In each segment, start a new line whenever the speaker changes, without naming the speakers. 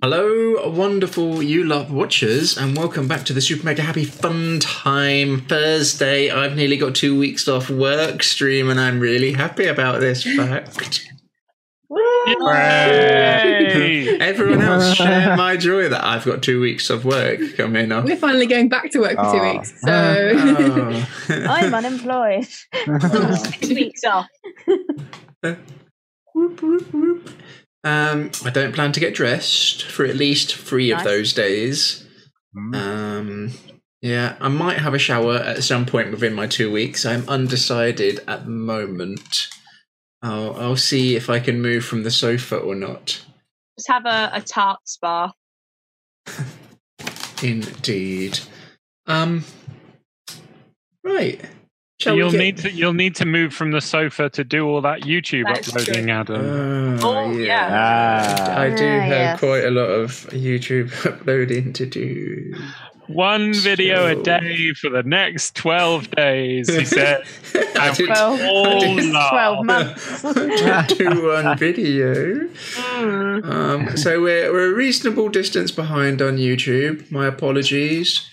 Hello, wonderful you love watchers, and welcome back to the Super Mega Happy Fun Time Thursday. I've nearly got two weeks off work stream, and I'm really happy about this fact.
Hooray!
Everyone else, share my joy that I've got two weeks of work coming up.
We're finally going back to work for two
Ah.
Aw.
weeks. So
Oh.
I'm unemployed. Two weeks off.
Whoop, whoop, whoop. Um, I don't plan to get dressed for at least three of
Nice.
those days.
Mm.
Um, yeah, I might have a shower at some point within my two weeks. I'm undecided at the moment. I'll, I'll see if I can move from the sofa or not.
Just have a, a tart spa.
Indeed. Um, right. Shall we
You'll
get-
need to you'll need to move from the sofa to do all that YouTube
That's
uploading, Adam.
Oh,
Oh,
yeah.
I do
Ah,
have
yes.
quite a lot of YouTube uploading to do.
One video
So-
a day for the next twelve days, he said.
I did
Well,
all love.
12 months.
do one video.
Mm.
Um, so we're we're a reasonable distance behind on YouTube. My apologies.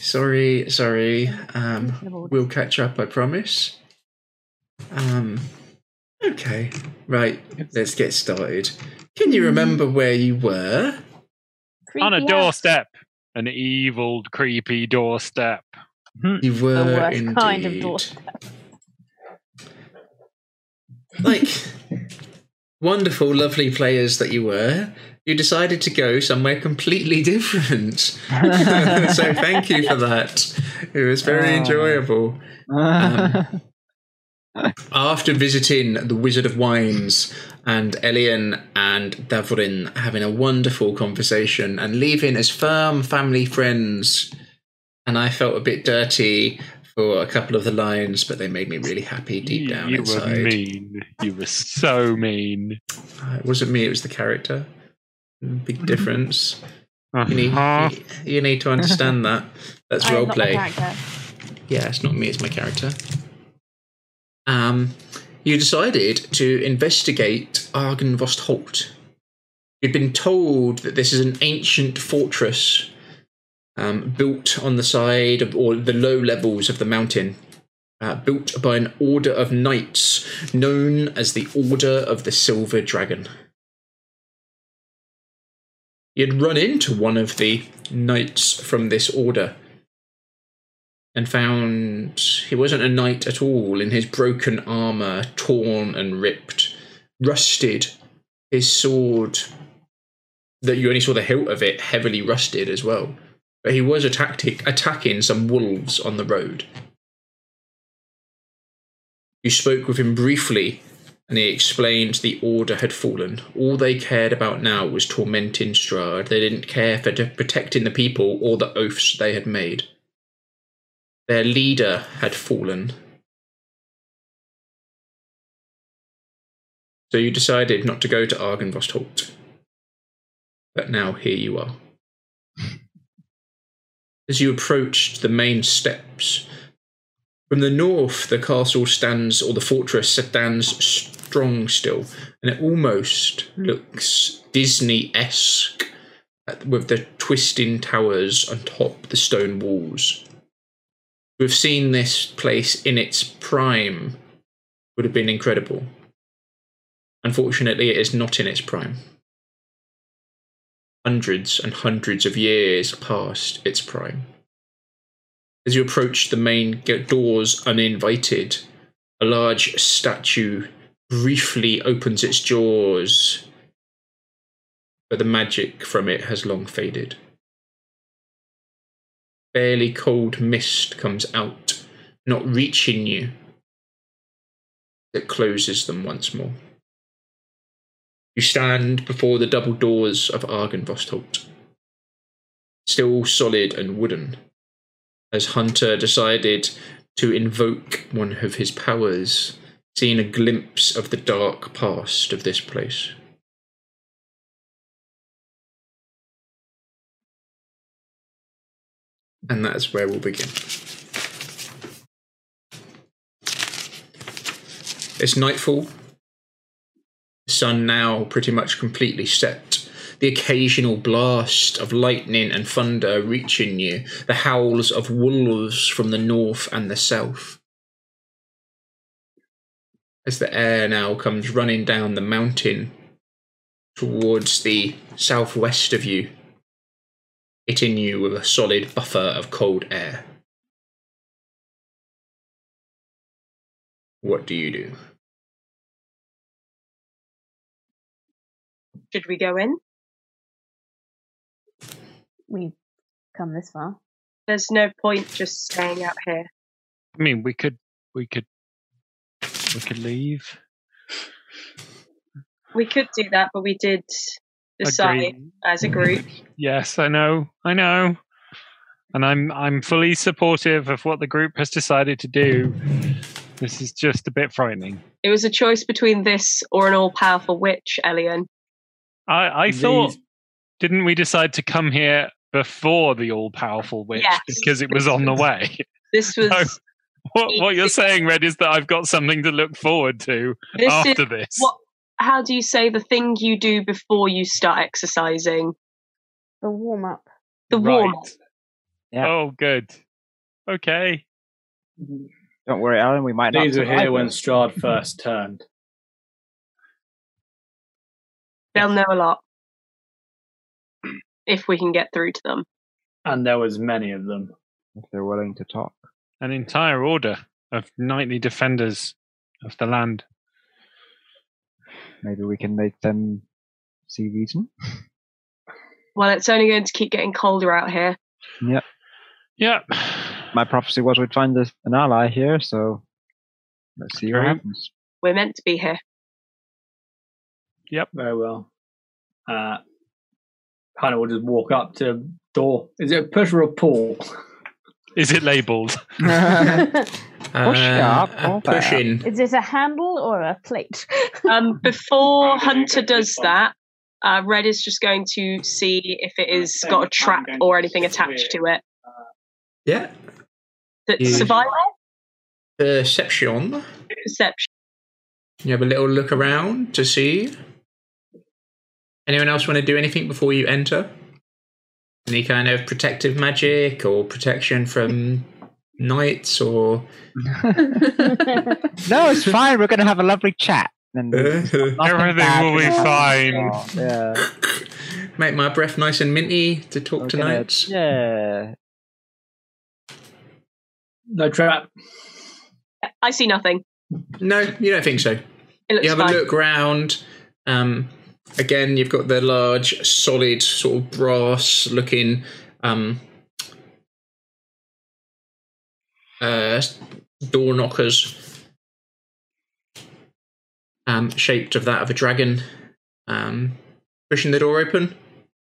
Sorry, sorry. Um, we'll catch up. I promise. Um, okay, right. Let's get started. Can you remember where you were?
On a
Creepy
doorstep. An evil, creepy doorstep.
You were
worst
indeed.
kind of daughter.
like wonderful, lovely players that you were, you decided to go somewhere completely different. so thank you for that. It was very
Oh.
enjoyable. Um, After visiting the Wizard of Wines and Elian and Davrin having a wonderful conversation and leaving as firm family friends, and I felt a bit dirty for a couple of the lines, but they made me really happy deep down
you
inside.
were mean. You were so mean.
Uh, it wasn't me, it was the character. Big difference. You need,
Uh-huh.
you, you need to understand that. That's
I am not
roleplay.
the character.
Yeah, it's not me, it's my character. Um, you decided to investigate Argenvost Holt. You'd been told that this is an ancient fortress um, built on the side of, or the low levels of the mountain, uh, built by an order of knights known as the Order of the Silver Dragon. You'd run into one of the knights from this order and found he wasn't a knight at all in his broken armour, torn and ripped, rusted. His sword, that you only saw the hilt of it, heavily rusted as well. But he was attacking, attacking some wolves on the road. You spoke with him briefly, and he explained the order had fallen. All they cared about now was tormenting Strahd. They didn't care for protecting the people or the oaths they had made their leader had fallen. So you decided not to go to Argenvost Holt. But now here you are. As you approached the main steps, from the north the castle stands, or the fortress stands strong still, and it almost looks Disney esque with the twisting towers on top the stone walls we've seen this place in its prime would have been incredible. Unfortunately, it is not in its prime. Hundreds and hundreds of years past its prime. As you approach the main g- doors uninvited, a large statue briefly opens its jaws, but the magic from it has long faded barely cold mist comes out, not reaching you, that closes them once more. You stand before the double doors of Argenvostholt, still solid and wooden, as Hunter decided to invoke one of his powers, seeing a glimpse of the dark past of this place. And that is where we'll begin. It's nightfall. The sun now pretty much completely set. the occasional blast of lightning and thunder reaching you, the howls of wolves from the north and the south. As the air now comes running down the mountain towards the southwest of you, hitting you with a solid buffer of cold air. What do you do?
Should we go in?
We've come this far.
There's no point just staying out here.
I mean, we could, we could, we could leave.
We could do that, but we did decide
Agree.
as a group.
Yes, I know, I know, and I'm, I'm fully supportive of what the group has decided to do. This is just a bit frightening.
It was a choice between this or an all-powerful witch, Elian.
I, I thought,
These-
didn't we decide to come here before the all-powerful witch
Yes.
because it was on the way?
This was
No. What, what you're saying, Red, is that I've got something to look forward to
this is
after this.
what- how do you say the thing you do before you start exercising?
The warm up.
The warm up.
Yeah.
Oh, good. Okay.
Mm-hmm.
Don't worry, Alan. We might not.
These were here
survive
when
this.
Strahd first turned.
They'll know a lot if we can get through to them.
And there was many of them.
if they're willing to talk.
An entire order of knightly defenders of the land.
Maybe we can make them see reason.
Well, it's only going to keep getting colder out here.
Yep.
My prophecy was we'd find this, an ally here, so let's see what
True.
happens.
We're meant to be here.
Very well. Uh, Hannah will just walk up to door. Is it a push or a pull?
Is it labeled?
Push up,
uh,
all that.
pushing.
Is it a handle or a plate?
Um, before Hunter does that, uh, Red is just going to see if it is got a trap or anything attached to it.
Yeah.
That's
Yeah.
survival
Perception.
perception.
You have a little look around to see. Anyone else want to do anything before you enter? Any kind of protective magic or protection from knights or.
no, it's fine. We're gonna have a lovely chat. And nothing
Everything
bad
will be
gonna happen.
fine.
So, Yeah.
Make my breath nice and minty to talk
we're
to
gonna-
knights.
yeah.
No trap.
I see nothing.
No, you don't think so.
It looks
you have
fine.
a look round. Um, again, you've got the large, solid, sort of brass-looking um, uh, door knockers, um, shaped of that of a dragon, um, pushing the door open.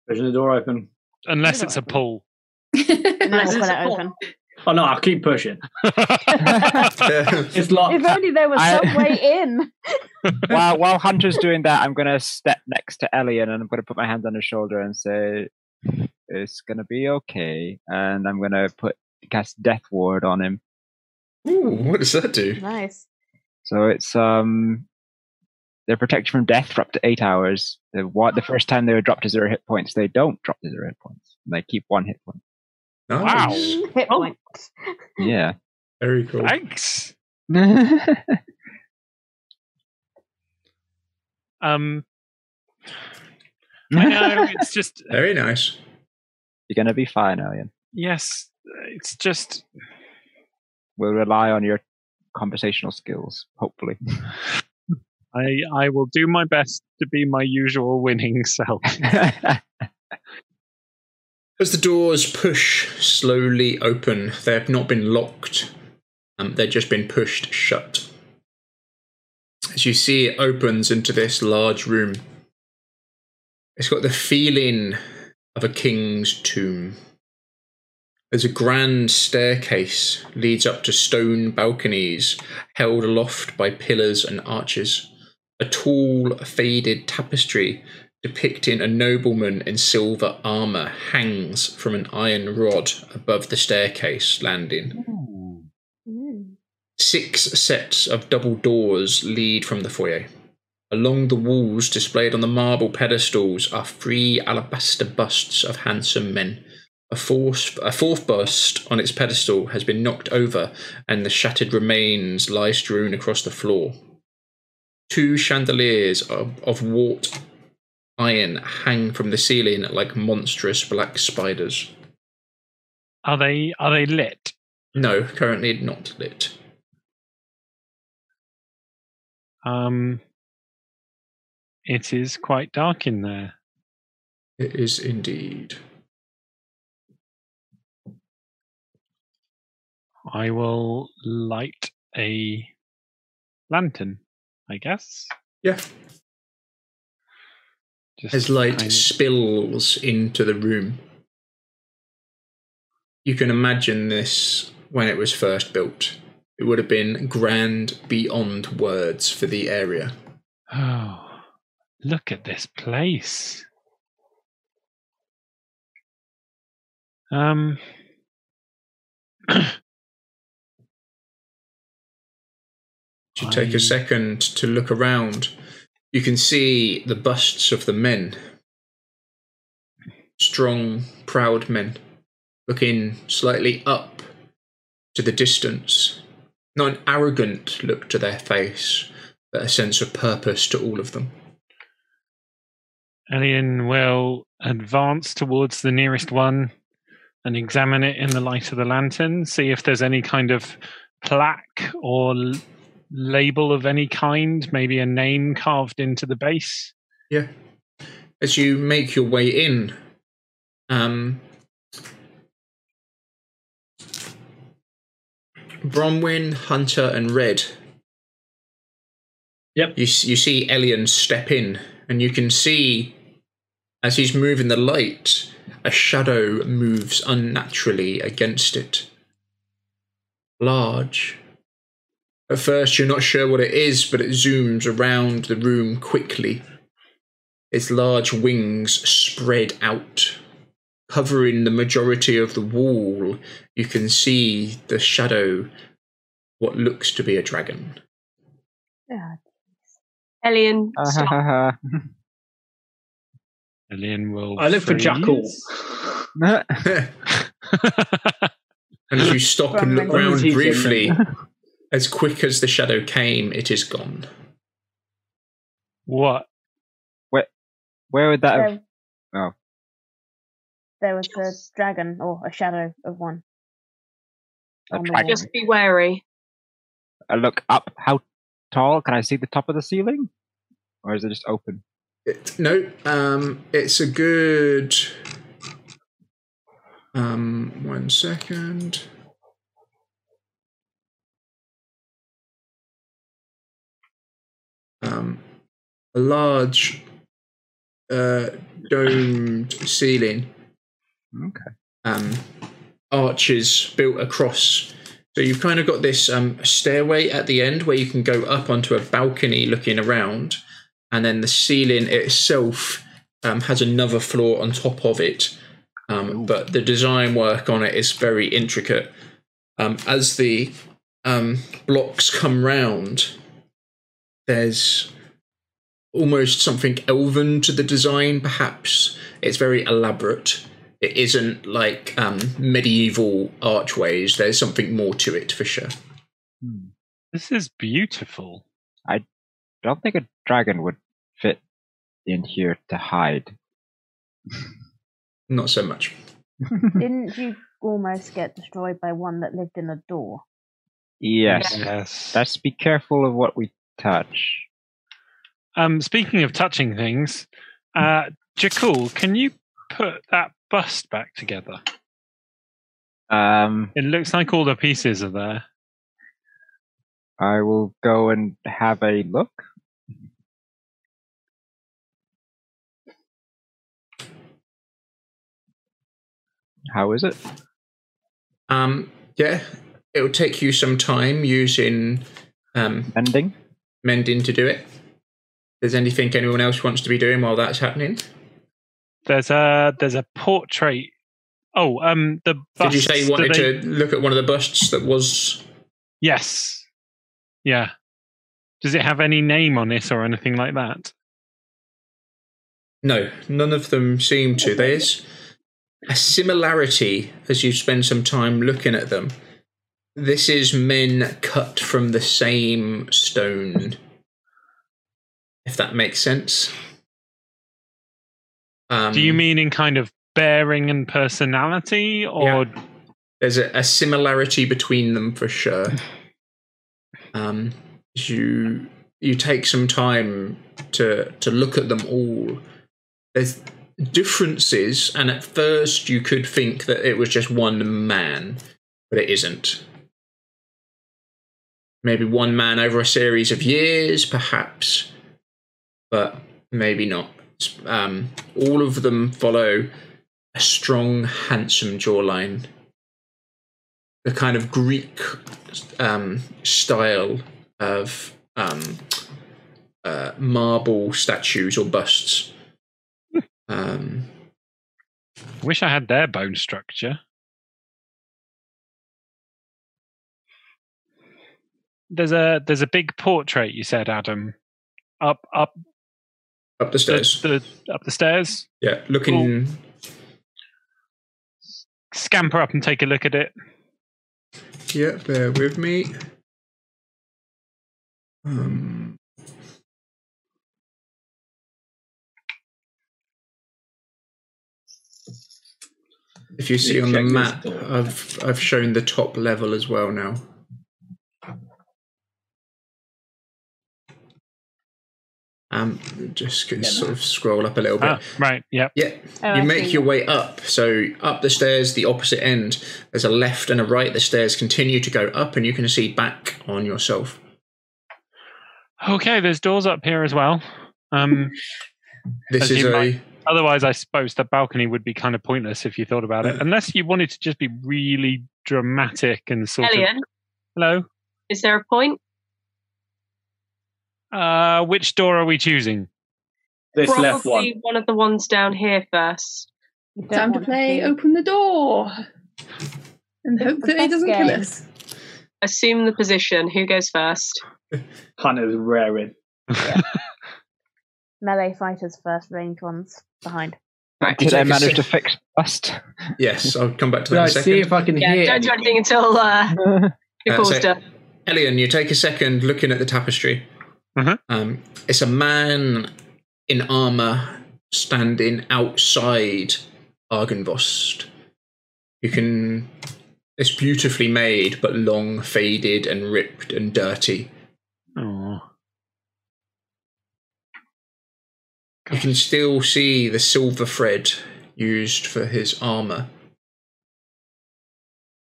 Pushing the door open.
Unless it's a pull.
Now
Unless
we'll
it's
pull it
a pull.
open.
Oh no, I'll keep pushing. It's locked.
If only there was
I-
some way in.
While while Hunter's doing that, I'm gonna step next to Elian and I'm gonna put my hand on his shoulder and say, "It's gonna be okay." And I'm gonna put cast Death Ward on him.
Ooh, what does that do?
Nice.
So it's um they're protected from death for up to eight hours. The what the first time they were dropped to zero hit points, they don't drop to zero hit points. And they keep one hit point.
Wow.
Nice.
Hit
Oh.
point.
Yeah.
Very cool.
Thanks.
yeah,
Um, I know, it's just,
Very nice.
You're gonna be fine, Elian.
yes, it's just,
We'll rely on your conversational skills, hopefully.
I, I will do my best to be my usual winning self.
As the doors push slowly open, they have not been locked. Um, they've just been pushed shut. As you see, it opens into this large room. It's got the feeling of a king's tomb. There's a grand staircase leads up to stone balconies held aloft by pillars and arches. A tall, faded tapestry depicting a nobleman in silver armor hangs from an iron rod above the staircase landing. Six sets of double doors lead from the foyer. Along the walls, displayed on the marble pedestals, are three alabaster busts of handsome men. A fourth, a fourth bust on its pedestal has been knocked over, and the shattered remains lie strewn across the floor. Two chandeliers of, of wrought iron hang from the ceiling like monstrous black spiders.
Are they are they lit?
No, currently not lit.
Um, it is quite dark in there.
It is indeed.
I will light a lantern, I guess.
Yeah.
Just
As light
kind of-
spills into the room. You can imagine this when it was first built. It would have been grand beyond words for the area.
Oh, look at this place. Um,
To take
I-
a second to look around, you can see the busts of the men. Strong, proud men, looking slightly up to the distance. Not an arrogant look to their face, but a sense of purpose to all of them.
Elian will advance towards the nearest one and examine it in the light of the lantern, see if there's any kind of plaque or l- label of any kind, maybe a name carved into the base.
Yeah. As you make your way in, um, Bronwyn, Hunter, and Red.
Yep.
You s- you see Elian step in, and you can see as he's moving the light, a shadow moves unnaturally against it. Large, at first, you're not sure what it is, but it zooms around the room quickly. Its large wings spread out. Covering the majority of the wall, you can see the shadow, what looks to be a dragon.
Ah,
Elian,
Uh-huh.
Ah, ha,
stop.
ha,
Elian will.
I look for Jackal.
ha.
and as you stop and look
Well,
round
he's in
briefly, as quick as the shadow came, it is gone.
What?
Where would that have
there,
oh.
there was a dragon or a shadow of one.
a
on the
dragon?
wall.
Just be wary.
I look up. How tall? Can I see the top of the ceiling? Or is it just open?
It, no, um, it's a good. Um, one second. Um, a large uh, domed ceiling.
Okay.
Um, arches built across. So you've kind of got this um, stairway at the end where you can go up onto a balcony looking around and then the ceiling itself um, has another floor on top of it. Um, but the design work on it is very intricate. Um, as the um, blocks come round, there's almost something elven to the design, perhaps. It's very elaborate. It isn't like um, medieval archways. There's something more to it for sure.
Hmm.
This is beautiful.
Don't think a dragon would fit in here to hide.
Not so much.
Didn't you almost get destroyed by one that lived in a door?
Yes.
Yes.
Let's be careful of what we touch.
Um, speaking of touching things, uh, Jakul, can you put that bust back together?
Um,
It looks like all the pieces are there.
I will go and have a look. How is it?
Um, yeah, it will take you some time using um,
Ending?
mending to do it. If there's anything anyone else wants to be doing while that's happening,
There's a uh, there's a portrait. Oh, um, the
did
busts,
you say you
do
wanted
they-
to look at one of the busts that was?
Yes. Yeah. Does it have any name on it or anything like that?
No, none of them seem to. There's a similarity as you spend some time looking at them. This is men cut from the same stone. If that makes sense. Um,
Do you mean in kind of bearing and personality, or
there's a, a similarity between them for sure. Um, you you take some time to to look at them all. There's differences, and at first you could think that it was just one man, but it isn't. Maybe one man over a series of years, perhaps, but maybe not. Um, all of them follow a strong, handsome jawline the kind of Greek um, style of um, uh, marble statues or busts. Um,
wish I had their bone structure? There's a there's a big portrait you said, Adam, up up
up the
the,
stairs.
the- up the stairs.
yeah, looking.
Scamper up and take a look at it.
Yeah, bear with me. Um, if you see on the
Check this
map,
door.
I've I've shown the top level as well now. Um, just gonna sort of scroll up a little
Oh,
bit.
Ah, right. Yep.
Yeah,
Oh,
you
I
make
see.
your way up. So up the stairs, the opposite end. There's a left and a right. The stairs continue to go up, and you can see back on yourself.
Okay. There's doors up here as well. Um,
This
As
is
you
a
might- otherwise, I suppose the balcony would be kind of pointless if you thought about
Mm.
it, unless you wanted to just be really dramatic and sort of.
Elian,
Hello.
is there a point?
Uh, which door are we choosing?
This
Probably
left one.
one of the ones down here first.
You don't
Time to
want
play
be-
open the door. And hope
the
that it
best
doesn't kill
game.
us.
Assume the position. Who goes first?
Hunter's raring.
melee fighters first, range ones behind.
Right.
Did I
take a
manage
sec-
to fix bust?
yes. I'll come back to
Can
that
I
in a
see
second.
if I can
Yeah,
hear
don't do anything until uh, Nicole's
so-
done.
Elian, you take a second looking at the tapestry.
Mhm.
Um, it's a man in armor standing outside Argenvost. You can. It's beautifully made, but long, faded, and ripped and dirty.
Oh.
You can still see the silver thread used for his armor.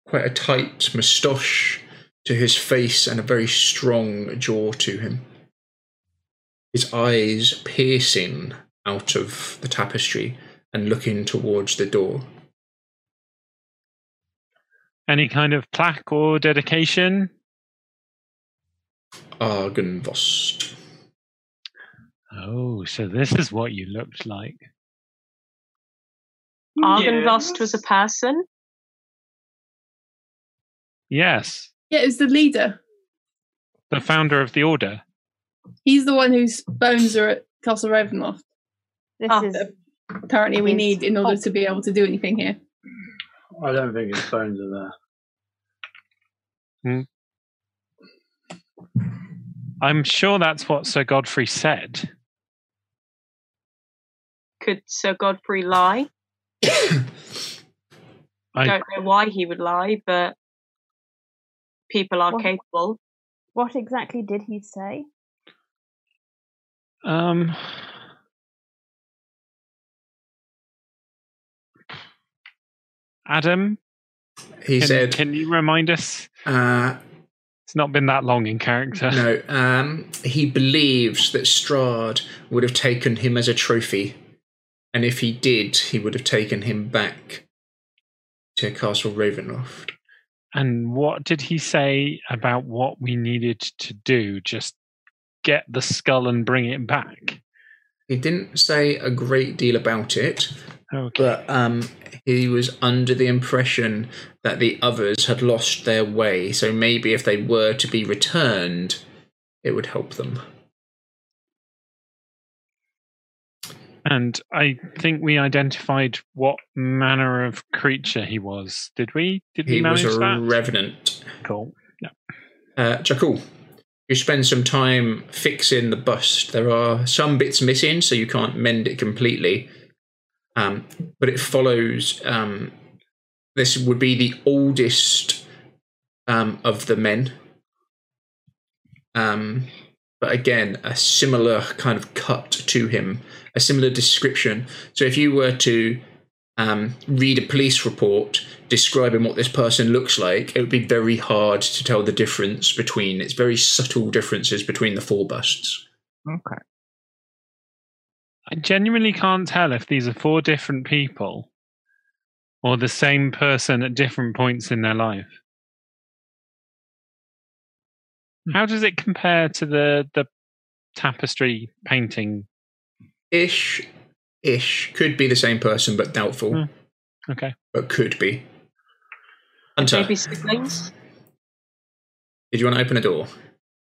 Quite a tight moustache to his face and a very strong jaw to him. His eyes piercing out of the tapestry and looking towards the door.
Any kind of plaque or dedication?
Argenvost.
Oh, so this is what you looked like.
Argenvost was a person.
Yes,
Yeah, it was the leader.
the founder of the order.
He's the one whose bones are at Castle Ravenloft.
This
Oh,
is
Apparently, we
Yes.
need in order
Oh.
to be able to do anything here.
I don't think his bones are there.
I'm sure that's what Sir Godfrey said.
Could Sir Godfrey lie? I
I
don't know why he would lie, but people are
Well-
capable.
what exactly did he say?
um Adam,
He
can,
said,
can you remind us?
uh,
It's not been that long in character.
No, um, he believes that Strahd would have taken him as a trophy, and if he did, he would have taken him back to Castle Ravenloft.
And what did he say about what we needed to do? Just get the skull and bring it back.
He didn't say a great deal about it,
Okay.
but um, he was under the impression that the others had lost their way, so maybe if they were to be returned, it would help them.
And I think we identified what manner of creature he was. Did we? Did we
He was
manage
a
that?
revenant.
cool.
Uh, Jakul, you spend some time fixing the bust. There are some bits missing, so you can't mend it completely. Um, but it follows um, this would be the oldest um, of the men. Um, but again, a similar kind of cut to him, a similar description. So if you were to um, read a police report describing what this person looks like, it would be very hard to tell the difference between, it's very subtle differences between the four busts.
Okay.
I genuinely can't tell if these are four different people or the same person at different points in their life. How does it compare to the the tapestry painting?
Ish, ish, could be the same person, but doubtful,
Hmm. Okay.
but could be. Hunter,
Maybe siblings.
did you want to open a door?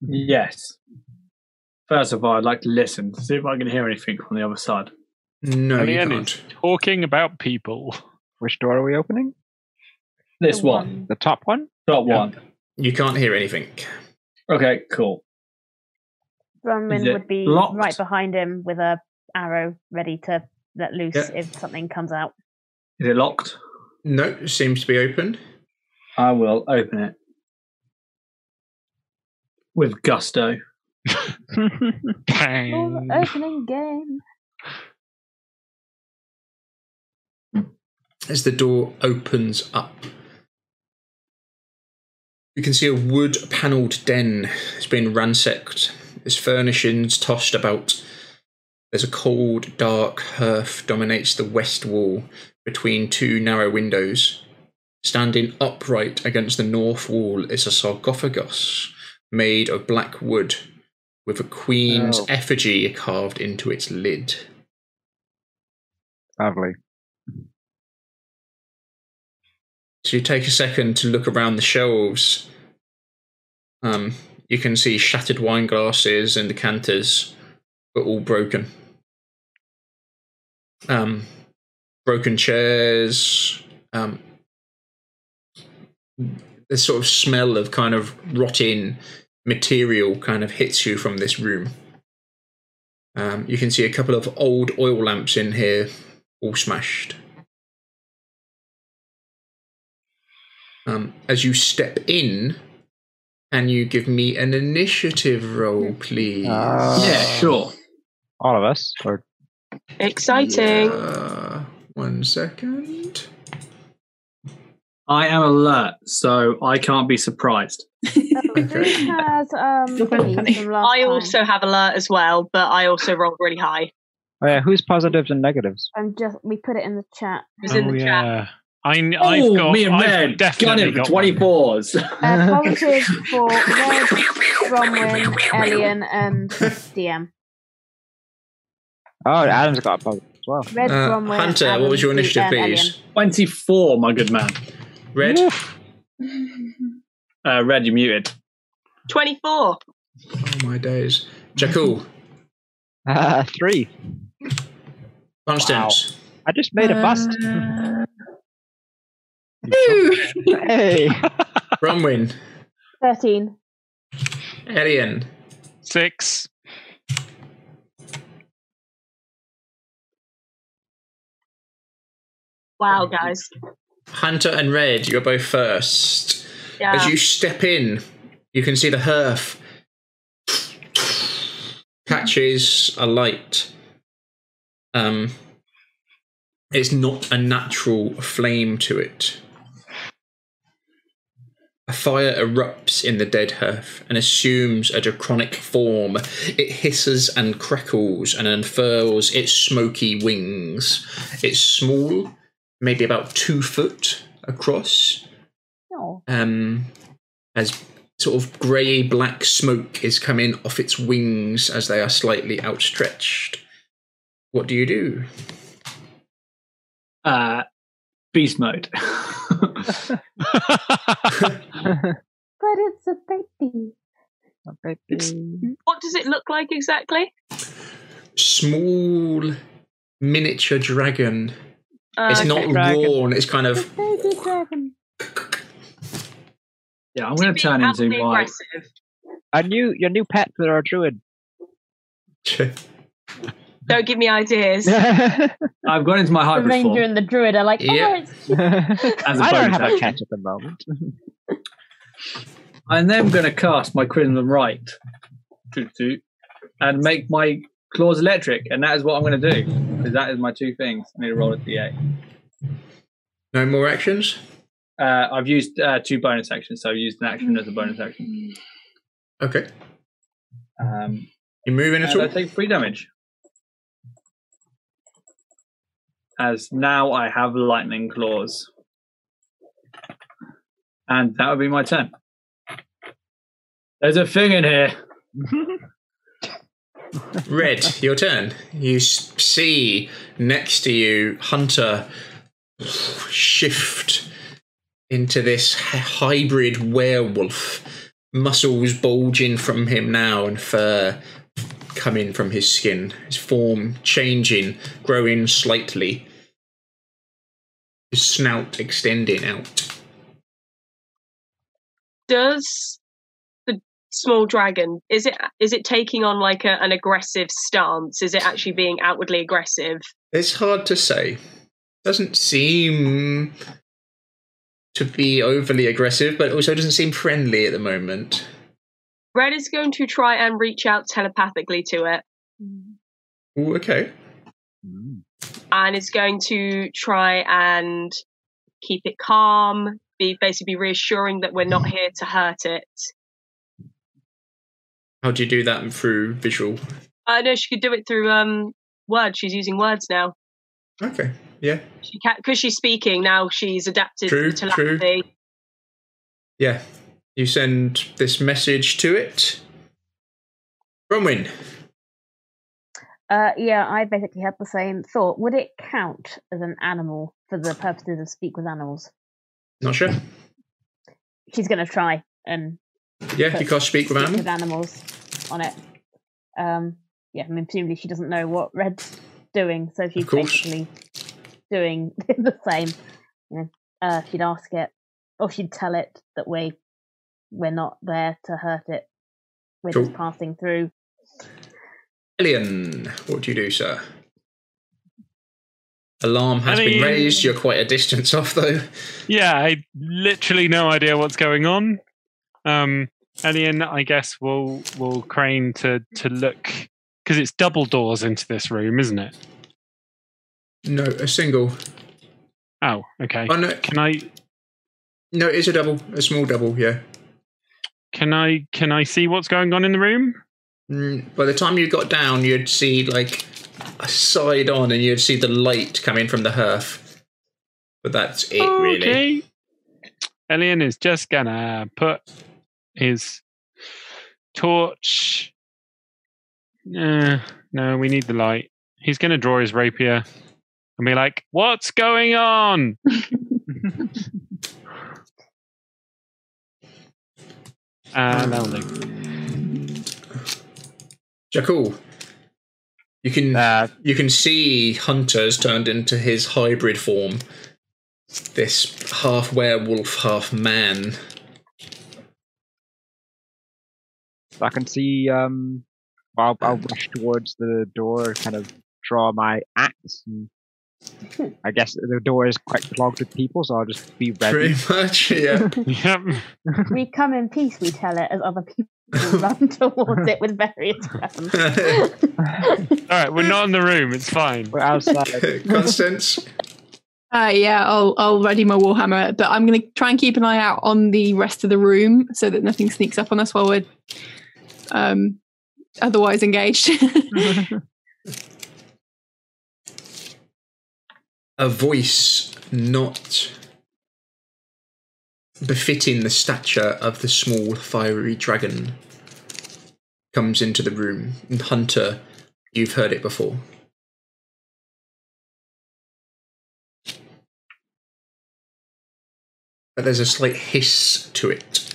Yes. First of all, I'd like to listen to see if I can hear anything on the other side.
No, you
Eliane
can't.
is talking about people.
Which door are we opening?
This
The
one,
The top one?
top
Yeah.
one.
You can't hear anything.
Okay, cool. Is
Bronwyn
it
would be
locked?
right behind him with a arrow ready to let loose
Yeah.
if something comes out.
Is it locked?
No, seems to be open.
I will open it with gusto.
Bang.
opening game.
As the door opens up, you can see a wood panelled den. It's been ransacked, its furnishings tossed about. There's a cold, dark hearth dominates the west wall between two narrow windows. Standing upright against the north wall is a sarcophagus made of black wood with a queen's
Oh.
effigy carved into its lid.
Lovely.
So you take a second to look around the shelves. Um, you can see shattered wine glasses and decanters, but all broken. Um, broken chairs. Um, the sort of smell of kind of rotting material kind of hits you from this room. Um, you can see a couple of old oil lamps in here, all smashed. Um, as you step in, and you give me an initiative roll, please?
Ah.
yeah, sure.
All of us? Or
Exciting.
Yeah. One second.
I am alert, so I can't be surprised.
Um,
Okay.
Who has um,
You're very
cookies
funny.
from last
I
time?
also have alert as well, but I also rolled really high. It
oh yeah, who's positives and negatives?
I'm just we put it in the chat.
Oh,
was in the chat.
I,
oh,
I've got,
me and
I've
Red got
definitely
it for
got
twenty fours.
Uh, positive for Red, Bronwyn, Elian, and DM.
Oh, Adam's got a positive as well.
Red,
Uh,
Bronwyn,
Hunter, what was
Adam,
your initiative,
and Elian.
please?
twenty four, my good man.
Red. Oh
Uh, Red, you muted.
24.
Oh, my days. Jakul.
Uh, three.
Constance.
I just made
Uh,
a bust. hey.
Bronwyn.
Thirteen.
Elian.
Six.
Wow, guys.
Hunter and Red, you're both first.
Yeah.
As you step in, you can see the hearth catches a light. Um, it's not a natural flame to it. A fire erupts in the dead hearth and assumes a draconic form. It hisses and crackles and unfurls its smoky wings. It's small, maybe about two foot across,
Oh,
um, as sort of grey black smoke is coming off its wings as they are slightly outstretched. What do you do?
Uh, beast mode.
but it's a baby.
Oh, baby.
What does it look like exactly?
Small miniature dragon.
Uh,
It's
okay.
not
Dragon.
worn. It's kind of
Baby dragon.
Yeah, I'm going to
Be
turn into
outwardly
my.
aggressive.
Our new, your new pets that are druid.
Don't give me ideas.
I've gone into my
The
hybrid
ranger
form
and the druid are like,
Yeah.
oh, it's
I
as a
don't
bonus
have a
action.
cat at the moment.
I'm then going to cast my Crinoline Right toot, toot, and make my claws electric, and that is what I'm going to do. Because that is my two things. I need to roll a d8.
no more actions.
Uh, I've used uh, two bonus actions, so I've used an action as a bonus action.
Okay.
Um,
You moving at
and I
all?
take three damage. As now I have lightning claws. And that would be my turn. There's a thing in here.
Red, your turn. You s- see next to you Hunter shift into this hy- hybrid werewolf. Muscles bulging from him now and fur coming from his skin. His form changing, growing slightly. His snout extending out.
Does the small dragon is it is it taking on like a, an aggressive stance? Is it actually being outwardly aggressive?
It's hard to say. Doesn't seem to be overly aggressive, but also doesn't seem friendly at the moment.
Red is going to try and reach out telepathically to it,
Ooh, okay.
Mm.
and is going to try and keep it calm. Be basically be reassuring that we're not
Mm-hmm.
here to hurt it.
How do you do that through visual?
I know she could do it through um words. She's using words now.
Okay. Yeah.
She can because she's speaking now. She's adapted
True,
to
true.
telepathy.
Yeah. You send this message to it. Bronwyn.
Uh, yeah, I basically had the same thought. Would it count as an animal for the purposes of speak with animals?
Not sure.
She's going to try and
Yeah, you can't speak with
speak
animals.
with animals on it. Um, yeah, I mean, presumably she doesn't know what Red's doing, so she's
Of course.
basically doing the same. You know, uh, she'd ask it, or she'd tell it that we we're not there to hurt it. We're
Cool.
just passing through.
Alien, what do you do, sir? Alarm has been
Alien.
raised. You're quite a distance off, though.
Yeah, I literally no idea what's going on. Um, Elian, I guess will will crane to to look because it's double doors into this room, isn't it?
No, a single.
Oh, okay.
Oh, no,
Can I
no, it is a double. A small double, yeah.
can I can I see what's going on in the room?
Mm, by the time you got down, you'd see like a side on, and you'd see the light coming from the hearth. But that's it, really.
Oh, Okay. Elian is just gonna put his torch. Nah, no, we need the light. He's gonna draw his rapier and be like, "What's going on?" and I'll leave.
Jackal, you can
Uh,
you can see Hunter's turned into his hybrid form. This half werewolf, half man.
I can see. Um, I'll, I'll rush towards the door, kind of draw my axe. And
Hmm.
I guess the door is quite clogged with people, so I'll just be ready.
Pretty much, yeah.
Yep.
we come in peace, we tell it, as other people run towards it with various weapons.
All right, we're not in the room. It's fine.
We're outside.
Constance,
Uh, yeah, I'll I'll ready my warhammer, but I'm going to try and keep an eye out on the rest of the room so that nothing sneaks up on us while we're um, otherwise engaged.
a voice not befitting the stature of the small fiery dragon comes into the room. And Hunter, you've heard it before. But there's a slight hiss to it.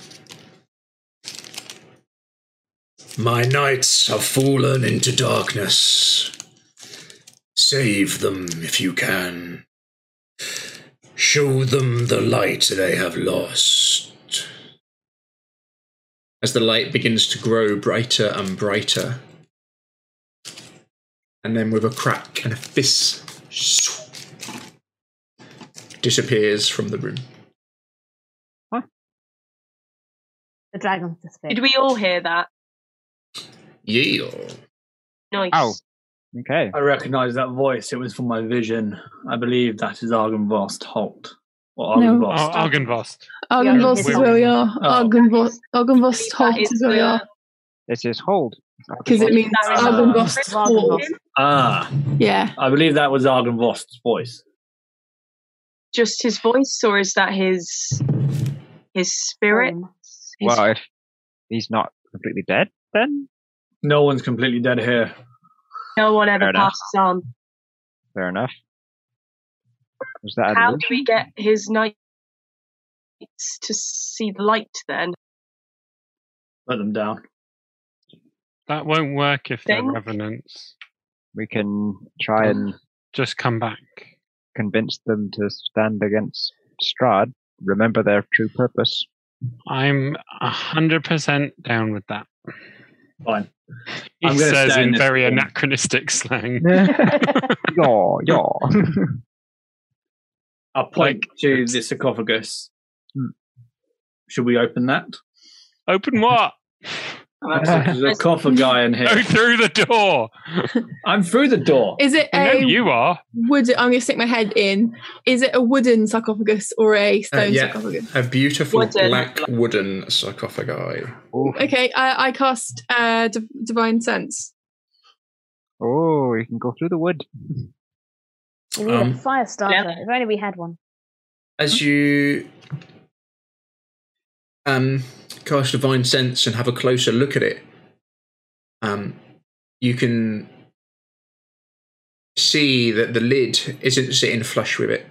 My knights have fallen into darkness. Save them if you can. Show them the light they have lost.
as the light begins to grow brighter and brighter. And then, with a crack and a fist, disappears from the room.
The dragon's disappeared.
Did we all hear that?
Yeah.
Nice.
Oh, okay.
I recognise that voice. It was from my vision. I believe that is Argenvost Holt. Or
No.
Ar-
Argenvost.
Argenvost.
Argenvost is where we are.
Oh.
Argenvost, Argenvost
That
Holt
is
is where we
the-
are
This is hold.
because it means
That is
Ah.
Argenvost
Chris
Holt.
Hall.
Ah,
Yeah,
I believe that was Argenvost's voice.
Just his voice, or is that his his spirit?
Um,
His-
Well, if he's not completely dead, then
No one's completely dead here.
no one
fair
ever
enough.
passes on.
fair enough. Was that
How
an
do we get his knights to see the light? Then
Let them down.
That won't work if they're
Think.
revenants.
we can try and
Just come back.
convince them to stand against Strad. Remember their true purpose.
I'm hundred percent down with that.
Fine.
He
I'm gonna
says
stay in
in
this
very
room.
anachronistic slang.
Yaw, yaw.
I'll point
Like-
to the sarcophagus.
Hmm.
Should we open that?
Open what?
There's a sarcophagi in
Go
here.
through the door.
I'm through the door.
is it
I know
a
you are.
wood? I'm going to stick my head in. Is it a wooden sarcophagus or a
Uh,
stone
yeah,
sarcophagus?
a beautiful
Wooden.
black wooden sarcophagi.
Okay, I, I cast uh, div- divine sense.
oh, you can go through the wood.
we need
Um,
a fire starter.
yeah.
If only we had one.
As you um, cast divine sense and have a closer look at it, um, you can see that the lid isn't sitting flush with it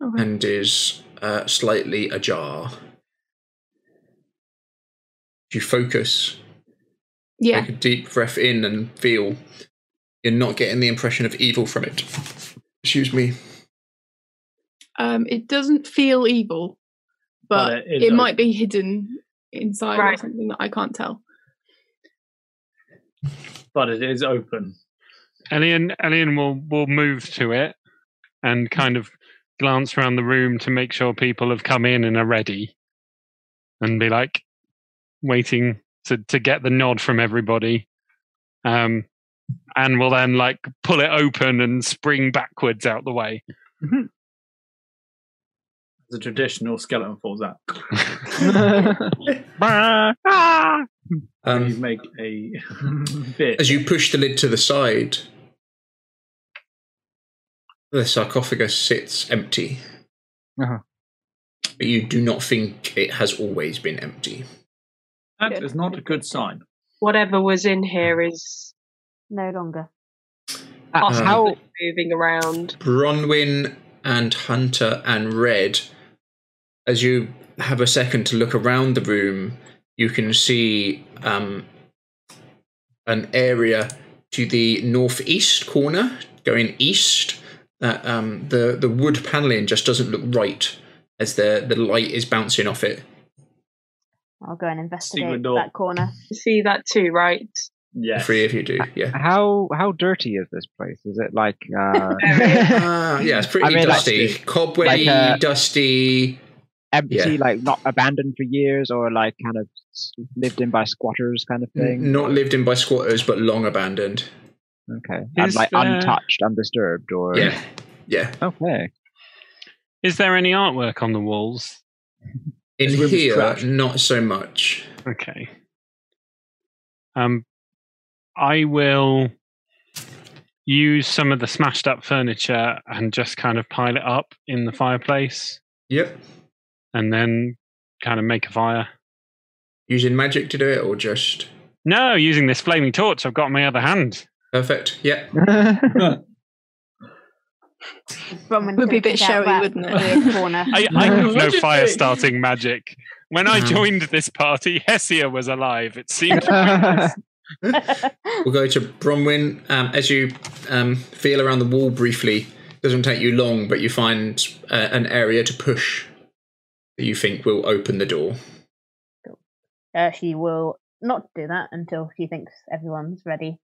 Mm.
Okay.
and is uh, slightly ajar. If You focus,
Yeah,
take a deep breath in, and feel you're not getting the impression of evil from it. Excuse me.
um, it doesn't feel evil, but
But it
it,
is a-
might be hidden inside or
Right.
something that I can't tell.
But it is open.
Elian Elian will will move to it and kind of glance around the room to make sure people have come in and are ready. And be like waiting to, to get the nod from everybody. Um and will then like pull it open and spring backwards out the way.
The traditional skeleton falls out.
Bah, ah!
Um,
You make a bit.
As you push the lid to the side, the sarcophagus sits empty.
Uh-huh.
But you do not think it has always been empty.
That is not a good sign.
whatever was in here is
No longer.
Uh,
possibly
how
moving around.
Bronwyn and Hunter and Red, as you have a second to look around the room, you can see um, an area to the northeast corner, going east. That um, the the wood paneling just doesn't look right as the the light is bouncing off it.
I'll go and investigate
Secret door.
that corner.
You see that too, right?
The
Yeah.
Three of you do, yeah.
how how dirty is this place? Is it like uh,
Ah, yeah, it's pretty
I mean, like-
dusty, cobwebby,
like, uh,
dusty.
empty,
Yeah.
like not abandoned for years, or like kind of s- lived in by squatters kind of thing?
Not lived in by squatters, but long abandoned.
Okay, and
Is
like
there-
untouched, undisturbed, or
Yeah, yeah.
okay.
Is there any artwork on the walls?
In
This room is
here,
trash.
not so much.
Okay. Um, I will use some of the smashed up furniture and just kind of pile it up in the fireplace
Yep.
and then kind of make a fire.
Using magic to do it, or just
No, using this flaming torch I've got in my other hand.
perfect. Yep.
Bronwyn
Would be a
takes
bit
out
showy,
that
wouldn't it?
weird corner.
I, I have
What
Mm-hmm.
no
do you
fire
think?
starting magic. When I
Mhm.
joined this party, Hesia was alive. It seemed. pointless.
We'll go to Bronwyn. Um, as you um, feel around the wall briefly, doesn't take you long, but you find uh, an area to push that you think will open the door.
Uh, she will not do that until she thinks everyone's ready.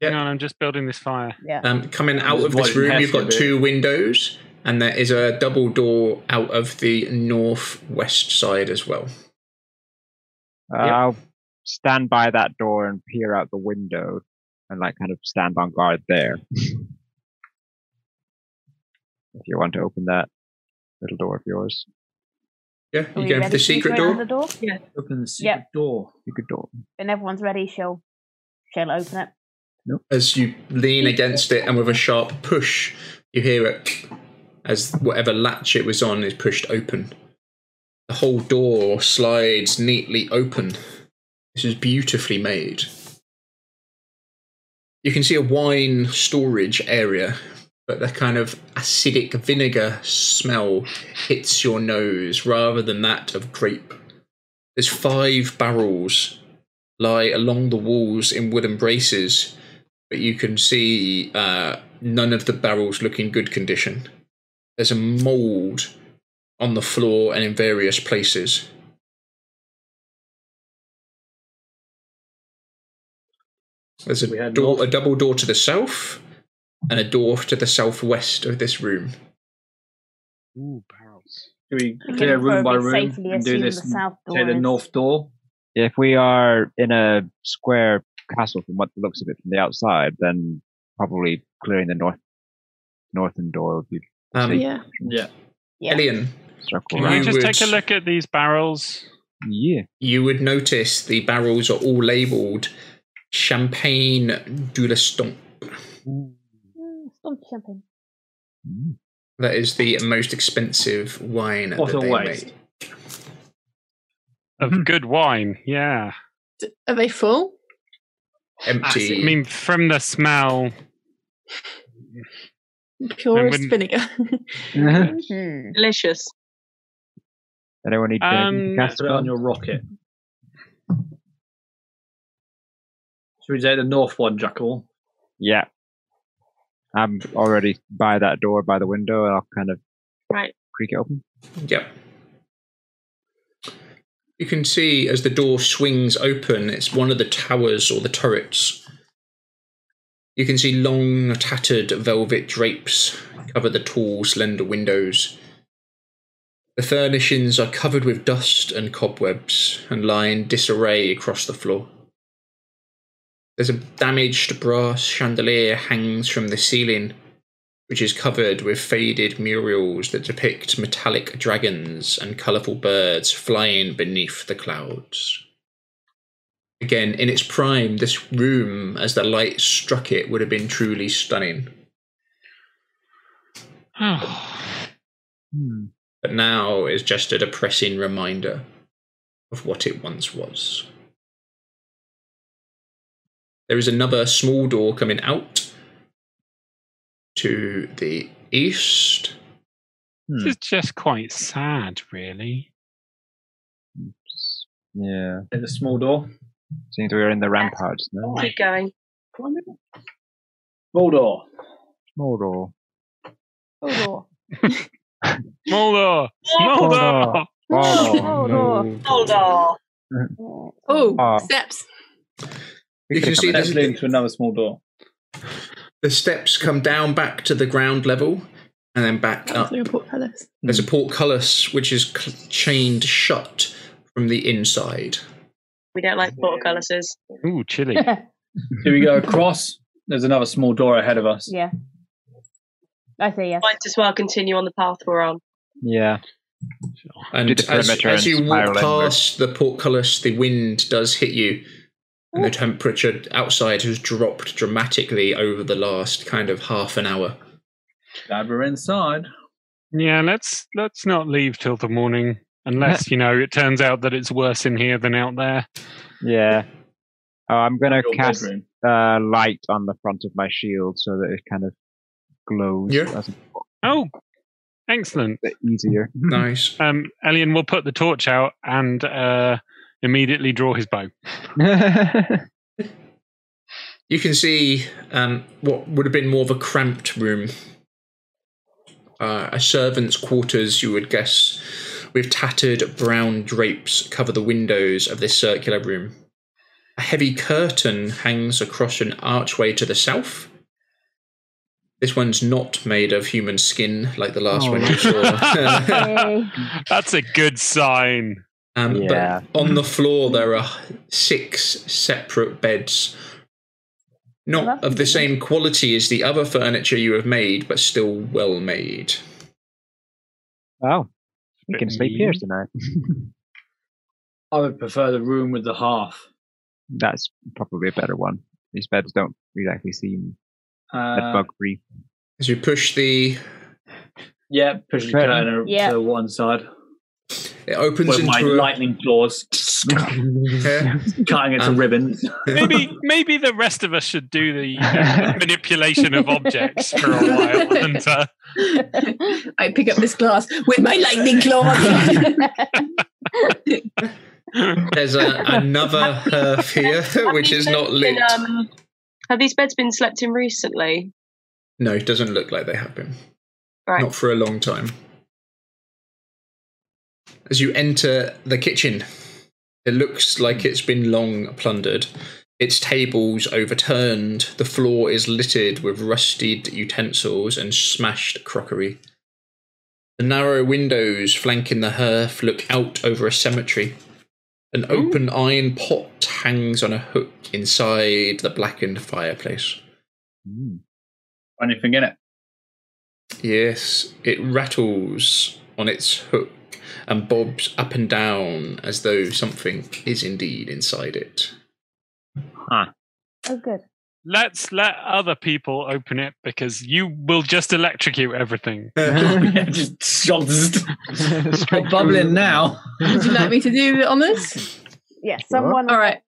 Hang on, I'm just building this fire.
Yeah.
Um, coming out
Just
of this
avoiding
room, you've
Hestia
got
bit.
two windows, and there is a double door out of the northwest side as well.
Uh,
Yep.
I'll stand by that door and peer out the window and like kind of stand on guard there. if you want to open that little door of yours,
Yeah,
Are
you
we
going for
ready
the
to
secret
go around
door?
The door?
Open the secret
Yep.
door.
you could door.
When everyone's ready, she'll she'll open it.
As you lean against it and with a sharp push, you hear it as whatever latch it was on is pushed open. The whole door slides neatly open. This is beautifully made. You can see a wine storage area, but that kind of acidic vinegar smell hits your nose rather than that of grape. There's five barrels lie along the walls in wooden braces but you can see uh, none of the barrels look in good condition. There's a mold on the floor and in various places. There's
We
a
had
door,
north-
a double door to the south, and a door to the southwest of this room.
Ooh, barrels.
Do we
We
clear
can
room by
probably
room
safely
and do
assume
this?
the south
and
door
Clear the
is-
north door.
If we are in a square castle from what the looks of it from the outside, then probably clearing the north northern door would be
Um,
safe.
Yeah.
Yeah.
Yeah.
Elian,
circle
Can
Right.
we
around.
just
Would-
take a look at these barrels?
Yeah.
you would notice the barrels are all labelled Champagne du Leston.
Mm, Stomp champagne.
Mm.
That is the most expensive wine
What
that
a
they
waste.
make.
Of good wine, yeah.
D- Are they full?
Empty.
I mean, from the smell,
Purest
wouldn't-
vinegar.
Mhm.
Delicious.
Anyone need
Um,
um,
Put it on your rocket. Should we take the north one, Jackal?
Yeah. Um, I'm already by that door, by the window, and I'll kind of
Right.
creak it open.
Yep. You can see as the door swings open, it's one of the towers or the turrets. You can see long, tattered velvet drapes cover the tall, slender windows. The furnishings are covered with dust and cobwebs and lie in disarray across the floor. There's a damaged brass chandelier hangs from the ceiling, which is covered with faded murals that depict metallic dragons and colourful birds flying beneath the clouds. Again, in its prime, this room, as the light struck it, would have been truly stunning.
Ah.
Hmm.
But now is just a depressing reminder of what it once was. There is another small door coming out to the east.
this is just quite sad, really.
Yeah.
There's a small door.
Seems we are in the ramparts now.
Keep going.
Small door.
Small door.
Small door.
Smolder!
Smolder! Small
Smolder!
door. Oh.
Small door.
Hold on.
Um,
Oh,
Ah.
steps.
We
You
could
can
have
see
come
this-
Let's lead to another small door.
The steps come down back to the ground level and then back
Sounds
up.
like a portcullis.
There's
Hmm.
a portcullis which is cl- chained shut from the inside.
We don't like portcullises.
Ooh, chilly.
Do we go across? There's another small door ahead of us.
yeah. I say yes.
Might as well continue on the path we're on.
Yeah.
And
Do the
as,
perimeter
as
and
you walk
spiral inward.
past the portcullis, the wind does hit you, and the temperature outside has dropped dramatically over the last kind of half an hour.
Glad we're inside.
yeah, let's let's not leave till the morning. Unless, you know, it turns out that it's worse in here than out there.
Yeah. Oh, I'm gonna
Your
cast
bedroom.
uh, light on the front of my shield so that it kind of glows.
Yeah.
as-
Oh, Excellent.
bit easier.
Nice.
Um, Elian will put the torch out and uh, immediately draw his bow.
You can see um, what would have been more of a cramped room. Uh, a servant's quarters, you would guess, with tattered brown drapes cover the windows of this circular room. A heavy curtain hangs across an archway to the south. This one's not made of human skin like the last one you saw.
Yay.
That's a good sign.
Um,
Yeah.
But on the floor, there are six separate beds. Not of the
Lovely.
same quality as the other furniture you have made, but still well made.
Oh, we can sleep here tonight.
I would prefer the room with the half.
That's probably a better one. These beds don't exactly seem that
Uh,
bug free.
As you push the.
yeah, push the
Fair
curtain
Yeah.
to one side
It opens
with my
into a.
lightning claws,
Yeah.
cutting it to
Um,
ribbons.
Maybe maybe the rest of us should do the uh, manipulation of objects for a while. And, uh,
I pick up this glass with my lightning claws.
There's a, another hearth here,
Have
which
these
is
beds
not lit.
been, um, have these beds been slept in recently?
No, it doesn't look like they have been.
Right.
Not for a long time. As you enter the kitchen, it looks like it's been long plundered. Its tables overturned, the floor is littered with rusted utensils and smashed crockery. The narrow windows flanking the hearth look out over a cemetery. An open iron pot hangs on a hook inside the blackened fireplace.
Mm.
Anything in it?
Yes, it rattles on its hook and bobs up and down as though something is indeed inside it.
oh, good.
let's let other people open it because you will just electrocute everything.
Yeah, just
Straight
bubbling now.
Would you like me to do the honors?
Yeah, someone.
All right.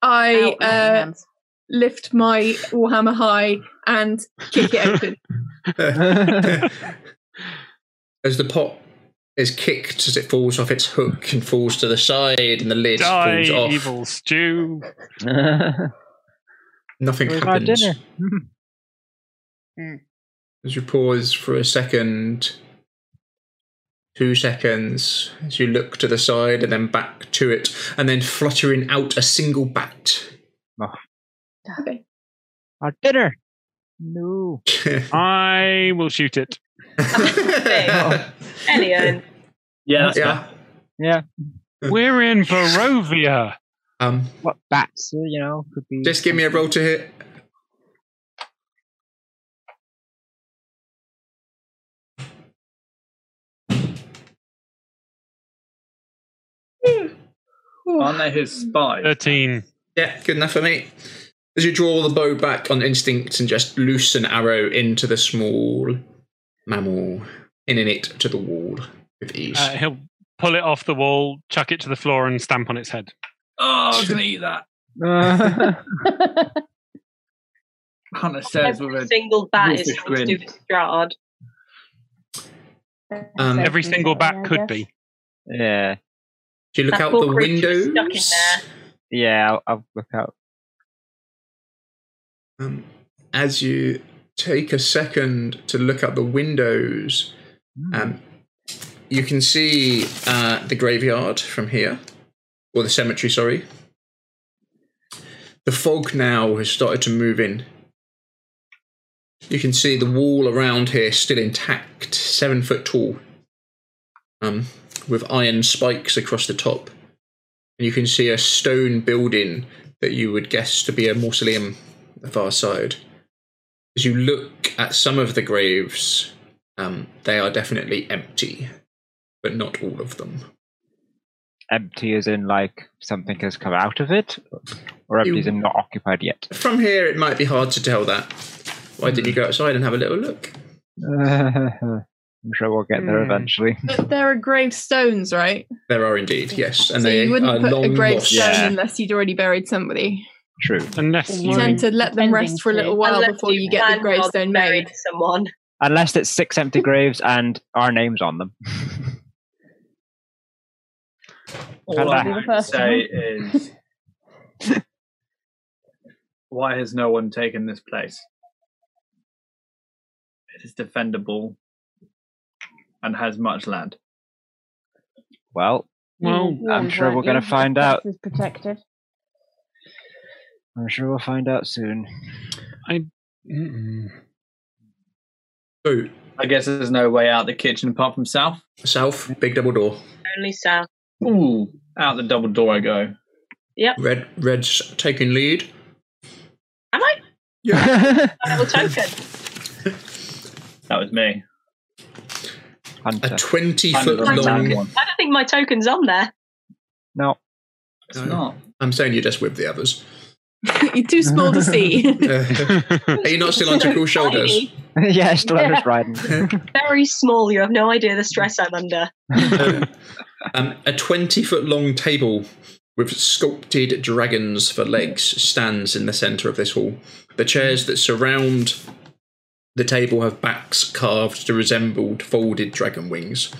I
out with their
uh,
hands.
lift my Warhammer high and kick it open.
As the pot is kicked as it falls off its hook and falls to the side and the lid
Die,
falls off.
evil stew.
Nothing
Where's my
happens.
dinner?
As you pause for a second, two seconds, as you look to the side and then back to it, and then fluttering out a single bat.
Okay.
Our dinner. No.
I will shoot it.
Elian,
Yeah, that's
yeah.
Yeah.
We're in Barovia.
Um,
What bats? uh, You know, could be.
just give me a roll to hit.
fair. Aren't they Oh, his spies?
Thirteen.
Yeah, good enough for me. As you draw the bow back on instinct and just loose an arrow into the small mammal, in and it to the wall with ease.
Uh, he'll pull it off the wall, chuck it to the floor, and stamp on its head.
Oh, I was gonna eat that. On the stairs with
every
a
single bat is
wolfish
something to
grin.
do with Strahd.
Um,
So
Every
do
single
that
bat
one, I
could
guess.
be.
yeah.
Do you look
That
out
poor
the
creature is
windows?
stuck in there.
Yeah. I'll, I'll look out.
Um, as you take a second to look out the windows, um, you can see uh, the graveyard from here, or the cemetery, sorry. The fog now has started to move in. You can see the wall around here still intact, seven foot tall, um, with iron spikes across the top. And you can see a stone building that you would guess to be a mausoleum the far side. As you look at some of the graves, um, they are definitely empty, but not all of them.
Empty as in like something has come out of it, or empty as in not occupied yet.
From here, it might be hard to tell that. Why did you go outside and have a little look?
I'm sure we'll get there
Hmm.
eventually.
But there are gravestones, right?
There are indeed, yes, and
so
they
you
are
wouldn't put a
long lost.
gravestone
Yeah.
unless you'd already buried somebody.
True.
Unless
You
you
Ten-
tend to let them
Intending
rest for a little
to.
while
Unless
before you get
plan
the
on
gravestone
burying
made.
someone.
Unless it's six empty graves and our names on them.
All I
Be the
can
first
say is, why has no one taken this place? It is defendable and has much land.
Well,
Mm,
Well,
You were
I'm
warned,
sure we're
weren't
gonna
you?
find
That
out.
place Is protected.
I'm sure we'll find out soon.
Mm-mm. So,
I guess there's no way out the kitchen apart from south.
south, big double door.
Only south.
Ooh,
Hmm.
out the double door I go.
Red, red's taking lead.
Am I?
Hunter.
I have a token.
That was me.
A twenty
I'm
foot
the
long.
one.
I don't think my token's on there.
No.
It's not.
I'm saying you're just with the others.
You're too small to see.
Uh, are you not still on to cool shoulders?
Tiny,
yeah, it's still under his riding.
very small. You have no idea the stress I'm under.
Um, a 20 foot long table with sculpted dragons for legs stands in the centre of this hall. The chairs that surround the table have backs carved to resemble folded dragon wings,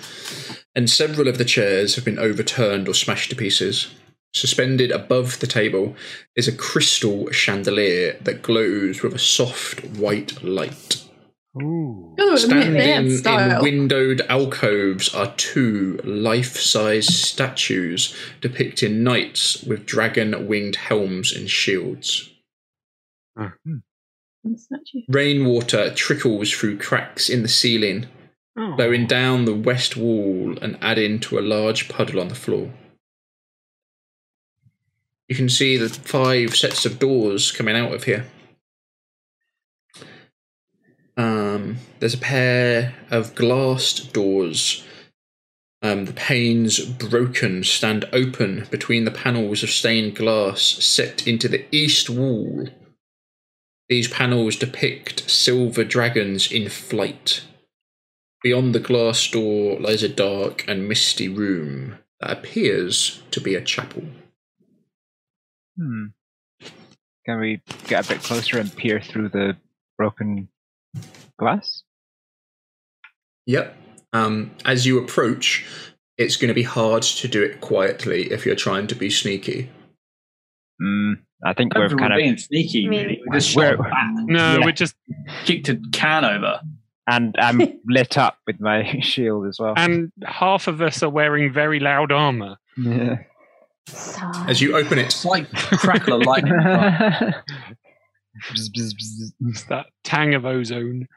and several of the chairs have been overturned or smashed to pieces. Suspended above the table is a crystal chandelier that glows with a soft white light.
Ooh.
Oh,
Gotta admit,
Standing
they had
in
style.
windowed alcoves are two life size statues depicting knights with dragon winged helms and shields. Rainwater trickles through cracks in the ceiling,
Hmm.
Oh.
flowing down the west wall and adding to a large puddle on the floor. You can see the five sets of doors coming out of here. Um, there's a pair of glassed doors. Um, the panes broken stand open between the panels of stained glass set into the east wall. These panels depict silver dragons in flight. Beyond the glass door lies a dark and misty room that appears to be a chapel.
Hmm. Can we get a bit closer and peer through the broken glass?
Yep. Um, as you approach, it's going to be hard to do it quietly if you're trying to be sneaky.
Hmm. I think we're
We're
kind of
being sneaky, really. We just
We're-
shot back,
No,
Yeah.
we're just
kicked a can over.
and I'm lit up with my shield as well.
and half of us are wearing very loud armor.
Yeah.
As you open it,
It's like crackle of lightning.
Bzz, bzz, bzz.
It's that tang of ozone.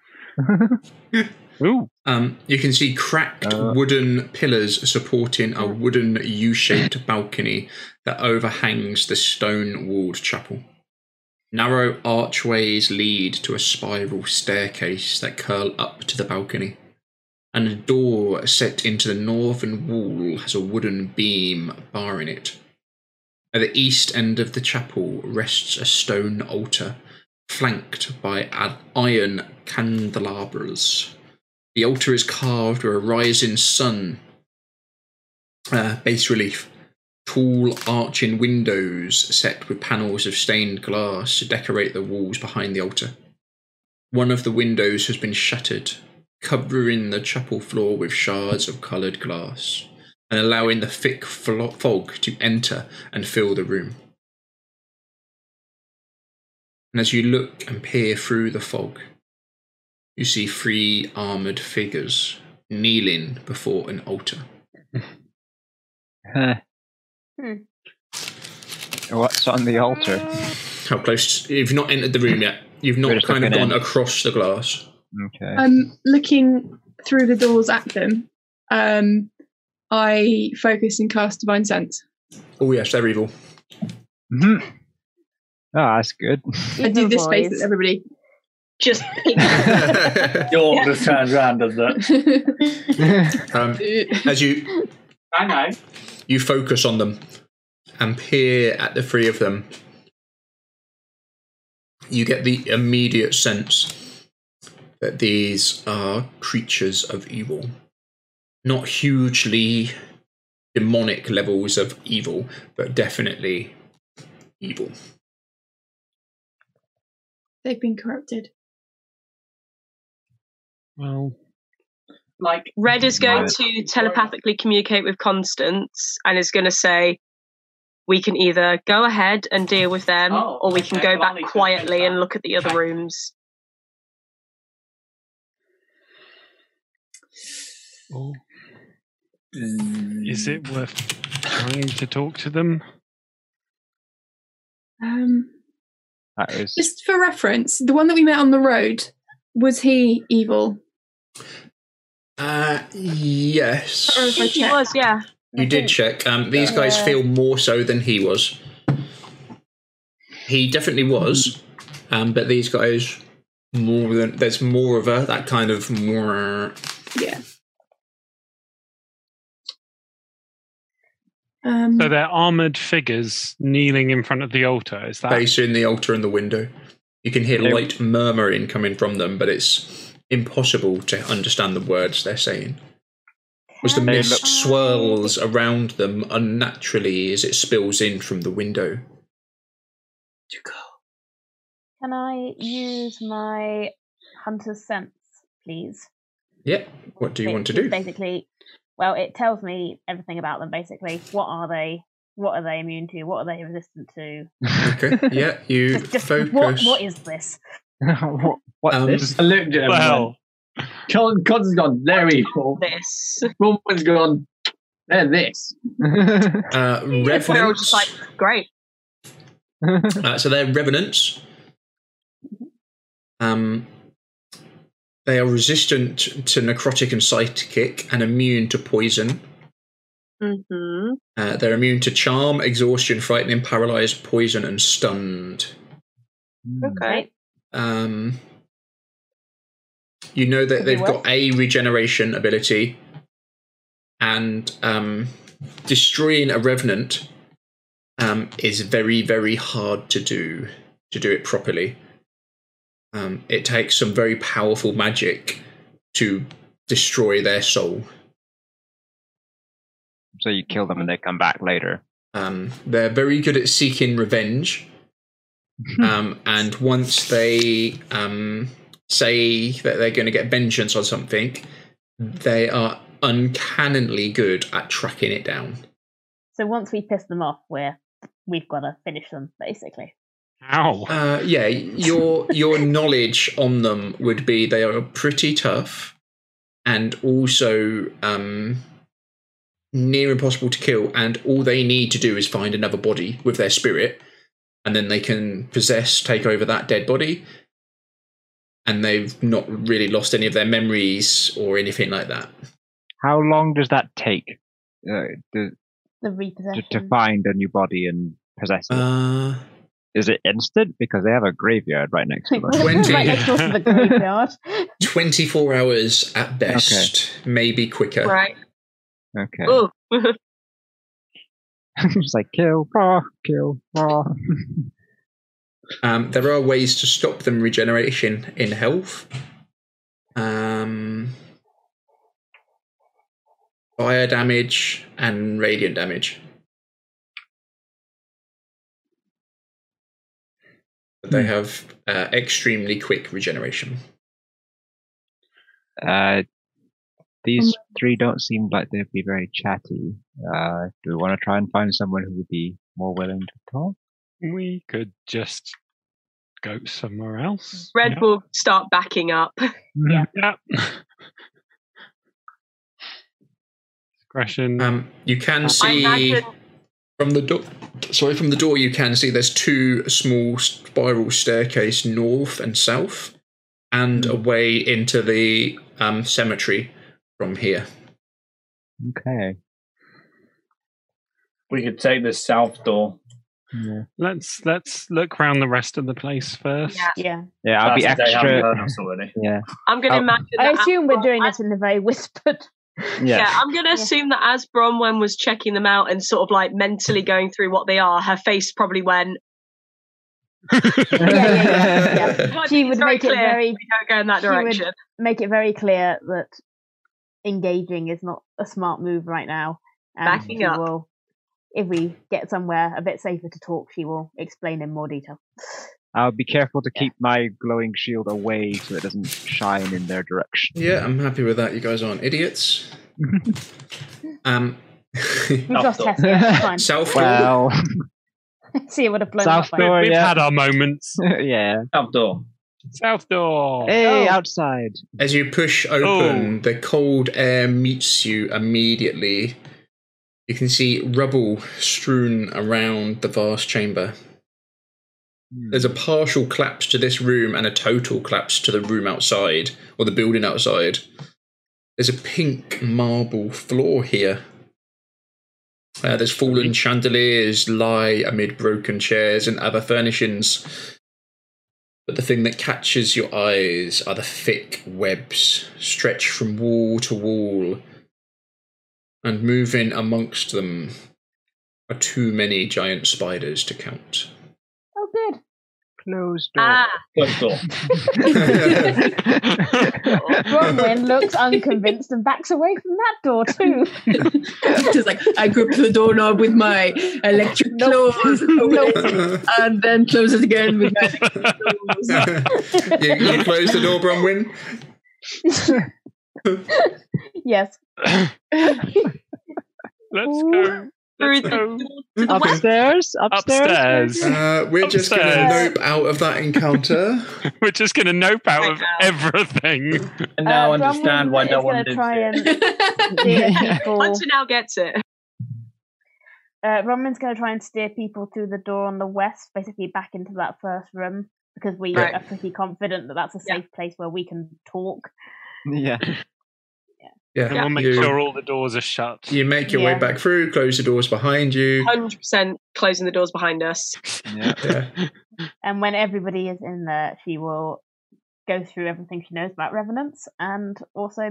Ooh.
um, you can see cracked
Uh.
wooden pillars supporting a wooden U shaped balcony that overhangs the stone walled chapel. Narrow archways lead to a spiral staircase that curl up to the balcony, and a door set into the northern wall has a wooden beam barring it. At the east end of the chapel rests a stone altar, flanked by ad- iron candelabras. The altar is carved with a rising sun uh, bas relief. Tall arching windows set with panels of stained glass decorate the walls behind the altar. One of the windows has been shattered, covering the chapel floor with shards of coloured glass and allowing the thick flo- fog to enter and fill the room. And as you look and peer through the fog, you see three armoured figures kneeling before an altar.
Huh.
Hmm.
What's on the altar?
How close? You've not entered the room yet. You've
We're
not
just
kind of
looking
gone
in.
across the glass.
Okay.
um, looking through the doors at them, um, I focus and cast divine sense.
Oh yes, they're evil.
Mhm. oh, that's good.
I do this face
voice.
at everybody.
Just
Your just turns around, does that?
um, as you
I know.
you focus on them and peer at the three of them, you get the immediate sense that these are creatures of evil, not hugely demonic levels of evil, but definitely evil.
They've been corrupted.
Well,
Like
Red is going
Right.
to telepathically communicate with Constance and is going to say, "We can either go ahead and deal with them,
Oh,
or we can
okay,
go
well, I'll
back
need to
quietly
take
and
that.
look at the other
Okay.
rooms."
oh, is it worth trying to talk to them?
Um,
That was
just for reference, the one that we met on the road was he evil?
Uh,
I don't
yes.
know if I
She
checked.
was, yeah.
You did check. Um, these guys
Yeah.
feel more so than he was. He definitely was, um, but these guys more than there's more of a that kind of more.
Yeah. Um,
So they're armored figures kneeling in front of the altar. Is that
Face in the altar and the window. You can hear
Yeah.
light murmuring coming from them, but it's impossible to understand the words they're saying. As the
Can
mist
I-
swirls around them unnaturally as it spills in from the window.
Can I use my hunter's sense, please?
Yep. What do you
Ba-
want to
which
do?
Basically, well, it tells me everything about them. Basically, what are they? What are they immune to? What are they resistant to?
Okay. Yeah, you
Just, just
focus.
what? What is this?
what, what's
Um,
this?
I looked at everyone.
well?
Con- Cons has gone. They're evil.
This.
Roman's gone. They're this.
Uh,
We're all just
revenants.
like, great.
Uh, so they're revenants. Um, they are resistant to necrotic and psychic and immune to poison.
hmm
Uh, they're immune to charm, exhaustion, frightening, paralyzed, poison, and stunned.
Hmm.
Okay.
Um, you know that
Could be
they've got
worse.
a regeneration ability, and um, destroying a revenant um, is very, very hard to do. To do it properly, um, it takes some very powerful magic to destroy their soul.
So you kill them and they come back later.
Um, they're very good at seeking revenge. Um, and once they um, say that they're going to get vengeance on something, they are uncannily good at tracking it down.
So once we piss them off, we're we've got to finish them. Basically,
Ow.
Uh, yeah, your your knowledge on them would be they are pretty tough, and also um, near impossible to kill. And all they need to do is find another body with their spirit, and then they can possess, take over that dead body. And they've not really lost any of their memories or anything like that.
How long does that take uh, to,
the
to,
repossession.
to find a new body and possess it? Is
Uh,
it instant? Because they have a graveyard right next to them.
Twenty.
right next door to the graveyard.
twenty four hours at best, maybe quicker.
Right.
okay.
Oh,
Just like kill, ah, kill, ah.
Um, there are ways to stop them regeneration in health. Um, fire damage and radiant damage. But
Hmm.
they have uh, extremely quick regeneration.
Uh, these
Um,
three don't seem like they'd be very chatty. Uh, do we want to try and find someone who would be more willing to talk?
We could just go somewhere else.
Red
Yeah.
will start backing up.
Yeah. Discretion.
Um, you can
I
see
imagine
from the door. Sorry, from the door you can see there's two small spiral staircase north and south, and a way into the um, cemetery from here.
Okay.
We could take the south door.
Yeah,
let's let's look round the rest of the place first.
Yeah.
yeah,
yeah I'll be
That's if they haven't heard
extra.
us already.
Yeah,
I'm going to
Oh.
imagine.
I
that
assume we're
Asbron-
doing this in a very whispered.
Yeah,
yeah.
I'm going to
Yeah.
assume that as Bronwen was checking them out and sort of like mentally going through what they are, her face probably went.
Yeah, yeah, yeah, yeah.
"Well,
She
it's
would
very
make it
clear
very
We don't go in that
she would-
direction.
make it very clear that engaging is not a smart move right now. And
Backing
she
up.
will, if we get somewhere a bit safer to talk, she will explain in more detail.
I'll be careful to keep my glowing shield away so it doesn't shine in their direction.
Yeah, I'm happy with that. You guys aren't idiots. um,
We've lost Hestia. It's fine.
South door.
Well,
See, it would have blown
South
up. by now.
door,
We've
yeah.
had our moments.
yeah.
Up door.
South door.
Hey,
Oh.
outside.
As you push
Oh.
open, the cold air meets you immediately. You can see rubble strewn around the vast chamber.
Hmm.
There's a partial collapse to this room and a total collapse to the room outside, or the building outside. There's a pink marble floor here. Uh, there's fallen chandeliers lie amid broken chairs and other furnishings. But the thing that catches your eyes are the thick webs stretched from wall to wall. And moving amongst them are too many giant spiders to count.
Oh, good.
Closed door.
Ah,
Close door.
Bronwyn looks unconvinced and backs away from that door too.
Just like I grip the doorknob with my electric
Nope.
claws, and then close it again with my electric claws.
you, you close the door, Bronwyn.
yes.
Let's go.
through the
go.
to the west.
upstairs, upstairs.
Upstairs.
Uh, we're just going to
Upstairs.
nope out of that encounter.
We're just going to nope out of
Wow.
everything.
And now
Uh,
understand
Bronwyn
why no
is
one
gonna
did
try
it.
and steer people.
Hunter now gets it.
Uh, Bronwyn's going to try and steer people through the door on the west, basically back into that first room because we
Right.
are pretty confident that that's a
Yeah.
safe place where we can talk.
Yeah.
yeah,
And we'll make
you,
sure all the doors are shut.
you make your way
Yeah.
back through, close the doors behind you.
Hundred percent closing the doors behind us.
yeah.
Yeah.
And when everybody is in there, she will go through everything she knows about revenants and also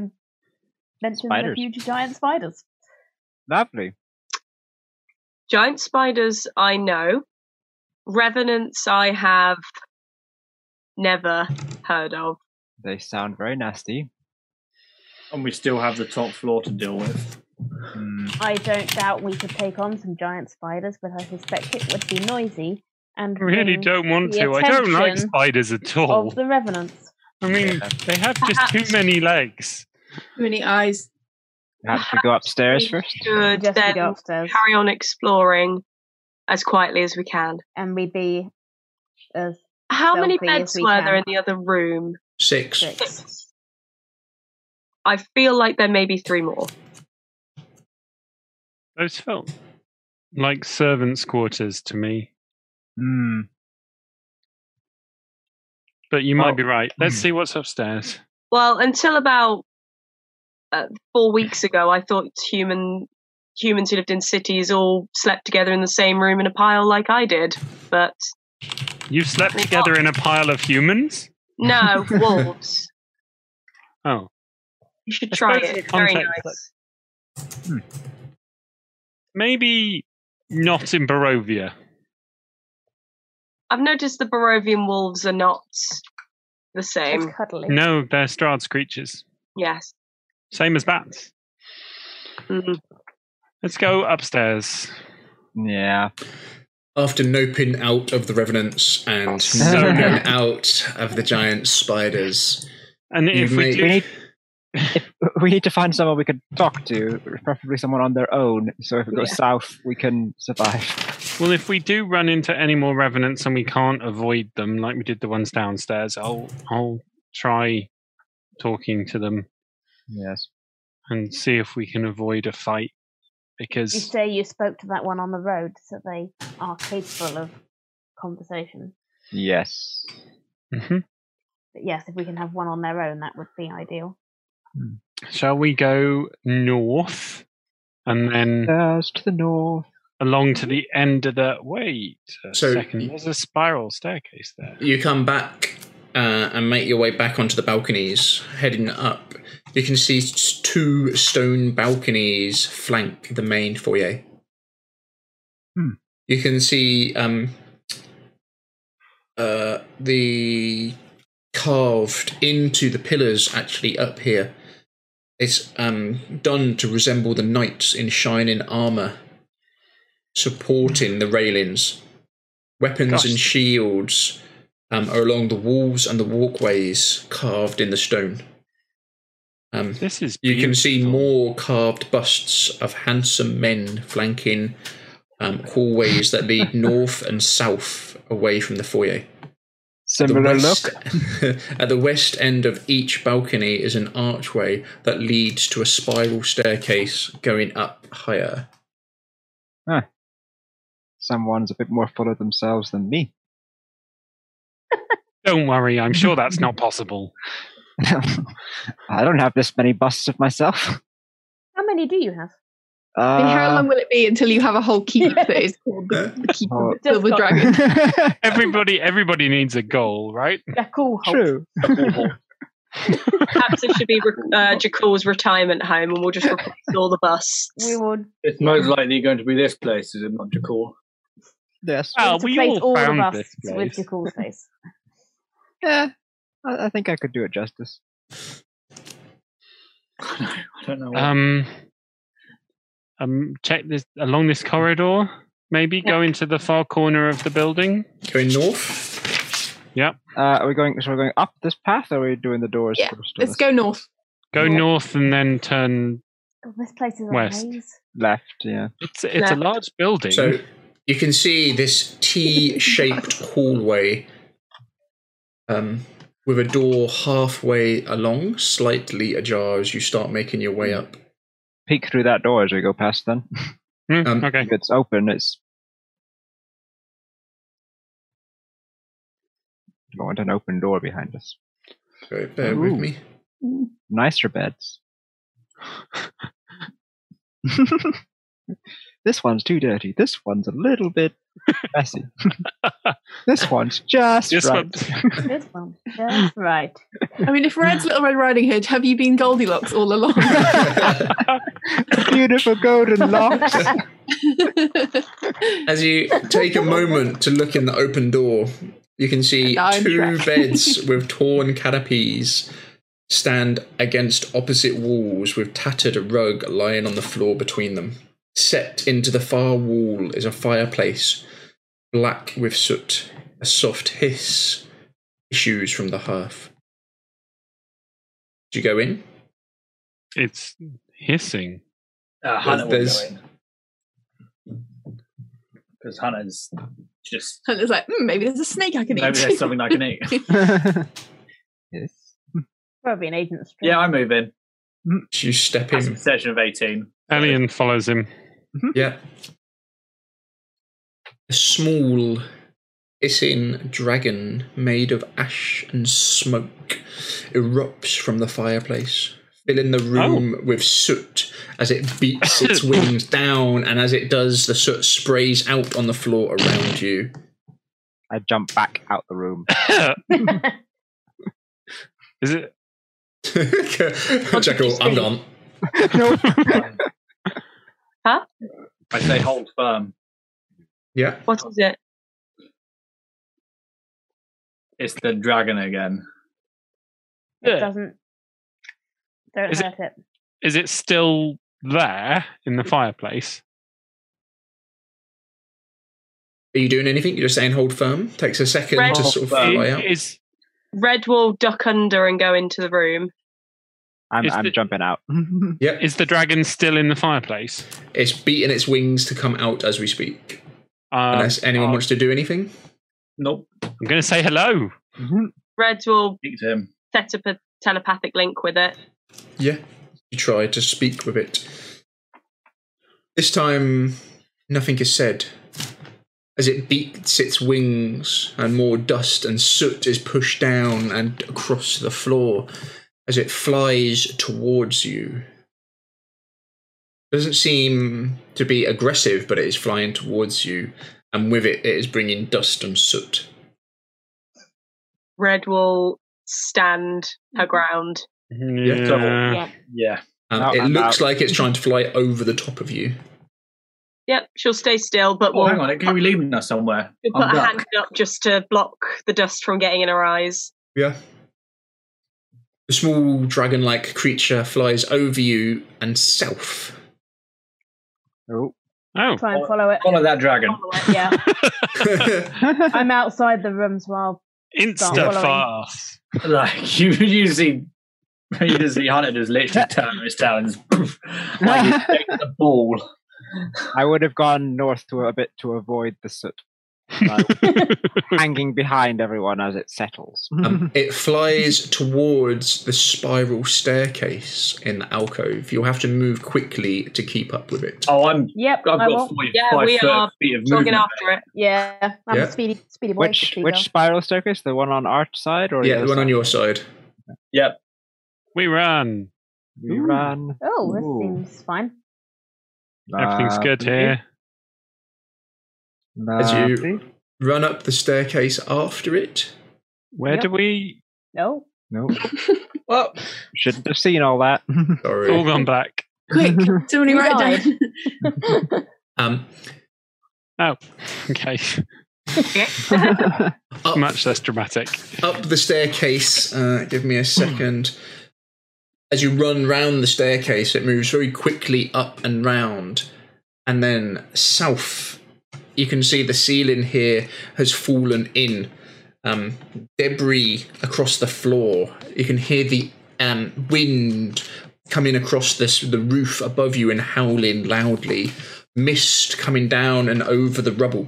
mention the
Spiders.
huge giant spiders.
Lovely.
Giant spiders, I know. Revenants, I have never heard of.
They sound very nasty.
And we still have the top floor to deal with.
Mm.
I don't doubt we could take on some giant spiders, but I suspect it would be noisy and
I really
bring
don't want
the
to. I don't like
attention
spiders at all.
of the revenants.
I mean,
Yeah.
they have just too many legs.
Too many eyes.
Perhaps we go upstairs
We
first.
should
Just to
then
go upstairs
carry on exploring as quietly as we can.
and we be as
How many
Stealthy as
beds
we
were there
can.
in the other room?
Six.
six.
I feel like there may be three more.
Those felt like servants' quarters to me.
Hmm.
Mm.
But you might
Well,
be right. Let's
hmm.
see what's upstairs.
Well, until about uh, four weeks ago, I thought human humans who lived in cities all slept together in the same room in a pile like I did. But
You've slept together in a pile of humans?
no, wolves.
Oh.
You should
I
try
suppose
it.
the
It's very
context-
nice.
Maybe not in Barovia.
I've noticed the Barovian wolves are not the same.
It's cuddly.
No, they're Strahd's creatures.
Yes.
Same as bats.
Mm.
Mhm.
Let's go upstairs.
Yeah.
After noping out of the revenants and
So
noping out of the giant spiders,
And
You
if we
may-
do
We need we need to find someone we can talk to, preferably someone on their own. So if it goes south, we can survive.
well if we do run into any more revenants and we can't avoid them like we did the ones downstairs, I'll I'll try talking to them
Yes.
and see if we can avoid a fight.
You
Because
say you spoke to that one on the road, so they are capable of conversation.
Yes.
Mhm.
But yes, if we can have one on their own, that would be ideal.
shall we go north and then
As to the north.
along to the end of the wait a
So-
second there's a spiral staircase there
you come back uh, and make your way back onto the balconies, heading up. You can see s- two stone balconies flank the main foyer.
Hmm.
You can see um, uh, the carved into the pillars actually up here. It's um, done to resemble the knights in shining armor, supporting the railings. Weapons
Gosh.
and shields um, are along the walls and the walkways carved in the stone. Um,
This is
you can
beautiful.
see more carved busts of handsome men flanking um, hallways that lead north and south away from the foyer. The
Similar
west-
look.
at the west end of each balcony is an archway that leads to a spiral staircase going up higher.
Someone's a bit more full of themselves than me.
Don't worry, I'm sure that's not possible.
I don't have this many busts of myself.
How many do you have?
Uh,
And how long will it be until you have a whole keep that is called the, the keep
Oh.
of the silver
Just got-
dragon?
Everybody, everybody needs a goal, right?
Jackal Holt.
True.
Perhaps it should be re- uh, Jakul's retirement home, and we'll just replace all the busts.
We would
It's most likely going to be this place, is it not Jakul?
Yes.
Well,
to
we
place
all
all
found
of us
this
with
place.
Jackal's face.
Yeah, I, I think I could do it justice.
I don't know. What.
Um, um, check this along this corridor. Maybe go into the far corner of the building.
Going north?
Uh, are we going? So we're going up this path, or are we doing the doors
Yeah,
first? on
Let's
this
go north.
Go
Yeah.
north and then turn.
God, this place is a
West.
maze.
Left. Yeah.
It's it's a
Left.
large building.
So you can see this T shaped hallway um, with a door halfway along, slightly ajar as you start making your way up.
Hmm. Peek through that door as we go past. Then
Hmm,
um,
okay.
if it's open, it's. I want an open door behind us.
So bear with
Ooh.
me.
Nicer beds. this one's too dirty. This one's a little bit messy. this one's just
This
right.
one's-
This one. Yes, right.
I mean, if Red's Little Red Riding Hood, have you been Goldilocks all along?
Beautiful golden locks.
As you take a moment to look in the open door, you can see
I'm
two
trapped.
beds with torn canopies stand against opposite walls with tattered rug lying on the floor between them. Set into the far wall is a fireplace, black with soot. A soft hiss issues from the hearth. Do you go in?
It's hissing.
Uh, Hannah will
there's-
go in. Because Hannah's just.
and it's like, hmm, maybe there's a snake I can
Maybe
eat.
there's something I can eat.
yes.
Probably an agent's dream.
Yeah, I move in.
You step
Passive
in.
perception of 18.
Alien follows him.
Yeah. A small hissing dragon made of ash and smoke erupts from the fireplace, filling
Oh.
the room with soot as it beats its wings down, and as it does, the soot sprays out on the floor around you.
I jump back out the room.
Is it?
Jackal, I'm gone.
no,
I say hold firm.
Yeah.
What is it?
It's the dragon again.
It
Yeah.
doesn't. Don't
Is it-
hurt it.
Is it still there in the fireplace?
Are you doing anything? You're just saying hold firm. Takes a second
Hold
to sort of
firm.
fly out.
Is
Red will duck under and go into the room.
I'm,
Is
I'm
the-
jumping out.
Yep.
is the dragon still in the fireplace?
It's beating its wings to come out as we speak.
Um,
Unless anyone
I'll-
wants to do anything.
Nope.
I'm going to say hello.
Red will
Speak to him.
set up a telepathic link with it.
Yeah. You try to speak with it. This time, nothing is said. As it beats its wings, and more dust and soot is pushed down and across the floor as it flies towards you. Doesn't seem to be aggressive, but it is flying towards you, and with it, it is bringing dust and soot.
Red will stand her ground.
Yeah.
so- Yeah.
Um,
Out
it
and
looks
out.
like it's trying to fly over the top of you.
Yep, she'll stay still, but
Oh,
will
hang on. It could be leaving us somewhere.
She'll put
I'm
her
back.
hand up just to block the dust from getting in her eyes.
Yeah. The small dragon like creature flies over you and south.
Oh.
Oh,
Try and follow it.
Follow that dragon.
Yeah.
yeah,
I'm outside the rooms while
Insta
following.
fast.
Like you usually, you just see Hunter just literally turn his talons like he's taking a ball.
I would have gone north to a bit to avoid the soot. Like, hanging behind everyone as it settles.
Mm-hmm.
Um, it flies towards the spiral staircase in the alcove. You'll have to move quickly to keep up with it.
Oh, I'm.
Yep,
I've got
I will.
forty-five
Yeah, we
foot
are
feet of
Jogging
movement.
after it.
Yeah, I'm
Yeah.
a speedy, speedy boy.
which
Speedy
which
girl.
spiral staircase? The one on our side or
yeah, the
other
one on
side?
your side.
Yep.
We run.
We run.
Oh, this
Ooh.
seems fine.
Everything's good here.
As you-
Lovely.
Run up the staircase after it.
Where
Yep.
do we?
No,
Nope.
Well,
Shouldn't have seen all that.
Sorry.
All gone back.
Quick, somebody
We
write
died.
down.
Um,
Oh, okay.
up,
Much less dramatic.
up the staircase. Uh, give me a second. As you run round the staircase, it moves very quickly up and round, and then south. You can see the ceiling here has fallen in. Um, debris across the floor. You can hear the um, wind coming across this, the roof above you and howling loudly. Mist coming down and over the rubble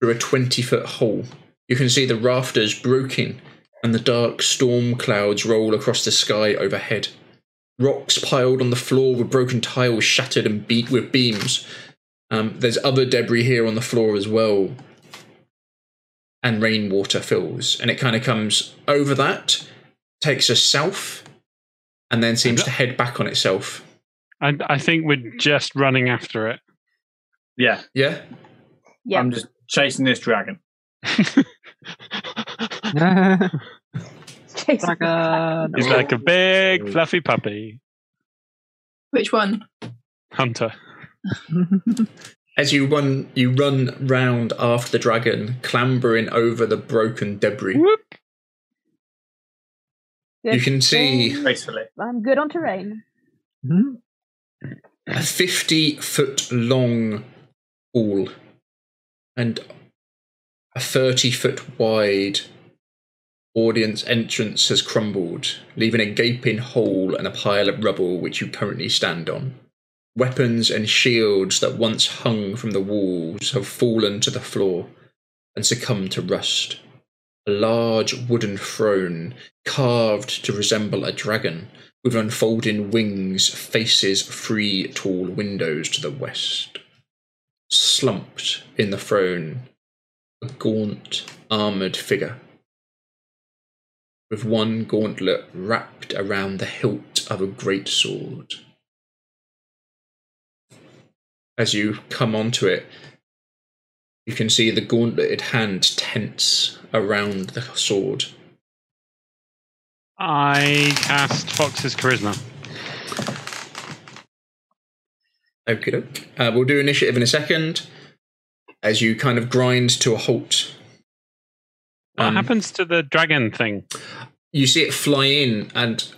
through a 20 foot hole. You can see the rafters broken and the dark storm clouds roll across the sky overhead. Rocks piled on the floor with broken tiles shattered and beat with beams. Um, there's other debris here on the floor as well. And rainwater fills. And it kind of comes over that, takes us south, and then seems to head back on itself.
I, I think we're just running after it.
yeah,
Yeah?
yeah,
I'm just chasing this dragon.
chasing the
uh,
Dragon.
He's like a big fluffy puppy.
Which one?
Hunter.
As you run, you run round after the dragon, clambering over the broken debris.
Whoop.
good
You can see
thing.
Gracefully.
I'm good on terrain.
a 50 foot long hall and a 30 foot wide audience entrance has crumbled, leaving a gaping hole and a pile of rubble which you currently stand on. Weapons and shields that once hung from the walls have fallen to the floor and succumbed to rust. A large wooden throne, carved to resemble a dragon, with unfolding wings faces three tall windows to the west. Slumped in the throne, a gaunt, armoured figure, with one gauntlet wrapped around the hilt of a great sword. As you come onto it, you can see the gauntleted hand tense around the sword.
I cast Fox's charisma.
Okay, doke. Uh, we'll do initiative in a second as you kind of grind to a halt.
What
Um,
happens to the dragon thing?
You see it fly in and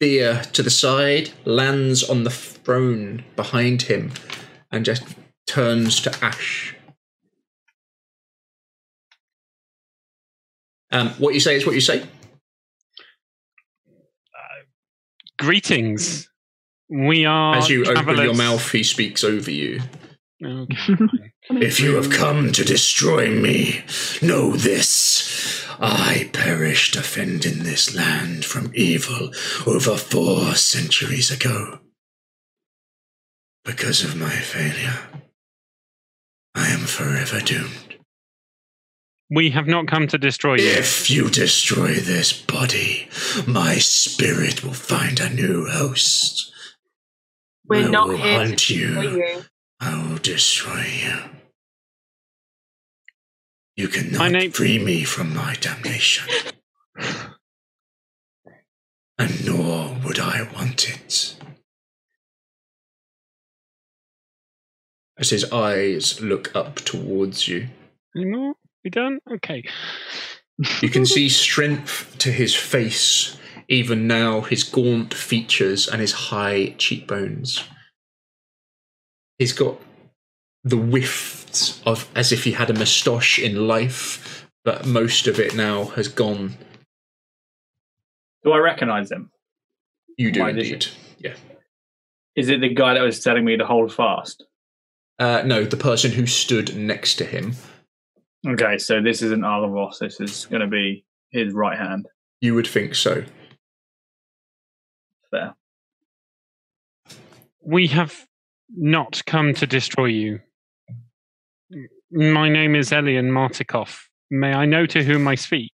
veer to the side, lands on the throne behind him, and just turns to ash. Um, what you say is what you say.
Greetings. We are.
As you open your
Oh, travelers-
mouth, he speaks over you.
Okay.
If you have come to destroy me, know this. I perished defending this land from evil over four centuries ago. Because of my failure, I am forever doomed.
We have not come to destroy you.
If you destroy this body, my spirit will find a new host.
We're
I
not
will
here to
hunt
destroy you.
I will destroy you. You
My
cannot
name-
free me from my damnation. and nor would I want it.
As his eyes look up towards you,
Anymore? We done? Okay.
You can see strength to his face, even now, his gaunt features and his high cheekbones. He's got the whiffs of as if he had a moustache in life, but most of it now has gone.
Do I recognise him?
You do
My
indeed. Yeah.
Is it the guy that was telling me to hold fast?
Uh, no, the person who stood next to him.
Okay, so this isn't Arlavos. This is going to be his right hand.
You would think so.
There.
We have not come to destroy you. My name is Elian Martikov. May I know to whom I speak?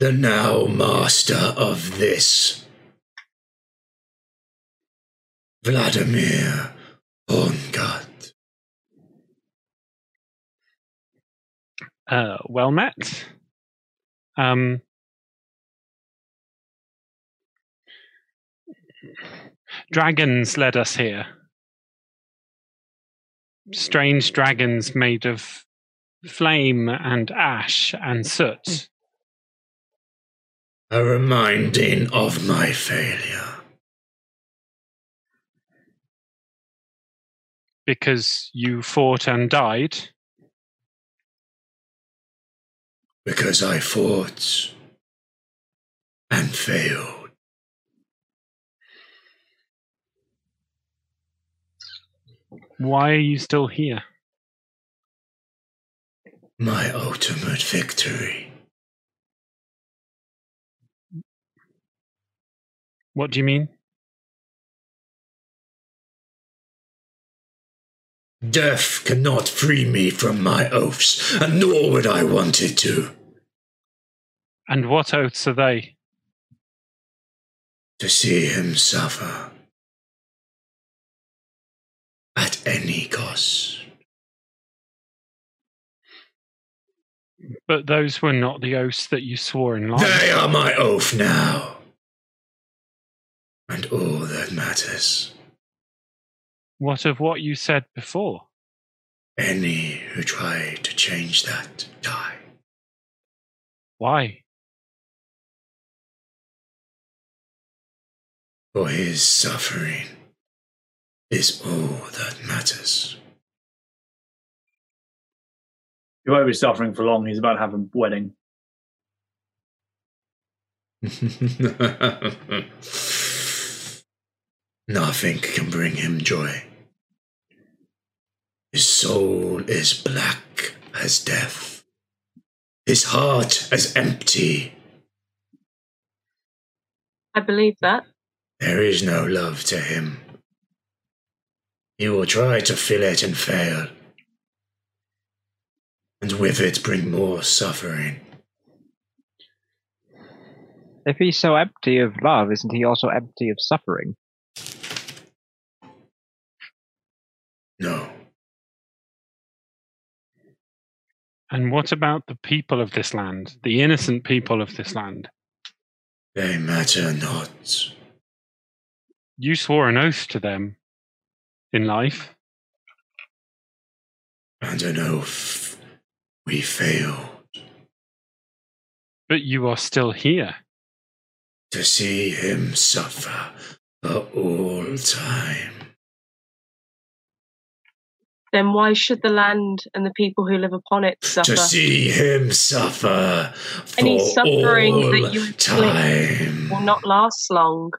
The now master of this. Vladimir Horngard.
Uh, well met. Um, dragons led us here. Strange dragons made of flame and ash and soot.
A reminding of my failure.
Because you fought and died,
Because I fought and failed.
why are you still here?
My ultimate victory.
What do you mean?
Death cannot free me from my oaths, and nor would I want it to.
And what oaths are they?
To see him suffer. At any cost.
But those were not the oaths that you swore in life.
They are my oath now. And all that matters.
What of what you said before?
Any who try to change that die.
Why?
For his suffering is all that matters.
He won't be suffering for long. He's about to have a wedding.
Nothing can bring him joy. His soul is black as death, his heart as empty.
I believe that.
There is no love to him. He will try to fill it and fail, and with it bring more suffering.
If he's so empty of love, isn't he also empty of suffering?
No,
And what about the people of this land, the innocent people of this land?
they matter not.
You swore an oath to them in life.
And an oath we fail.
But you are still here.
to see him suffer for all time.
Then why should the land and the people who live upon it suffer?
To see him suffer for
Any suffering
all
that you inflict
time.
will not last long.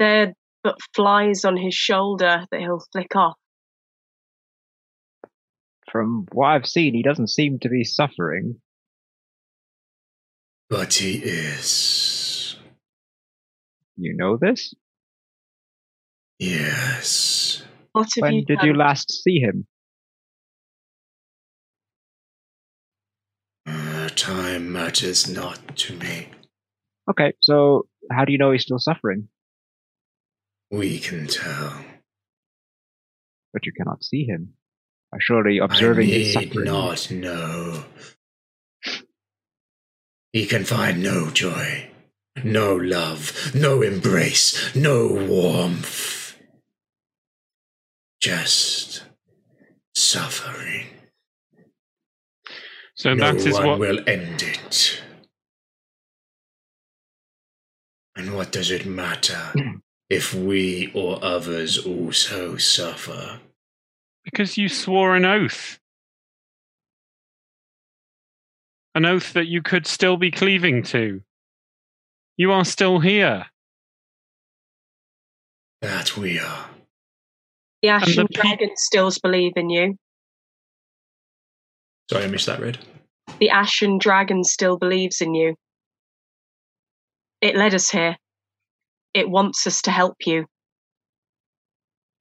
They're but flies on his shoulder that he'll flick off.
From what I've seen, he doesn't seem to be suffering.
But he is.
You know this?
Yes.
What have
When
you
did
done?
you last see him?
Uh, time matters not to me.
Okay, so how do you know he's still suffering?
We can tell.
But you cannot see him. By surely observing
I need
his suffering.
not know. He can find no joy, no love, no embrace, no warmth. Just suffering.
So
no
that is
one
what
will end it. And what does it matter if we or others also suffer?
Because you swore an oath. An oath that you could still be cleaving to. You are still here.
That we are.
the
The Ashen
pe-
Dragon still believe in you.
Sorry, I missed that red.
The Ashen Dragon still believes in you. It led us here. It wants us to help you.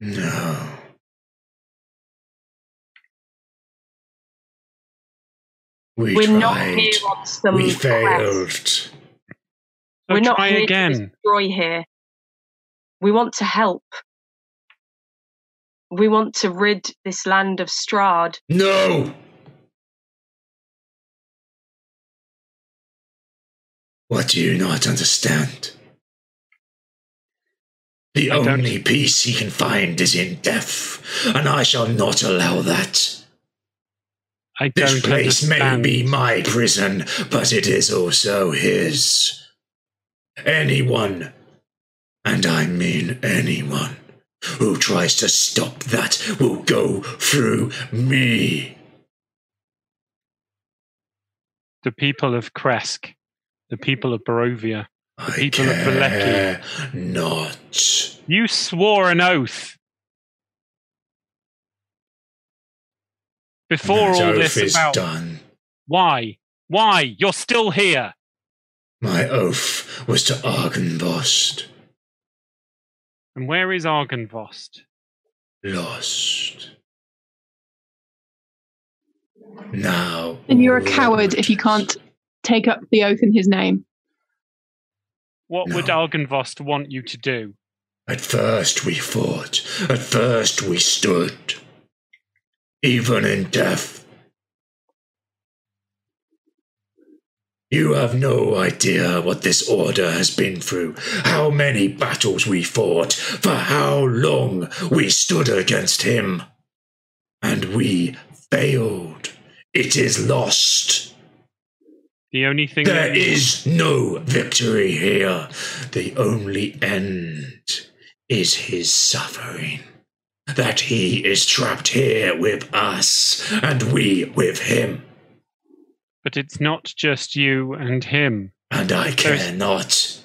No. We
We're
tried.
not here on some
we
quest.
failed.
So
We're not
try
here to
again.
destroy here. We want to help. We want to rid this land of Strahd.
No. What do you not understand? The
I don't-
only peace he can find is in death, and I shall not allow that.
I don't
This place
understand.
may be my prison, but it is also his. Anyone, and I mean anyone, who tries to stop that will go through me.
The people of Kresk, the people of Barovia.
I
people of Vilecki.
care Not.
You swore an oath. Before
That
all
oath
this
is
about
done.
why? Why? You're still here.
My oath was to Argenvost.
And where is Argenvost?
Lost. Now.
And you're a
all
coward if you can't take up the oath in his name.
What would
No.
Argenvost want you to do?
At first we fought. At first we stood. Even in death. You have no idea what this order has been through, how many battles we fought, for how long we stood against him. And we failed. It is lost.
The only thing
There
that you-
is no victory here. The only end is his suffering. That he is trapped here with us, and we with him.
but it's not just you and him.
And I
There's-
care not,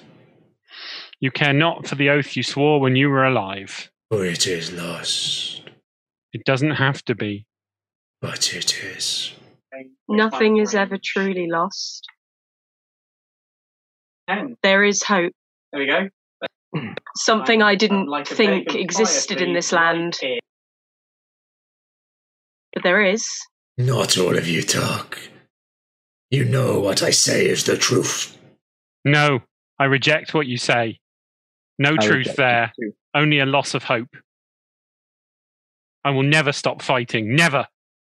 You care not for the oath you swore when you were alive.
for Oh, it is lost.
It doesn't have to be.
But it is.
Nothing is ever truly lost. There is hope.
There we go.
Something I didn't
Like a
think
bacon fire,
existed in
please.
this land, but there is.
Not all of you talk. You know what I say is the truth.
No, I reject what you say. No
I
truth
reject
there,
it too.
only a loss of hope. I will never stop fighting. Never.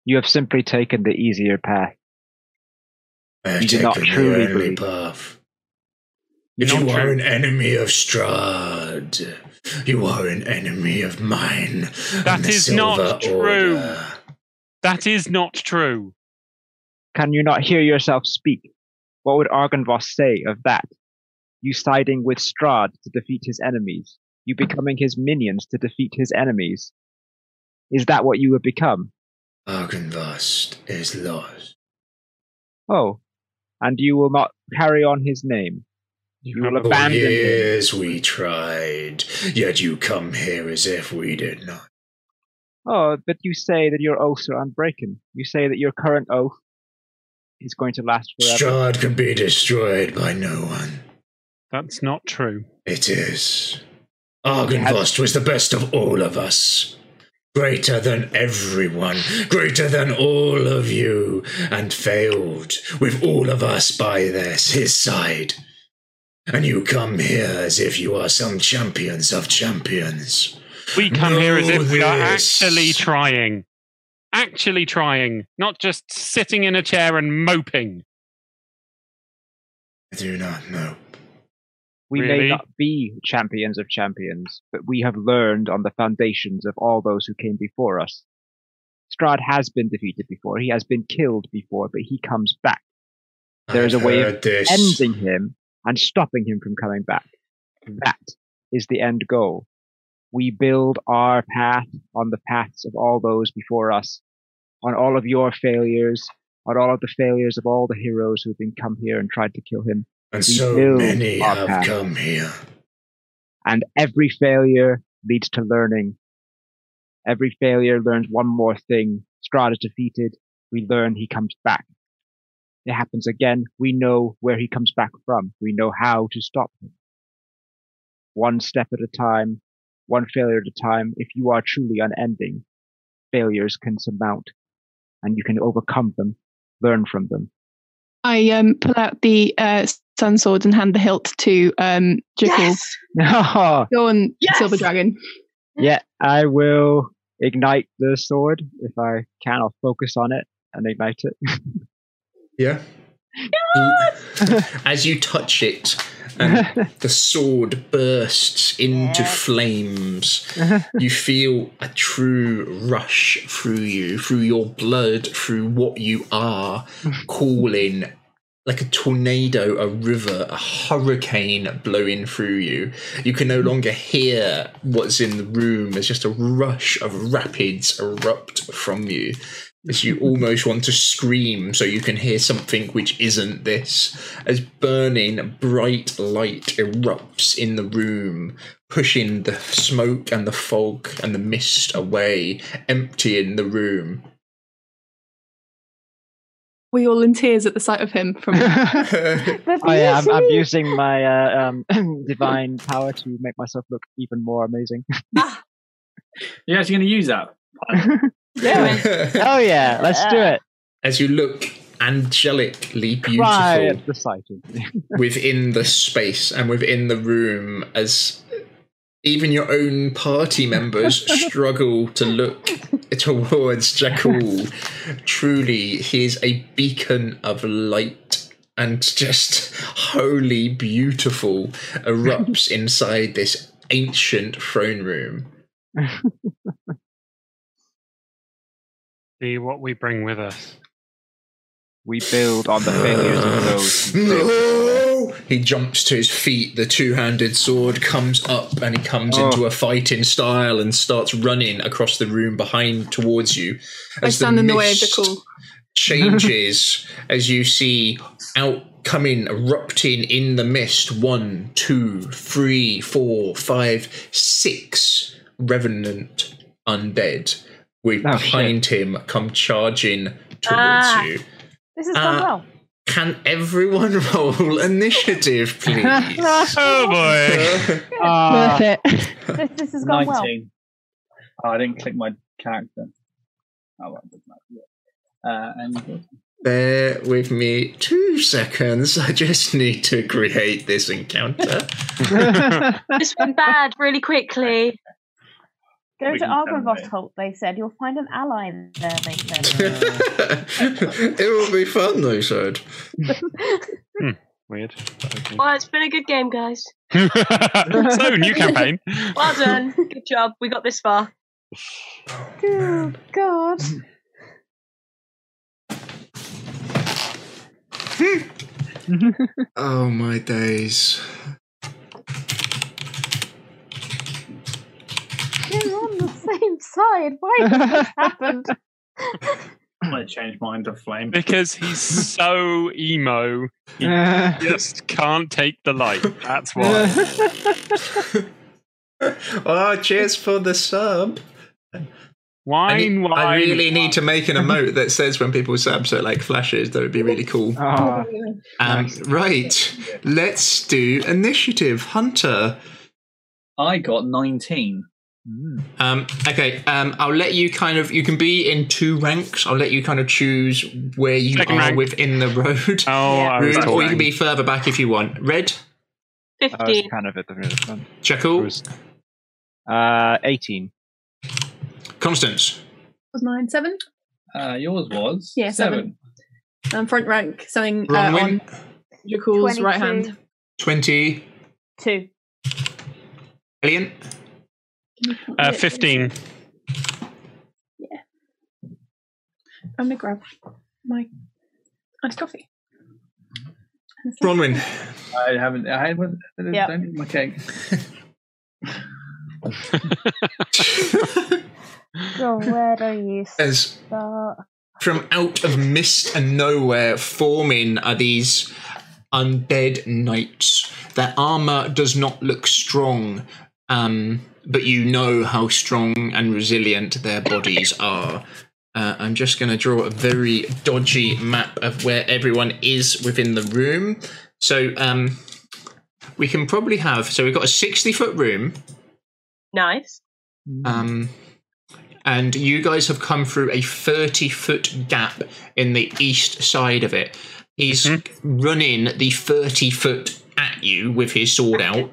You have simply taken the easier path.
I have
You do
taken
not truly
the only
believe.
path.
You're
you
not
are
true.
an enemy of Strahd. You are an enemy of mine. and
That
the
is not
Silver
true.
Order.
That is not true.
Can you not hear yourself speak? What would Argenvoss say of that? You siding with Strahd to defeat his enemies. You becoming his minions to defeat his enemies. Is that what you have become?
Argenvost is lost.
Oh, and you will not carry on his name. You will
have-
For
abandon him.
years we tried, yet you come here as if we did not.
Oh, but you say that your oaths are unbreaken. You say that your current oath is going to last forever.
Strahd can be destroyed by no one.
That's not true.
It is. Argenvost was the best of all of us. Greater than everyone, greater than all of you, and failed with all of us by this, his side. And you come here as if you are some champions of champions.
We come here as if we are
Yes.
actually trying. Actually trying, not just sitting in a chair and moping.
I do not know.
We
Really?
may not be champions of champions, but we have learned on the foundations of all those who came before us. Strahd has been defeated before, he has been killed before, but he comes back, There is
I've
a way of
heard this.
ending
Hmm.
him and stopping him from coming back. That is the end goal. We build our path on the paths of all those before us, on all of your failures, on all of the failures of all the heroes who've been come here and tried to kill him.
And
We
so
build
many
our
have
path.
come here.
And every failure leads to learning. Every failure learns one more thing. Strahd is defeated. We learn he comes back. It happens again. We know where he comes back from. We know how to stop him. One step at a time, one failure at a time. If you are truly unending, failures can surmount and you can overcome them, learn from them.
I um, pull out the uh, sun sword and hand the hilt to um, Jekyll.
Yes!
Oh,
Go on,
Yes!
Silver Dragon.
Yeah, I will ignite the sword if I can. I'll focus on it and ignite it.
Yeah. As you touch it, and the sword bursts into flames. You feel a true rush through you, through your blood, through what you are, calling like a tornado, a river, a hurricane blowing through you. You can no longer hear what's in the room. It's just a rush of rapids erupt from you as you almost want to scream so you can hear something which isn't this. As burning bright light erupts in the room, pushing the smoke and the fog and the mist away, emptying the room.
We all in tears at the sight of him. From
I am Oh, I'm using my uh, um, divine power to make myself look even more amazing.
You're actually going to use that?
oh yeah, let's do it.
as you look angelically beautiful
Cry at the sight of me.
within the space and within the room as even your own party members struggle to look towards Jackal. Truly, he is a beacon of light and just wholly beautiful erupts inside this ancient throne room.
See what we bring with us.
We build on the failures of those. who failed.
No! Uh, He jumps to his feet. The two-handed sword comes up, and he comes
Oh.
into a fighting style and starts running across the room behind towards you.
I
As
stand in the way of
mist
Jekyll.
Changes as you see out coming, erupting in the mist. One, two, three, four, five, six revenant undead. With
Oh, shit.
behind him come charging towards
Ah.
you.
This has gone
Uh,
well.
Can everyone roll initiative, please?
Oh boy! Uh,
Ah,
Worth it.
Uh, This, this has gone well.
19. Oh, I didn't click my character. Oh, well, it doesn't matter. Uh, and
Bear with me two seconds. I just need to create this encounter.
This went bad really quickly.
Go
We
to
can tell them
Argonvost
later.
Holt, they said. You'll find an ally there, they said.
it will be fun, they said.
Hmm, Weird. Okay.
Well, it's been a good game, guys.
so new campaign.
Well done. Good job. We got this far.
oh, God.
Oh my days.
We're on the same side. Why has this happened?
I'm going to change mine to flame.
Because he's so emo, just can't take the light. That's why.
Oh, cheers for the sub. I,
Wine,
need-
wine.
I really need to make an emote that says when people sub so it like flashes. That would be really cool.
Ah,
Um, right, let's do initiative, Hunter.
I got 19.
mm.
Um, okay, um, I'll let you kind of. You can be in two ranks. I'll let you kind of choose where you
Second
are
rank.
within the road.
Oh, I was
Rude, or you can
talking.
be further back if you want. Red,
That was
15.
kind of at the really fun.
Jackal,
was- Uh, 18.
Constance.
Was mine seven?
Uh, yours was
Yeah, seven. Um, front rank, something uh,
Bronwyn,
on Jekyll's
22.
right hand.
twenty.
Two.
Alien,
Uh, 15.
I'm gonna grab my iced coffee.
Bronwyn.
I haven't. I haven't.
Yeah.
Don't eat my cake.
God, where do you
As
start?
from out of mist and nowhere forming are these undead knights. Their armor does not look strong, um, but you know how strong and resilient their bodies are. Uh, I'm just going to draw a very dodgy map of where everyone is within the room. So um, we can probably have. So we've got a 60 foot room.
Nice.
Um, and you guys have come through a 30 foot gap in the east side of it. He's
Mm-hmm.
running the 30 foot at you with his sword out.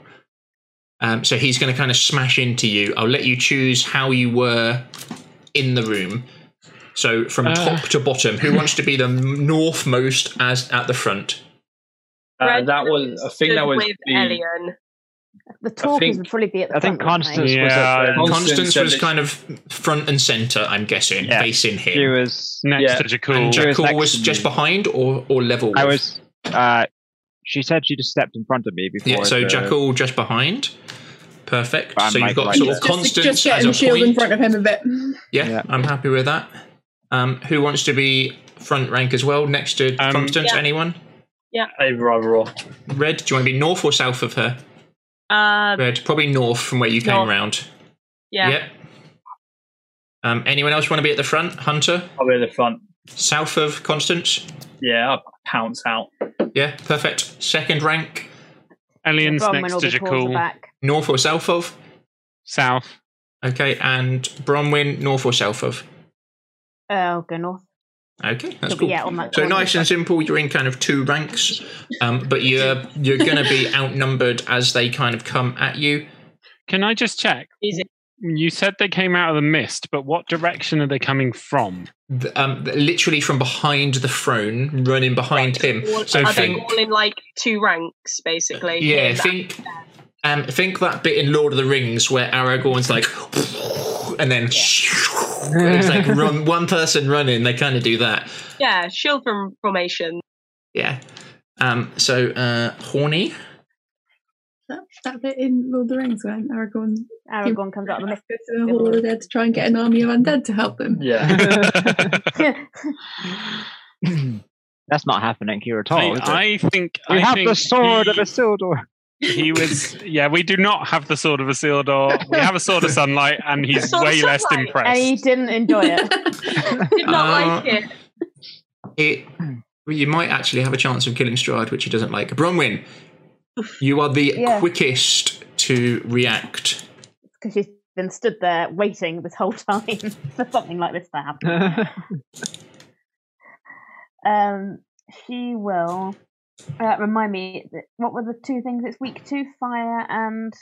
Um, so he's going to kind of smash into you. I'll let you choose how you were in the room. So from
Uh.
top to bottom, who wants to be the northmost as at the front?
Uh,
Red
that was, I think that was
with
the-
Elian.
The talkers
think-
would probably be at the
I think
front, wouldn't
Constance was
Yeah,
at the,
Constance
Constance
said
was
that-
kind of front and center, I'm guessing,
Yeah.
facing
she
him.
was
Next
Yeah.
to
And
Jakul.
Jack-
Jackal
next
was
to me.
just behind or, or level
I
with?
was uh she said she just stepped in front of me before
Yeah, so
the,
Jackal just behind. Perfect.
But I'm
so you've
like
got
right
sort of
there.
Just,
Constance
just
as
getting
a
the shield
point.
in front of him a bit.
Yeah,
Yeah.
I'm happy with that. Um, who wants to be front rank as well next to
Um,
Constance?
Yeah.
Anyone?
over overall.
Red, do you want to be north or south of her?
Uh,
Red, probably north from where you came
North.
round.
yeah.
Yep. Um, anyone else want to be at the front? Hunter?
Probably the front.
South of Constance?
Yeah, I'll pounce out.
Yeah, perfect. Second rank,
they?
Alien's
Bronwyn
next
will
to
be towards the
Jakul.
back.
north or south of?
South.
Okay, and Bronwyn, north or south of?
Oh, I'll go north.
Okay, that's
He'll
cool.
be out on that
So
corner.
nice and simple. You're in kind of two ranks, um, but you're you're going to be outnumbered as they kind of come at you.
Can I just check?
Easy.
You said they came out of the mist, but what direction are they coming from?
Th- Um, literally from behind the throne, running behind him.
All,
So
are they
think,
all in like two ranks, basically?
yeah,
Him,
think, um, think that bit in Lord of the Rings where Aragorn's like, and then it's like run, one person running. They kind of do that.
that- yeah, shield from formation.
Yeah. Um, so uh, horny.
That, that bit in Lord of the Rings when Aragorn
Aragorn comes out of the
goes to the Hall of the Dead to try and get an army of undead to help them.
Yeah.
mist.
That's not happening here at all. is it?
I, I think
we
I
have the
think
sword
he,
of Isildur.
he was. Yeah, we do not have the sword of Isildur. We have a sword of sunlight, and he's
Sword of
way less
sunlight.
impressed.
and he didn't enjoy it.
Did not like
Uh, It,
it.
you might actually have a chance of killing Stride, which he doesn't like. Bronwyn, you are the
Yeah.
quickest to react.
Because she's been stood there waiting this whole time for something like this to happen. Um, she will uh, remind me. That, what were the two things? It's week two, fire and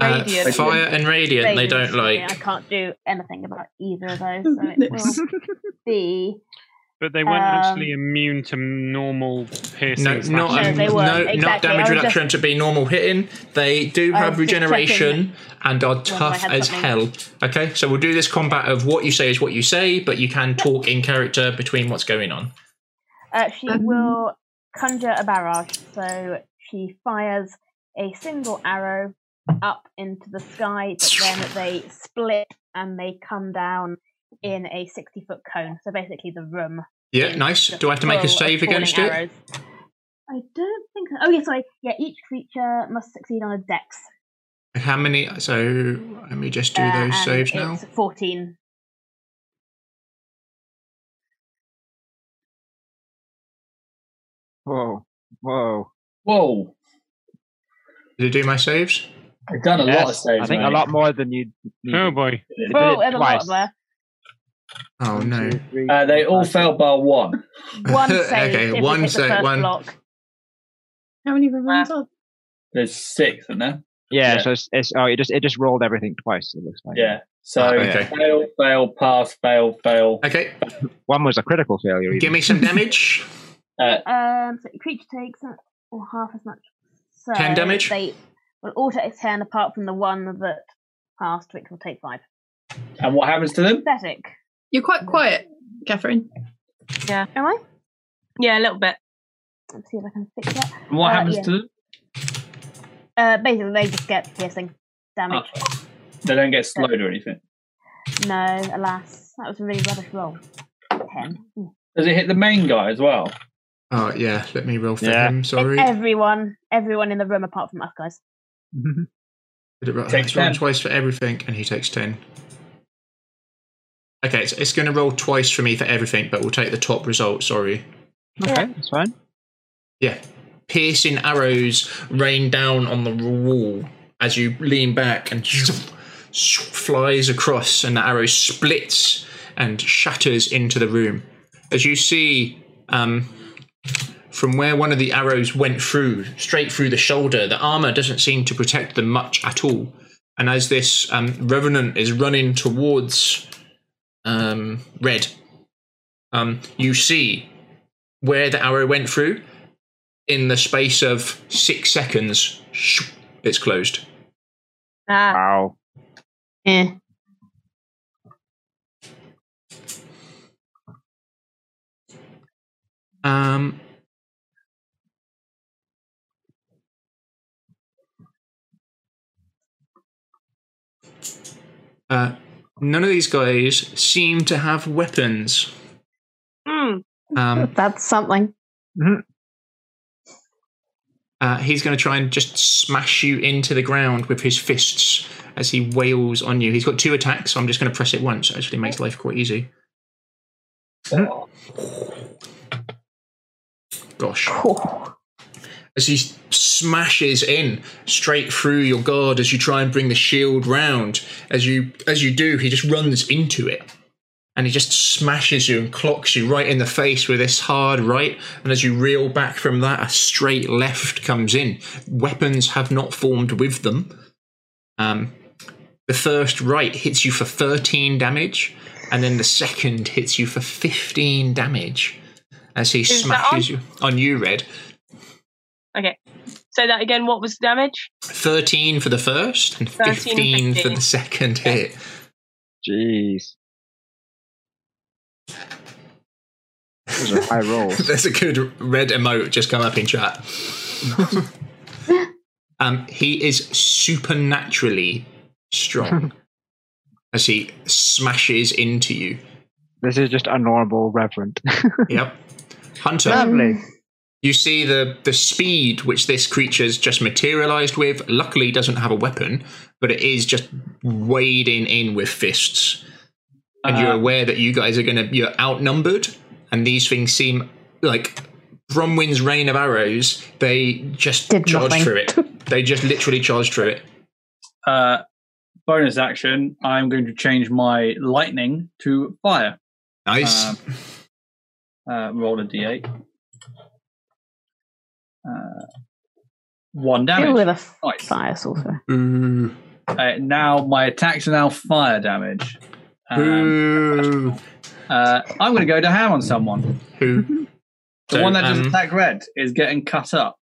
Uh,
Radiant.
fire and radiant, they
Radiance.
don't
Yeah, I
like.
can't do anything about either of those. So it will be.
but they weren't actually
um,
immune to normal piercing.
No, not,
No,
slashing.
um,
they
no,
weren't.
not
Exactly. I
damage
was
reduction to be normal hitting. They do have
just
regeneration and are
I
tough
had
as
something.
hell. Okay, so we'll do this combat of what you say is what you say, but you can talk in character between what's going on.
Uh, she
Um,
will conjure a barrage. So she fires a single arrow up into the sky, but then they split and they come down in a 60 foot cone. So basically, the room.
Yeah,
is
nice.
just
Do I have to make a
full of
save
falling
against it?
arrows. I don't think so. Oh, yeah, sorry. Yeah, each creature must succeed on a dex.
How many? So let me just do
uh,
those
and
saves now.
It's 14.
Whoa, whoa!
Whoa.
Did it do my saves?
I've done a lot of
Yes,
saves.
I think a
mate.
lot more than you.
Oh boy!
They
Oh,
did
and a
twice.
lot there.
Oh no.
Uh, they all failed bar one.
One save.
Okay,
if we
one
hit the
save-
first
one-
Block.
How many
Uh,
remains are
There's six, isn't there?
Yeah,
Yeah.
so it's, it's oh, it just it just rolled everything twice. It looks like
Yeah. So
Ah, okay.
fail, fail, pass, fail, fail.
Okay,
one was a critical failure.
give
Even.
me some damage.
Uh,
Um, so creature takes uh, or half as much. So
10 damage?
They will all take ten, apart from the one that passed, which will take five.
And what happens to them?
Pathetic.
You're quite quiet, Catherine.
Am I?
Yeah, a little bit.
Let's see if I can fix that.
And what
Uh,
happens
yeah.
to them?
Uh, basically, they just get piercing damage.
Ah. They don't get slowed or anything.
No, alas, that was a really rubbish roll. Ten.
Does it hit the main guy as well?
Oh yeah, let me roll for
Yeah.
him. Sorry,
Everyone, everyone in the room apart from us guys.
Did it right-
Takes
it's rolled
10.
twice for everything, and he takes ten. Okay, it's, it's going to roll twice for me for everything, but we'll take the top result. Sorry.
Okay, that's fine.
Yeah. Piercing arrows rain down on the wall as you lean back and flies across, and the arrow splits and shatters into the room. As you see, um, from where one of the arrows went through, straight through the shoulder, the armor doesn't seem to protect them much at all. And as this um, revenant is running towards um, Red, um, you see where the arrow went through in the space of six seconds, shoo, it's closed.
Ah,
Wow.
Yeah.
Um, uh, none of these guys seem to have weapons.
mm,
Um,
That's something.
uh, he's going to try and just smash you into the ground with his fists as he wails on you. He's got two attacks, so I'm just going to press it once. Actually, makes life quite easy.
Oh.
Gosh. as he smashes in straight through your guard as you try and bring the shield round as you as you do he just runs into it and he just smashes you and clocks you right in the face with this hard right and as you reel back from that a straight left comes in weapons have not formed with them um, the first right hits you for 13 damage and then the second hits you for 15 damage as he
Is that
smashes
on?
you on you red
okay. Say that again. What was the damage?
13 for the first and
13
15,
and
for
15.
the second hit.
Jeez. Those are high rolls.
There's a good red emote just come up in chat. um, he is supernaturally strong as he smashes into you.
This is just a normal reverend.
Yep. Hunter.
Lovely.
You see the the speed which this creature's just materialized with. Luckily, doesn't have a weapon, but it is just wading in with fists. And you're
Uh,
aware that you guys are gonna you're outnumbered, and these things seem like Bromwin's rain of arrows. They just
Did
charge
nothing.
through it. They just literally charge through it.
Uh, bonus action. I'm going to change my lightning to fire.
Nice.
Um, uh, roll a d8. Uh, one
Deal
damage.
with a f-
Nice.
fire sorcerer.
Ooh.
Uh, now my attacks are now fire damage. Um,
Ooh.
uh, I'm going to go to ham on someone.
Who?
The
So,
one that just
um,
attacked red is getting cut up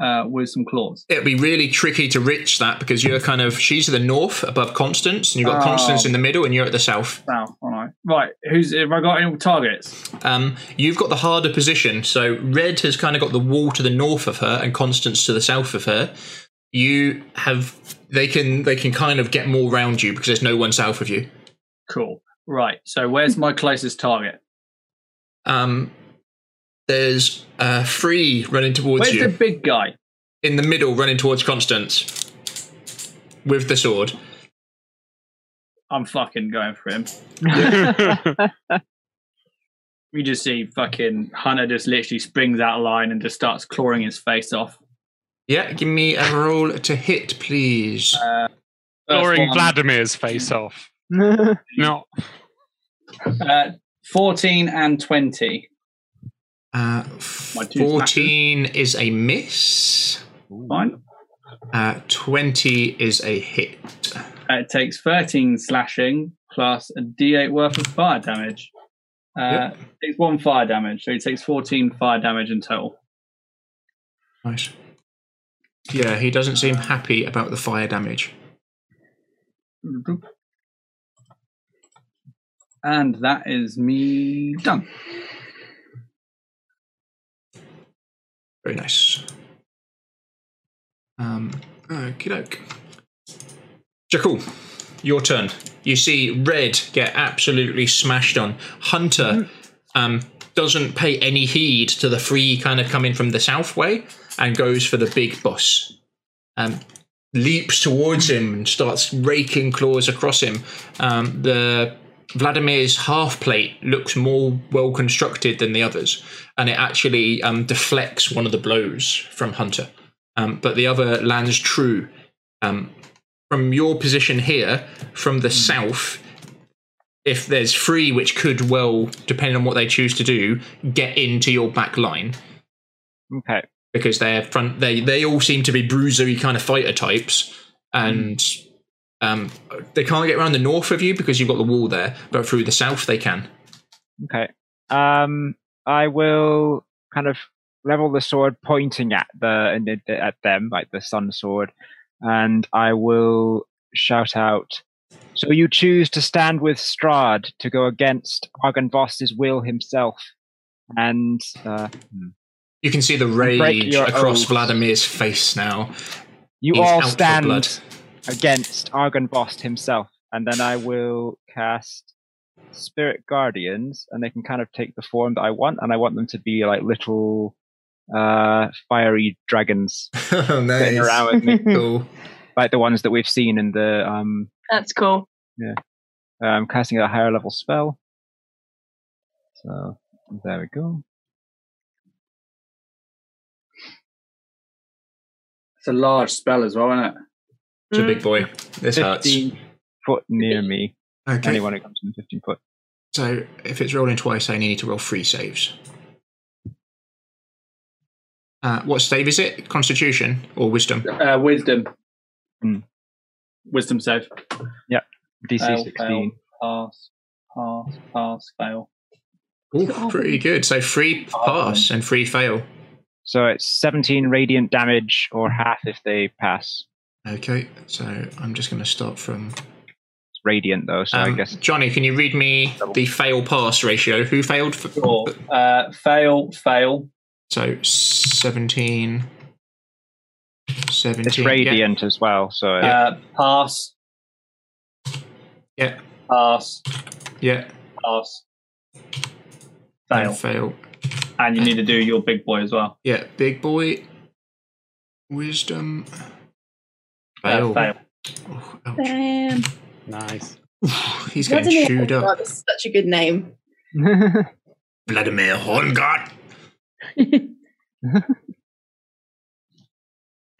uh, with some claws.
it'd be really tricky to reach that because you're kind of she's to the north above Constance, and you've got
Oh.
Constance in the middle, and you're at the south.
Wow, all right. Right, who's have I got any targets?
Um, you've got the harder position. So Red has kind of got the wall to the north of her, and Constance to the south of her. You have they can they can kind of get more round you because there's no one south of you.
Cool. Right, so where's my closest target?
Um, there's uh, three running towards
Where's
you
the big guy?
in the middle, running towards Constance with the sword.
I'm fucking going for him. You just see fucking Hunter just literally springs out of line and just starts clawing his face off.
Yeah, give me a roll to hit, please.
Uh, first
Ignoring
one,
Vladimir's face off. Not
uh, 14 and 20.
Uh,
My two smashes.
fourteen is a miss.
Fine.
Uh, Twenty is a hit.
Uh, it takes 13 slashing plus a d8 worth of fire damage. Uh,
Yep.
Takes one fire damage, so he takes 14 fire damage in total.
Nice. Yeah, he doesn't seem happy about the fire damage.
And that is me done.
Very nice. Um, okie doke. Jackal, your turn. You see Red get absolutely smashed on. Hunter um, doesn't pay any heed to the free kind of coming from the south way and goes for the big boss. Um, leaps towards him and starts raking claws across him. Um, the Vladimir's half plate looks more well constructed than the others, and it actually um, deflects one of the blows from Hunter. Um, but the other lands true. Um, from your position here, from the
Hmm.
south, if there's three which could well, depending on what they choose to do, get into your back line
Okay.
because they're front they they all seem to be bruisery kind of fighter types
Hmm.
and um they can't get around the north of you because you've got the wall there but through the south they can
Okay. Um, I will kind of level the sword, pointing at the and it- at them, like the sun sword, and I will shout out. So you choose to stand with Strad to go against Argenvoss's will himself, and uh,
you can see the
break
rage
your
across
oaths.
vladimir's face now
you
He's
all
out for blood.
stand against Argenvoss himself, and then I will cast Spirit Guardians, and they can kind of take the form that I want, and I want them to be like little uh, fiery dragons
oh
sitting
nice
around with me,
cool
like the ones that we've seen in the um,
That's cool.
um, casting a higher level spell. So there we go.
It's a large spell as well, isn't it?
it's a big boy this hurts
Fifteen foot near me.
okay
Anyone who comes in fifteen foot.
so if it's rolling twice i need to roll three saves uh, what save is it constitution or wisdom
Uh, wisdom.
Hmm.
Wisdom save.
DC
Fail,
sixteen.
fail, pass, pass, pass, fail.
Ooh, pretty good so three pass and three fail
So it's seventeen radiant damage, or half if they pass.
Okay, so I'm just going to start from.
It's radiant though, so I
Um,
guess
Johnny, can you read me the fail pass ratio? Who failed? For,
Sure. Uh, fail, fail.
So 17. 17.
it's
yeah,
radiant as well. So it-
Uh, pass,
Yeah,
pass,
yeah.
pass.
and
Fail.
Fail.
And you need to do your big boy as well.
Yeah, big boy. Wisdom.
Uh,
Fail.
fail.
Oh, ouch.
Damn.
Nice.
He's
What
getting
do they
chewed
call that?
up.
That's such a good name.
Vladimir Horngard.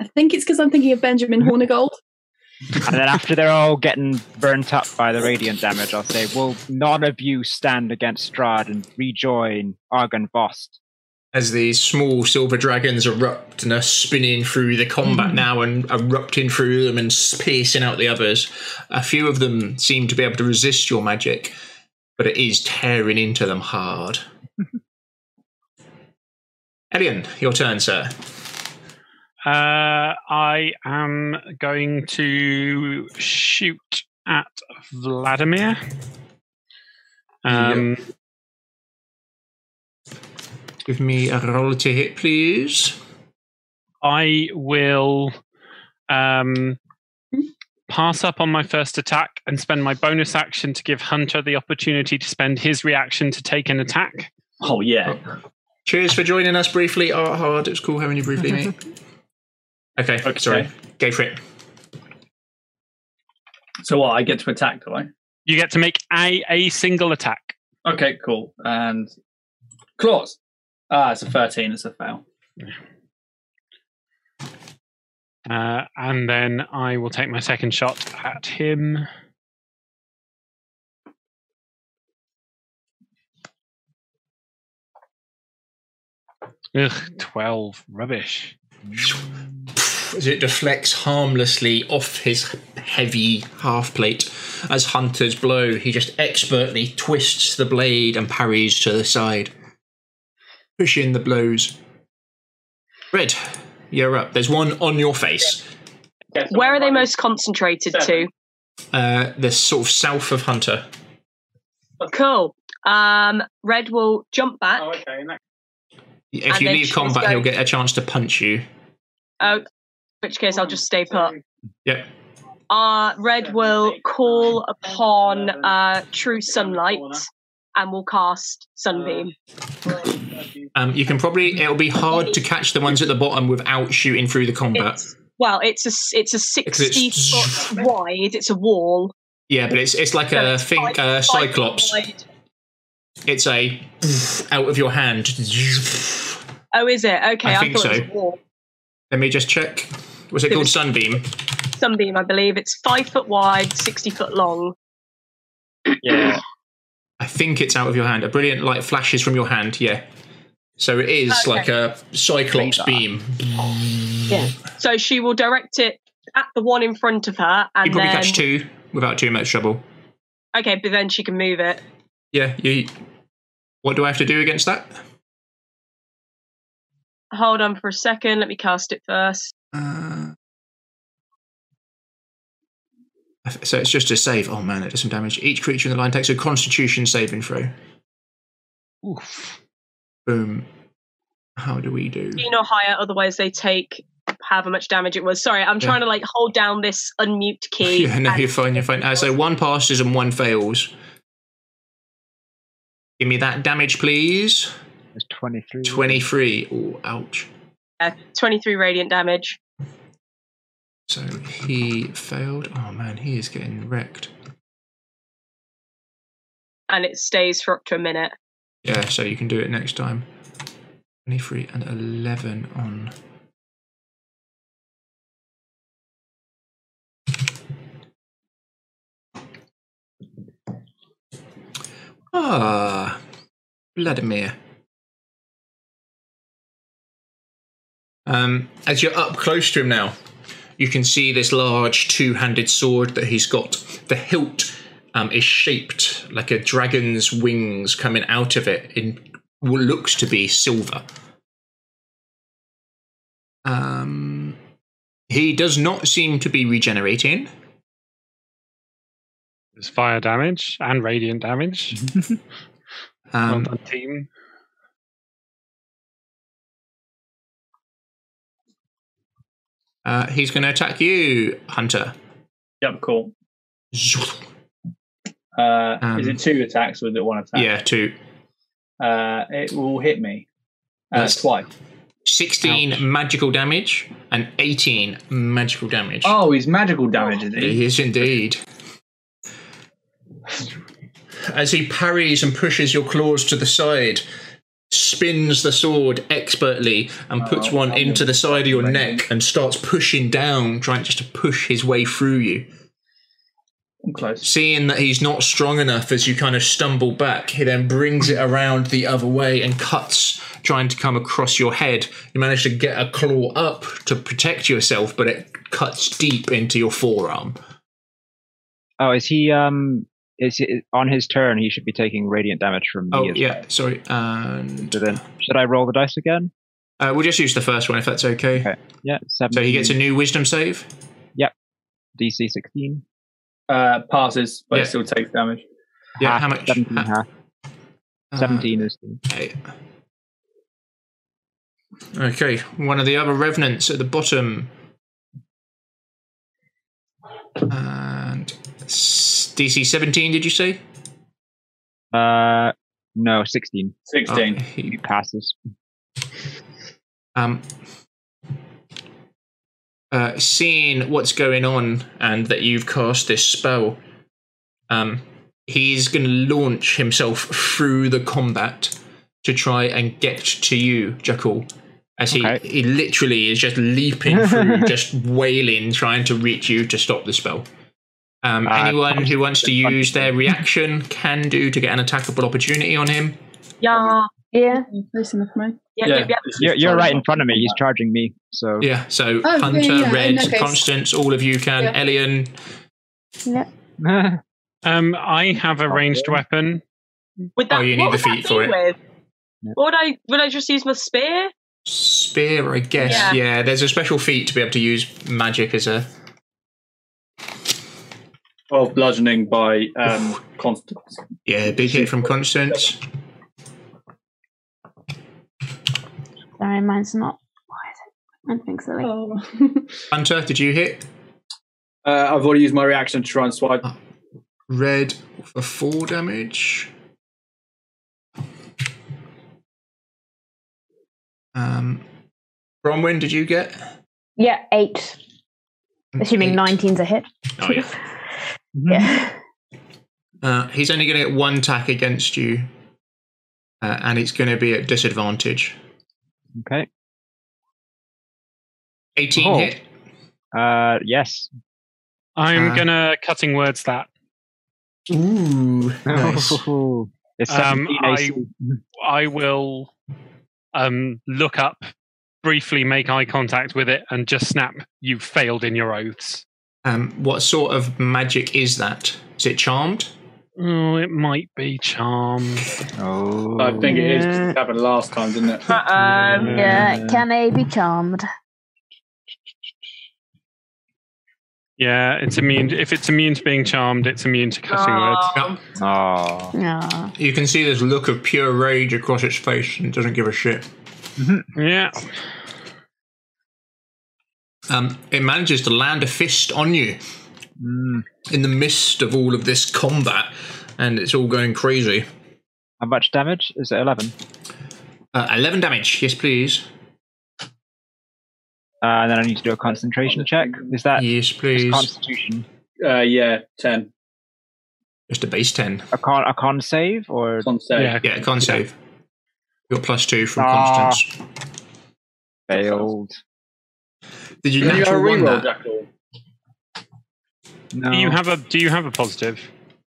I think it's because I'm thinking of Benjamin Hornigold.
and then after they're all getting burnt up by the radiant damage, I'll say, "Will none of you stand against Strad and rejoin Argon Vost?"
As these small silver dragons erupt and are spinning through the combat
Hmm.
now and erupting through them and s- piercing out the others, a few of them seem to be able to resist your magic, but it is tearing into them hard. Elian, your turn, sir.
Uh, I am going to shoot at Vladimir. Um,
Give me a roll to hit, please.
I will um, pass up on my first attack and spend my bonus action to give Hunter the opportunity to spend his reaction to take an attack.
Oh, yeah.
Cheers for joining us briefly, Art Hard. It was cool having you briefly, mate. Oh, Okay,
Okay.
sorry. Go for it.
So what? I get to attack, do I?
You get to make a, a single attack.
Okay, cool. And claws. Ah, it's a 13. It's a fail.
Uh, and then I will take my second shot at him. Ugh, 12. Rubbish.
as it deflects harmlessly off his heavy half plate. As Hunter's blow, he just expertly twists the blade and parries to the side, pushing the blows. Red, you're up. There's one on your face.
Where are they most concentrated to?
Uh, the sort of south of Hunter.
Cool. Um, Red will jump back.
Oh, okay.
If
And
you
then
leave
she's
combat,
going-
he'll get a chance to punch you.
Oh, which case I'll just stay put.
Yep.
Uh, Red will call upon uh, True Sunlight and will cast Sunbeam.
Uh,
Um, you can probably it'll be hard to catch the ones at the bottom without shooting through the combat.
It's, well, it's a s- it's a sixty foot wide. It's a wall.
yeah, but it's it's like a thing, uh, cyclops.
Wide.
It's a out of your hand.
Oh, is it? Okay,
I
I,
think
thought it
so.
was a wall.
Let me just check. Was it called sunbeam?
Sunbeam, I believe. It's five foot wide, sixty foot long.
Yeah. I think it's out of your hand. A brilliant light flashes from your hand. Yeah. So it is
Okay.
like a cyclops beam. Mm.
Yeah. So she will direct it at the one in front of her, and
You probably
then
catch two without too much trouble.
okay, but then she can move it.
Yeah. You. What do I have to do against that?
Hold on for a second. Let me cast it first.
So it's just a save. Oh man, it does some damage. Each creature in the line takes a Constitution saving throw. Boom. How do we do?
Fifteen or higher, otherwise they take however much damage it was. Sorry, I'm
Yeah.
trying to like hold down this unmute key.
Yeah, no, you're fine. You're fine. Uh, so one passes and one fails. Give me that damage, please.
It's 23.
23. Oh, ouch.
Uh, Twenty-three radiant damage.
So he failed. Oh man, he is getting wrecked.
and it stays for up to a minute.
Yeah, so you can do it next time. 23 and 11 on. Ah, Vladimir. Um, as you're up close to him now, you can see this large two handed sword that he's got. The hilt um, is shaped like a dragon's wings coming out of it in what looks to be silver. Um, he does not seem to be regenerating.
There's fire damage and radiant damage. well
Um,
done, team.
uh, he's going to attack you, Hunter.
Yep, cool. Uh, is it two attacks or is it one attack?
Um, Yeah, two.
Uh, it will hit me. Uh,
That's-
twice.
16 magical damage and 18 magical damage.
Oh, he's magical damage, is he?
He is indeed. As he parries and pushes your claws to the side, spins the sword expertly
Oh,
and puts one into the side of your neck and starts pushing down, trying just to push his way through you.
I'm close.
Seeing that he's not strong enough as you kind of stumble back, he then brings it around the other way and cuts, trying to come across your head. You manage to get a claw up to protect yourself, but it cuts deep into your forearm.
Oh, is he? Um, is it, on his turn? He should be taking radiant damage from me.
Oh,
as
yeah, sorry. And
well. So then, should I roll the dice again?
Uh, we'll just use the first one if that's okay.
Yeah, seven.
So he gets a new wisdom save.
DC sixteen.
Uh, passes, but
Yeah.
it still takes damage.
Yeah,
half,
how much?
Seventeen.
ha-
half.
uh,
Seventeen is. The,
eight. Okay, one of the other revenants at the bottom. And s- DC 17, did you say?
uh, no, sixteen.
16.
Oh, he-
He passes.
um, uh, seeing what's going on and that you've cast this spell, um, he's going to launch himself through the combat to try and get to you, Jackal. As he,
Okay.
he literally is just leaping through, just wailing, trying to reach you to stop the spell. Um,
Uh,
anyone who wants to
punch
use their reaction can do to get an attackable opportunity on him.
Yeah,
Yeah.
Close enough for me.
yeah, yeah. yeah.
this is
You're, you're
totally
right in
not
front of me. He's
combat.
charging me. So
Yeah, so
Oh, yeah,
Hunter,
yeah, in
Red,
that case.
Constance, all of you can.
Yeah.
Elian,
Um, I have a ranged weapon.
Would that,
Oh, you need
what
the
would that
feet for
be
it.
With?
Yeah.
What would I would I just use my spear?
spear, I guess. Yeah.
Yeah.
there's a special feat to be able to use magic as a.
12 bludgeoning by um, Constance.
Yeah, big hit from Constance.
Sorry, mine's not. Unfortunately.
Oh.
Hunter, did you hit? Oh,
Uh, I've already used my reaction to try and swipe.
Red for four damage. Um, Bronwyn, did you get?
Yeah, eight. Assuming 19's a hit.
Oh yeah.
Yeah.
Uh, he's only going to get one attack against you, uh, and it's going to be at disadvantage.
Okay.
18
Oh.
hit.
Uh, yes.
I'm
Uh,
gonna cutting words that.
Ooh, nice.
It's
Um,
17
I
AC.
I will um look up, briefly make eye contact with it, and just snap. You failed in your oaths.
Um, what sort of magic is that? Is it charmed?
Oh, it might be charm.
Oh.
I think it is. 'cause
Yeah.
It happened last time, didn't it?
Mm-hmm.
Um,
Yeah, can I be charmed?
Yeah, it's immune. If it's immune to being charmed, it's immune to cutting words.
oh,
Oh.
Aw.
You can see this look of pure rage across its face, and it doesn't give a shit.
Yeah.
Um, it manages to land a fist on you
Hmm.
in the midst of all of this combat, and it's all going crazy.
How much damage? Is it 11?
Uh, 11 damage, yes, please.
Uh, and then I need to do a concentration check. Is that
Yes,
it's
please.
Constitution?
Uh, yeah, 10.
Just a base 10.
A con, a con save or
Con save.
Yeah.
Yeah, can't save. You got plus two from
Ah.
Constance.
failed?
Did you
You got a
natural one
reroll,
that?
Jackal.
No,
Do you have a Do you have a positive?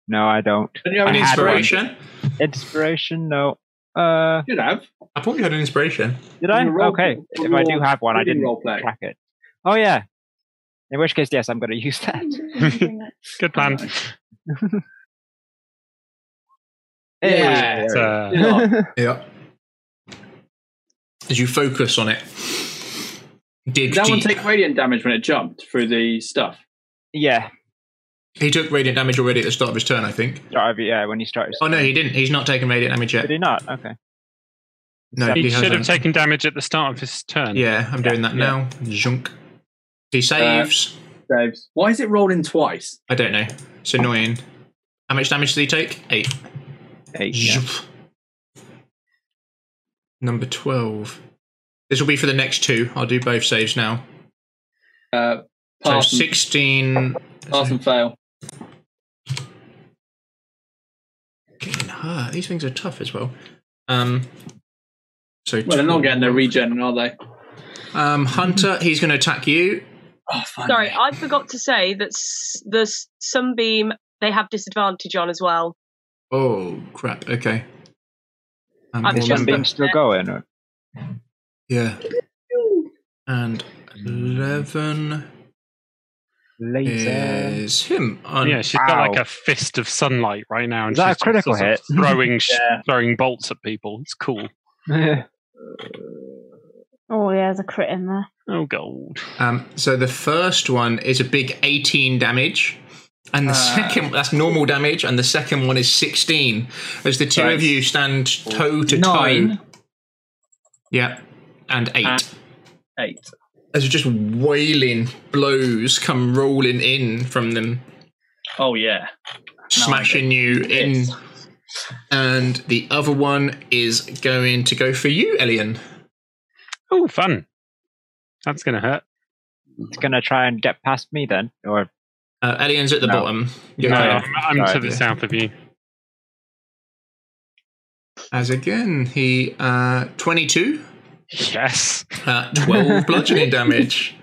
no, I don't.
Don't you have
An
an
I had one.
inspiration?
inspiration?
Inspiration? No. Uh,
You have.
I thought you had an inspiration.
did I?
You roll-
Okay.
you
If I do
roll-
have one, I
you didn't
didn't
roll play.
track it. Oh yeah. In which case, yes, I'm going to use that.
Good plan.
Hey.
Uh,
Yeah. As you focus on it,
Did
dig
that one
deep.
take radiant damage when it jumped through the stuff?
Yeah.
he took radiant damage already at the start of his turn, I think.
Start of- Yeah. When you start.
Oh no, he didn't. He's not taken radiant damage yet.
Did he not? Okay.
No,
he
hasn't.
should have taken damage at the start of his turn.
Yeah, I'm doing that now. Junk. He
Uh,
saves.
Saves. Why is it rolling twice?
I don't know. It's annoying. How much damage did he take? Eight.
Eight. Yeah.
Zhup. Number twelve. This will be for the next two. I'll do both saves now.
Uh, pass,
so
and,
sixteen.
pass and fail.
Getting hurt. Ah, These things are tough as well. Um. So
Well, they're not getting their
12.
regen, are they?
Um, Hunter, he's going to attack you.
Oh, fine.
sorry, I forgot to say that s- the s- sunbeam they have disadvantage on as well.
Oh crap! Okay. Um,
I've
Is
remember.
something still going? or-
Yeah. And eleven
Laser.
is him. Un-
Yeah, she's got like
Ow.
a fist of sunlight right now, and
Is that
she's
a critical
sort of
hit?
throwing sh-
Yeah.
throwing bolts at people. It's cool.
Oh, yeah, there's a crit in there.
Oh god.
Um, so the first one is a big eighteen damage, and
Uh.
the second that's normal damage, and the second one is sixteen. As the two of
Right.
you stand toe to toe.
Nine.
Yeah, and eight.
Ah. Eight.
As just wailing blows come rolling in from them,
Oh, yeah.
smashing you in.
Yes.
And the other one is going to go for you, Elian.
Oh, fun. That's gonna hurt.
It's going to try and get past me then, or
Uh, Elian's at the
No.
bottom. You're
no,
kind of-
I'm, I'm to
Sorry.
the south of you.
As again, he uh, 22,
Yes.
uh, 12 bludgeoning damage.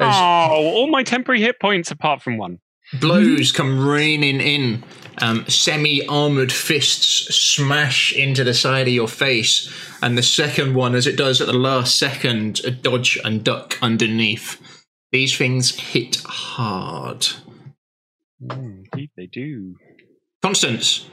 Oh,
As
all my temporary hit points apart from one.
blows come raining in. Um, Semi armored fists smash into the side of your face, and the second one, as it does at the last second, a dodge and duck underneath. These things hit hard.
Mm, indeed, they do.
Constance,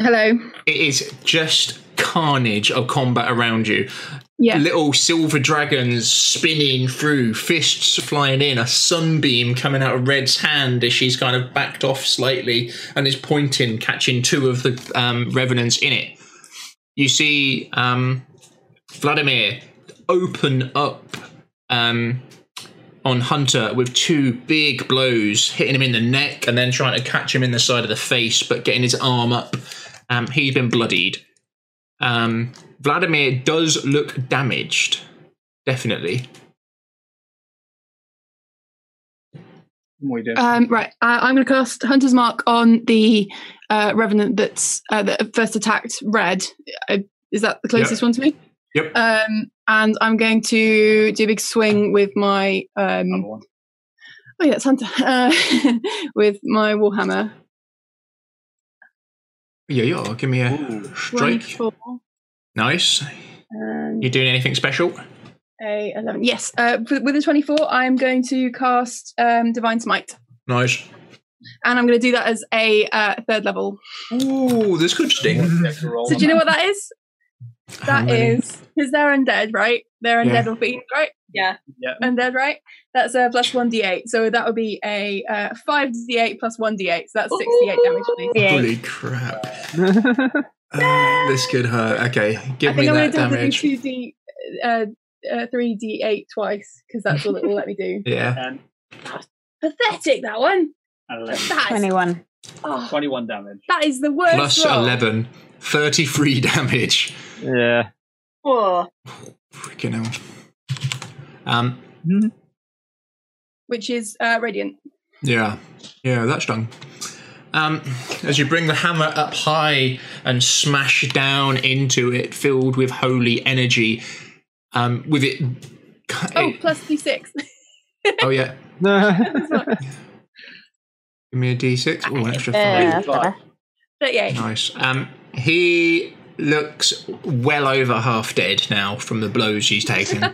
Hello.
it is just carnage of combat around you.
Yeah.
little silver dragons spinning through, fists flying in, a sunbeam coming out of Red's hand as she's kind of backed off slightly and is pointing, catching two of the um, revenants in it. You see um, Vladimir open up um, on Hunter with two big blows, hitting him in the neck and then trying to catch him in the side of the face, but getting his arm up. Um, he's been bloodied. Um, Vladimir does look damaged, definitely.
What we do?
Um, right, I, I'm going to cast Hunter's Mark on the uh, revenant that's uh, that first attacked red. Uh, is that the closest
Yep.
one to me?
Yep.
Um, and I'm going to do a big swing with my um,
Another one.
oh yeah, it's Hunter uh, with my warhammer.
Yeah, yeah. Give me a strike.
One, four,
Nice.
and
You doing anything special?
a eleven. Yes, uh, with- with a twenty-four, I'm going to cast um, Divine Smite,
Nice.
and I'm going to do that as a uh, third level.
Ooh, this could sting.
Have to roll
So
on
do you know
that.
what that is?
How
That
many?
is because they're undead, right? They're
Yeah.
undead or fiends, right?
Yeah.
Yeah.
Undead, right? That's a plus one d8. So that would be a uh, five d8 plus one d8. So that's six d8 damage. Please.
Holy crap. Uh, this could hurt. Okay,
I
give me
think I'm going
that
to do the
damage.
two d uh, uh, three d8 twice because that's all it will let me do.
Yeah.
And
Pathetic that one.
11.
That is,
21.
oh,
21 damage.
that is the worst.
Plus
roll.
11. 33 damage.
Yeah.
Whoa.
Freaking hell. Um,
which is uh, radiant.
Yeah, yeah, that's done. Um, as you bring the hammer up high and smash down into it, filled with holy energy, um, with it.
Oh,
it-
plus d6.
oh, yeah.
yeah.
Give me a d6. Oh, an extra five.
Yeah, that's better.
38.
Nice. Um, he looks well over half dead now from the blows he's taken.
I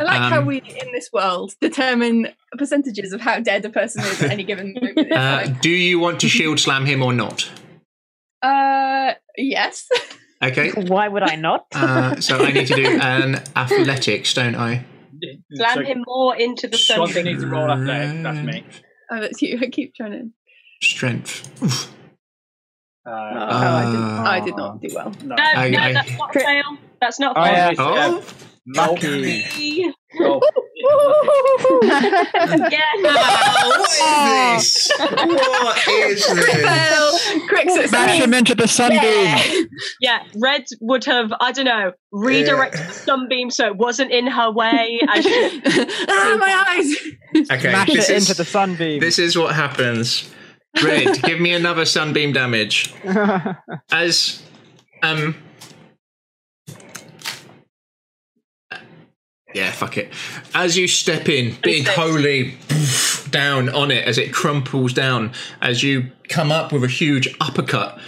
like how
Um,
we in this world determine percentages of how dead a person is at any given moment. in
Uh,
time.
do you want to shield slam him or not?
Uh, yes.
Okay.
Why would I not?
Uh, so I need to do an athletics, don't I?
Slam him more into the sun.
Swansea needs to roll athletics. That's me.
Oh, that's you. I keep trying to.
Strength. Oof.
Oh,
Uh,
I, did,
Ah.
I did not do well.
no.
No,
I-
Um, no,
I-
that's not a fail. That's not a
Oh, yeah.
Oh,
fail.
Lucky.
Yeah.
Roll.
Oh. what is this? What is this?
Well, quick
Smash him
success.
into the sunbeam.
Yeah.
Yeah, Red would have, I don't know, redirected the sunbeam so it wasn't in her way. And she,
ah, my eyes.
Okay,
Smash
this
it
is,
into the sunbeam.
this is what happens. Red, give me another sunbeam damage. As um Yeah, fuck it. As you step in, big holy poof, down on it as it crumples down, as you come up with a huge uppercut.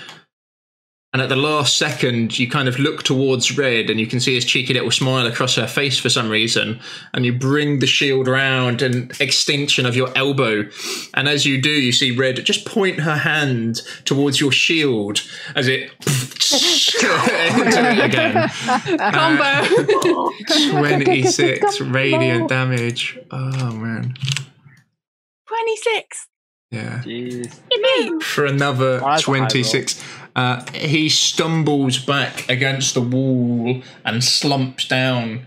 And at the last second, you kind of look towards Red and you can see his cheeky little smile across her face for some reason. And you bring the shield round and extension of your elbow. And as you do, you see Red just point her hand towards your shield as it into it again.
Combo.
26 radiant damage. Oh man.
26.
Yeah.
Jeez.
For another
That's a high roll.
26. Uh, he stumbles back against the wall and slumps down.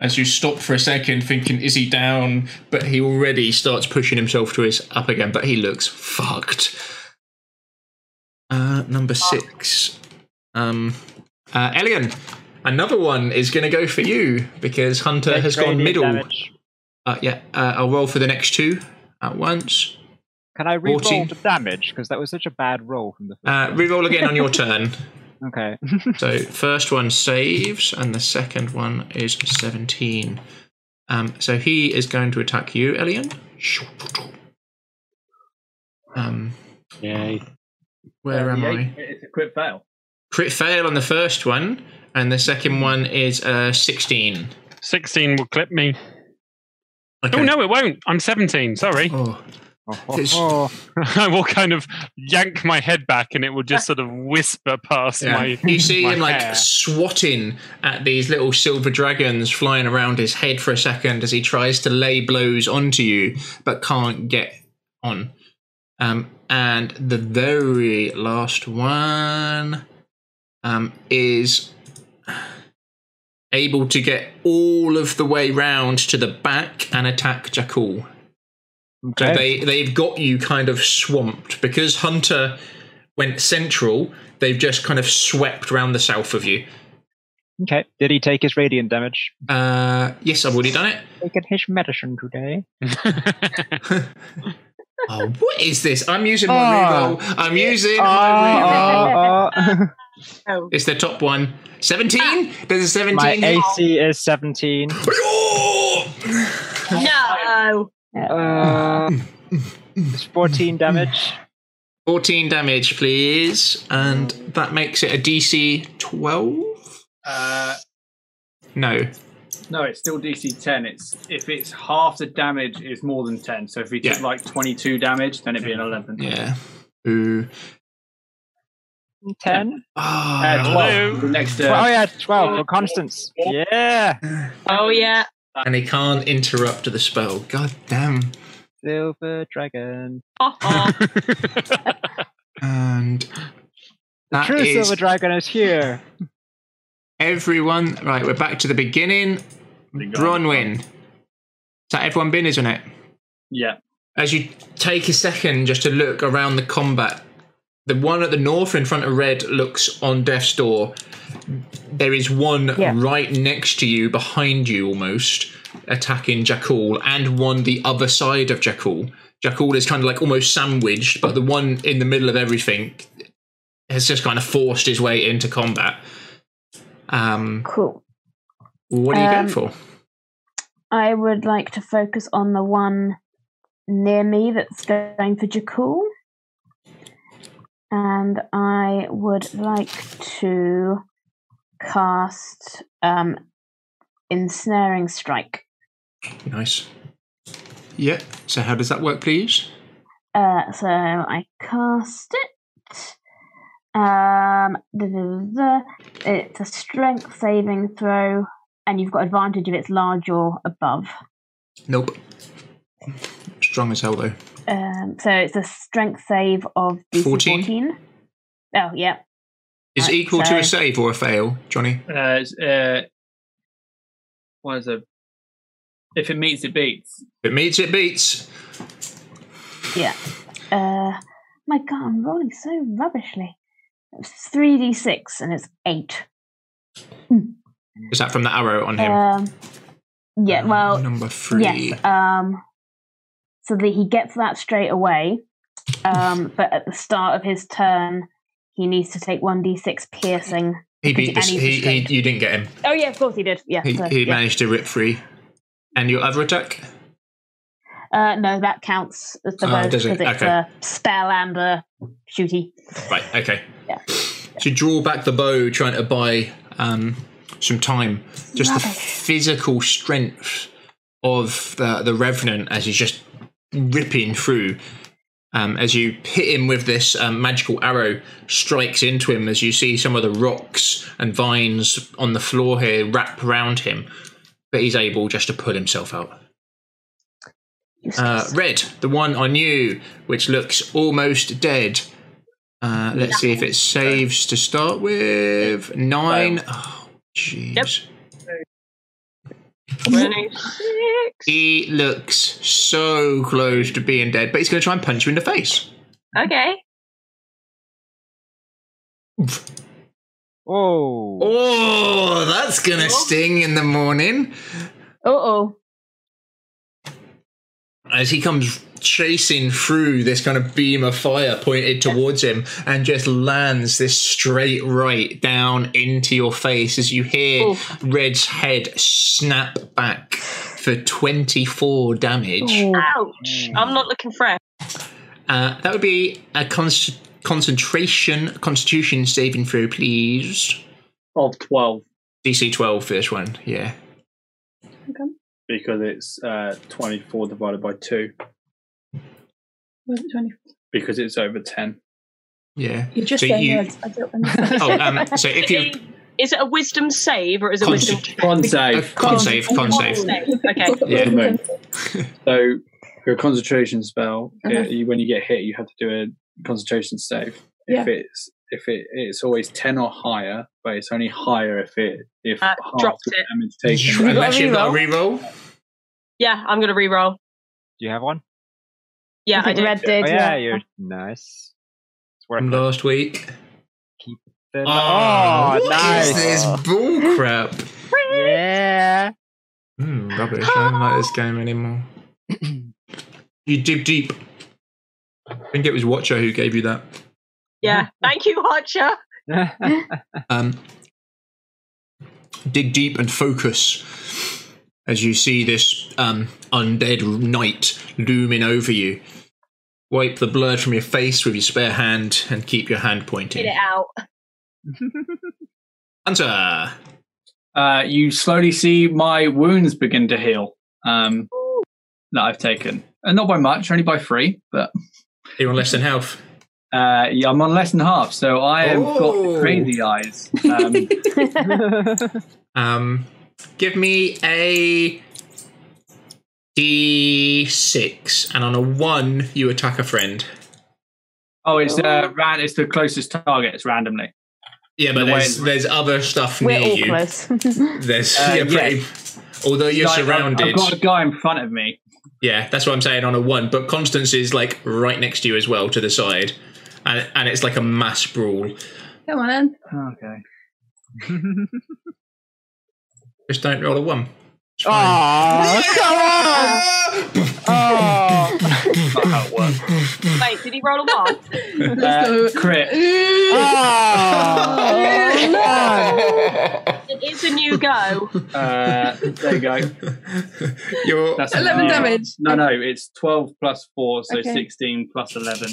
As you stop for a second, thinking, is he down? But he already starts pushing himself to his up again, but he looks fucked. Uh, number six. Um, uh, Elian, another one is going to go for you because Hunter has gone
Radiant
middle.
damage.
Uh, yeah, uh, I'll roll for the next two at once.
Can I re-roll
14.
the damage? Because that was such a bad roll from the first.
Uh, re-roll again on your turn.
okay.
So first one saves, and the second one is seventeen. Um, so he is going to attack you, Elian. Um,
Yay.
where am I?
It's a quick fail.
Crit fail on the first one, and the second one is uh, sixteen.
16 will clip me.
Okay.
Oh, no, it won't. I'm 17. Sorry.
Oh,
Oh,
It's-
oh,
I will kind of yank my head back and it will just sort of whisper past
yeah.
my.
you see
my
him like
hair.
swatting at these little silver dragons flying around his head for a second as he tries to lay blows onto you, but can't get on. Um, and the very last one um, is able to get all of the way round to the back and attack Jakul. So they, they've got you kind of swamped because Hunter went central, they've just kind of swept round the south of you.
Okay. Did he take his radiant damage?
Uh, yes, I've already done it.
Taking his medicine today.
Oh, what is this? I'm using my
Ah.
reroll. I'm using my reroll.
Ah, ah,
It's the top one. 17? There's a
ah.
17.
My AC is 17.
Uh,
No.
Uh, it's 14 damage.
14 damage, please. And that makes it a DC 12?
Uh,
No.
no, it's still DC 10. It's if it's half the damage is more than 10. So if he took
Yeah.
like 22 damage, then it'd be an 11.
Yeah. Ooh.
10?
Ah.
Uh, 12. Next,
Oh,
uh,
yeah, 12 for Constance. Yeah.
Oh yeah.
and he can't interrupt the spell. God damn.
Silver dragon.
Ha, ha.
And that
True
is
silver dragon is here.
everyone. Right, we're back to the beginning. Bronwyn. Has that everyone been, isn't it?
yeah.
as you take a second just to look around the combat, the one at the north in front of red looks on death's door. There is one
Yeah.
right next to you, behind you almost, attacking Jakul, and one the other side of Jakul. Jakul is kind of like almost sandwiched, but the one in the middle of everything has just kind of forced his way into combat. Um,
Cool.
what are you
Um,
going for?
I would like to focus on the one near me that's going for Jakul. And I would like to cast um, Ensnaring Strike.
Nice. Yeah. So how does that work, please?
Uh, so I cast it. Um, da, da, da, da. It's a strength saving throw, and you've got advantage if it's large or above.
Nope. Strong as hell though.
Um, so it's a strength save of DC
14?
14. Oh, yeah.
Is it
Right,
equal to a
so-
save or a fail, Johnny?
Uh, it's, uh, what is it? If it meets, it beats.
If it meets, it beats.
Yeah. Uh, my God, I'm rolling so rubbishly. It's 3d6 and it's 8.
Is that from the arrow on him? Um,
Um, yeah, well,
number three.
Yes. Um, so that he gets that straight away. Um, but at the start of his turn, he needs to take 1d6 piercing.
he beat
and
this.
he's
He, he,
restrained.
you didn't get him.
Oh, yeah, of course he did. Yeah.
He,
so,
he
yeah.
managed to rip free. And your other attack?
Uh, no, that counts as the
Oh,
both
does
because
it?
it's
Okay.
a spell and a shooty.
Right. Okay.
Yeah.
To draw back the bow, trying to buy um, some time. Just the
Rubbish.
physical strength of the the revenant as he's just ripping through. Um, as you hit him with this um, magical arrow, strikes into him. As you see some of the rocks and vines on the floor here wrap around him, but he's able just to pull himself out. Uh, red, the one on you, which looks almost dead. Uh, let's see if it saves to start with. Nine. Oh, jeez.
Yep. 26.
He looks so close to being dead, but he's going to try and punch you in the face.
Okay.
Oh.
Oh, that's going to sting in the morning.
Uh oh.
As he comes chasing through this kind of beam of fire pointed towards him and just lands this straight right down into your face as you hear Red's head snap back for 24 damage.
Oh. Ouch. I'm not looking fresh.
Uh, that would be a const- concentration, constitution saving throw, please.
Of 12,
DC 12 for this one, yeah.
because it's uh, 24 divided by 2,
Was it 20?
because it's over 10.
Yeah.
You're just
So
saying
you-
words. I don't understand.
Oh, um, so if you.
Is it a wisdom save or is it a wisdom?
Const-
Con
uh,
save.
con save, con save.
Save. Okay.
Yeah.
So for a concentration spell,
Uh-huh.
uh, you, when you get hit, you have to do a concentration save.
Yeah.
If it's if it it's always ten or higher, but it's only higher if it if
Uh,
half
dropped
the
it.
damage taken.
You got a You've got a
reroll.
Yeah, I'm gonna re-roll.
Do you have one?
Yeah,
I
I
think
did.
Red did.
oh, yeah,
yeah.
you're nice. It's worth
From
it.
last week.
Then-
Ah,
oh,
what
nice.
is this bull Oh, crap?
Yeah.
Hmm, rubbish. I don't like this game anymore. you dig deep. I think it was Watcher who gave you that.
Yeah, thank you, Archer.
Um, dig deep and focus as you see this um, undead knight looming over you. Wipe the blood from your face with your spare hand and keep your hand
Get
pointing.
it out.
Hunter!
Uh, you slowly see my wounds begin to heal um, that I've taken, and not by much, only by three. But
You're on less than health.
uh, yeah, I'm on less than half, so I have
Oh.
got crazy eyes. Um,
Um, give me a d6, and on a 1, you attack a friend.
oh, it's uh, ran, it's the closest target. It's randomly.
Yeah, but
The way
there's,
it-
there's other stuff
We're
near
all
you.
close.
There's
Uh,
yeah, pretty, although you're
Like, I've-
surrounded.
I've got a guy in front of me.
Yeah, that's what I'm saying on a one. But Constance is like right next to you as well, to the side, and and it's like a mass brawl.
Come on, then.
Okay.
Just don't roll a one. It's fine.
Oh, come on! Oh,
Not how it works.
Wait, did he roll a one?
Uh, crit.
Oh.
Oh.
it is a new go.
Uh, there you go.
You're
That's
11 damage.
No, no, it's 12 plus 4, so
Okay.
16 plus 11.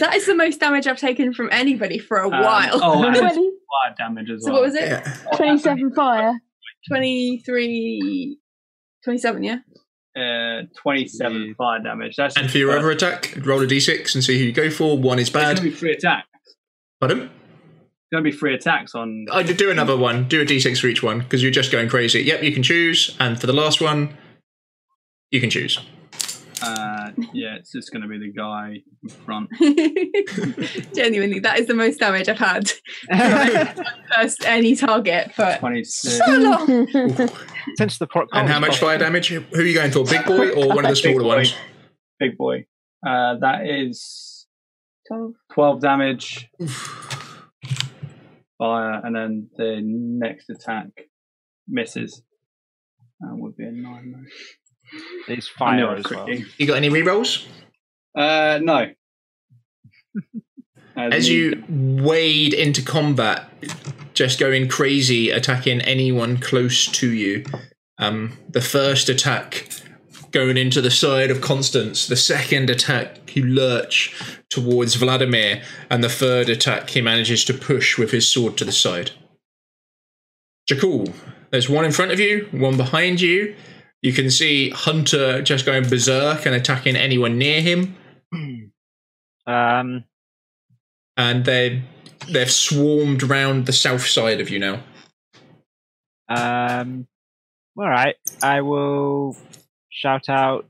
That is the most damage I've taken from anybody for a
Um,
while.
Oh, and it's
20,
fire damage as
so
well.
what was it?
yeah.
27 fire.
23. 27, yeah?
Uh, 27
Yeah.
fire damage. That's
And for your
uh,
other attack, roll a d6 and see who you go for. One is
It's going to
bad.
be three attacks.
Pardon?
It's going to be three attacks on.
I did do another one. Do a d6 for each one because you're just going crazy. Yep, you can choose. And for the last one, you can choose.
Uh, yeah, it's just going to be the guy in front.
Genuinely, that is the most damage I've had. First, any target, but
26.
so long.
Since the oh, port.
And how much fire damage? Who are you going for? Big boy or one of the smaller
Big boy.
ones?
Big boy. Uh, that is
12.
12 damage. Fire, and then the next attack misses. That would be a 9 though.
It's
I know
fire
it's
as well.
tricky.
You got any rerolls?
Uh, no.
As you wade into combat, just going crazy, attacking anyone close to you. Um, the first attack going into the side of Constance. The second attack, you lurch towards Vladimir. And the third attack, he manages to push with his sword to the side. Jakul, there's one in front of you, one behind you. You can see Hunter just going berserk and attacking anyone near him.
Hmm.
Um,
and they they've swarmed round the south side of you now.
um, all right. I will shout out.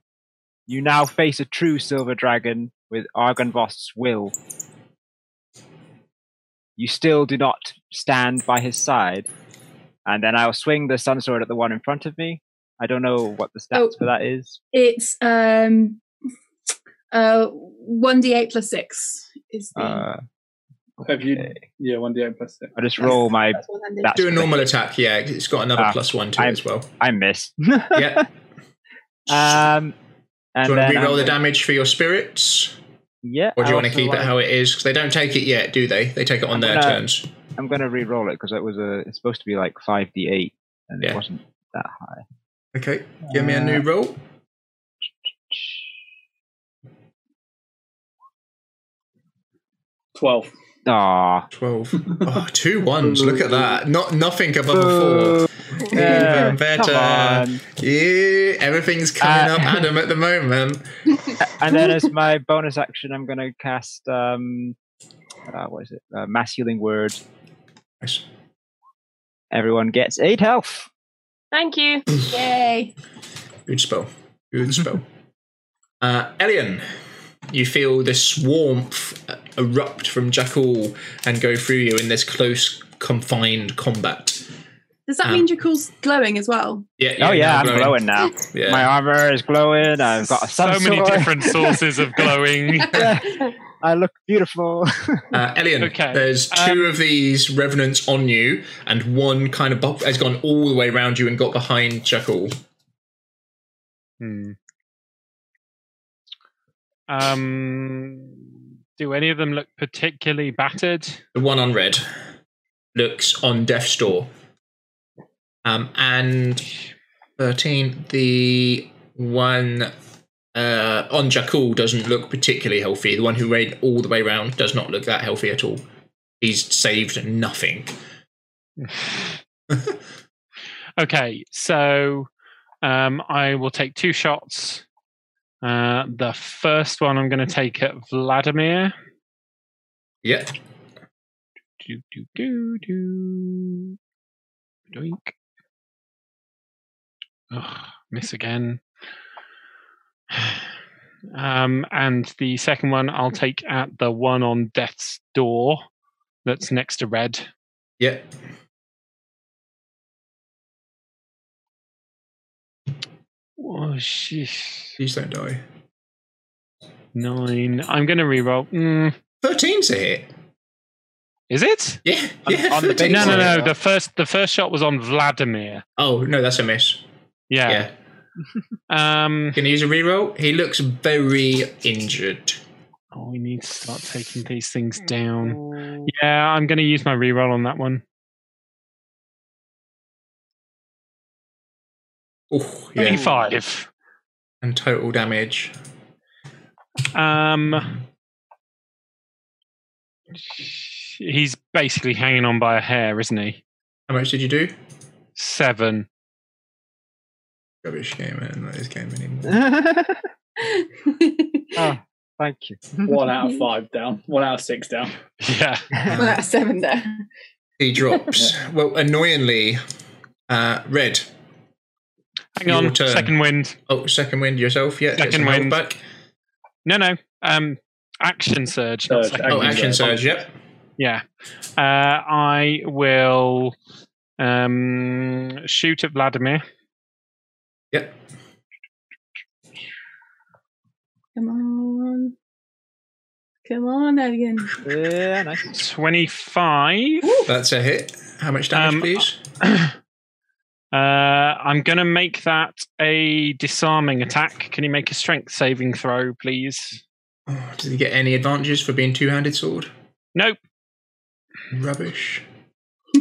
You now face a true silver dragon with Argonvost's will. You still do not stand by his side. And then I'll swing the sun sword at the one in front of me. I don't know what the stats
Oh.
for that is.
It's um, uh, 1d8 plus 6 is the.
Uh,
have you yeah one d8 plus six.
I'll just roll my.
that's one-handed.
That's
Do a
great.
normal attack, yeah. It's got another
Ah,
plus one to
I-
it as well.
I miss.
Yeah.
Um, and
do you want
then
to
I'm
reroll the
going-
damage for your spirits,
Yeah.
or
I
do you want to
also
keep it
wanna-
how it is? Because they don't take it yet, do they? They take it on
I'm
their
gonna-
turns.
I'm going to re-roll it because it was a. It's supposed to be like five d eight, and
Yeah.
it wasn't that high.
Okay, give me a
Uh,
new roll.
Twelve.
Ah.
12. Oh, two ones. Look at that. Not nothing above a four. Even
Come
better.
on.
Yeah, everything's coming
Uh,
up Adam at the moment.
And then as my bonus action, I'm going to cast um, uh, what is it? Uh, mass healing word.
Nice.
Everyone gets eight health.
Thank you.
Yay.
Good spell. Good spell. uh, Elian, you feel this warmth erupt from Jackal and go through you in this close, confined combat.
Does that
Um,
mean Jackal's glowing as well?
Yeah.
oh yeah, I'm
now
glowing now.
Yeah.
My armor is glowing. I've got a
So
sun
many
sword.
different sources of glowing.
I look beautiful.
Uh, Elian,
Okay, um,
there's two of these revenants on you, and one kind of bu- has gone all the way around you and got behind Jackal.
Hmm.
Um, do any of them look particularly battered?
The one on red looks on death's door. Um, and 13, the one uh, on Jackal doesn't look particularly healthy. The one who raid all the way round does not look that healthy at all. He's saved nothing.
Okay, so um, I will take two shots. Uh, the first one I'm going to take at Vladimir.
Yep.
Do, do, do, do. Doink. Ugh, miss again. Um, and the second one I'll take at the one on Death's Door that's next to Red.
Yep.
Oh, sheesh.
Please don't die.
Nine. I'm going to reroll. Mm,
13's a hit.
is it?
Yeah.
On-
yeah
on the
13's
No,
a
no,
hit.
no. The first, the first shot was on Vladimir.
Oh, no, that's a miss.
Yeah.
Yeah.
Um.
Can you use a reroll? He looks very injured.
Oh, we need to start taking these things down. Yeah, I'm going to use my reroll on that one.
Oh, yeah.
Thirty-five.
And total damage.
Uh,
Um. He's basically hanging on by a hair, isn't he?
How much did you do?
Seven.
Rubbish game, man. Not this game anymore.
oh, thank you.
One out of five down. One out of six down.
Yeah.
Well, that's seven there.
He drops. well, annoyingly, uh, red.
Hang
Your
on.
turn.
Second wind.
Oh, second wind yourself. Yeah, get
Second
some health
wind.
back.
No, no. Um. Action surge. not
Surge,
second
Oh,
Action
action
surge.
surge. Yep.
Yeah. Uh, I will um, shoot at Vladimir.
Yep.
Come on. Come on, Elgin.
Yeah, nice.
25.
That's a hit. How much damage,
Um,
please?
uh, I'm going to make that a disarming attack. Can you make a strength saving throw, please?
Oh, did he get any advantages for being two-handed sword?
Nope.
Rubbish.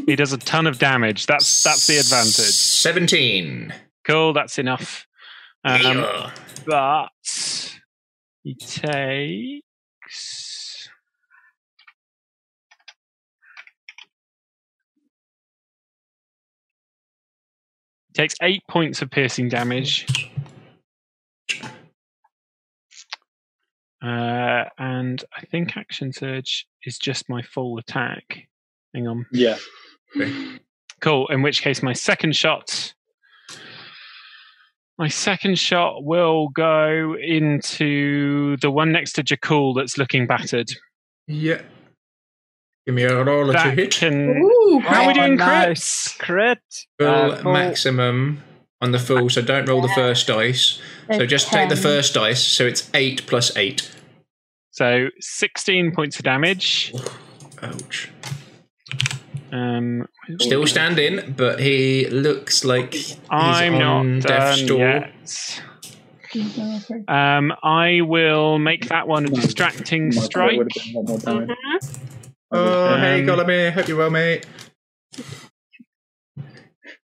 He does a ton of damage. That's that's the advantage.
Seventeen.
Cool, that's enough. Um,
Yeah.
but he takes takes eight points of piercing damage. Uh, and I think action surge is just my full attack. Hang on.
Yeah.
Cool. In which case, my second shot. My second shot will go into the one next to Jakul that's looking battered.
Yeah. Give me a roll to
That
hit.
Mm.
can-
Ooh,
How are we
Oh,
doing,
nice.
Chris?
Crit.
full
Uh, full-
maximum on the full, so don't roll the first dice. So just take the first dice, so it's eight plus eight.
So 16 points of damage.
Ouch.
Um,
Still standing, but he looks like he's
I'm
on
not
death's
done
door.
yet. Um, I will make that one a distracting
My thought
strike.
would have been one more damage.
Oh, hey,
Um,
Gollum, hope you're well, mate.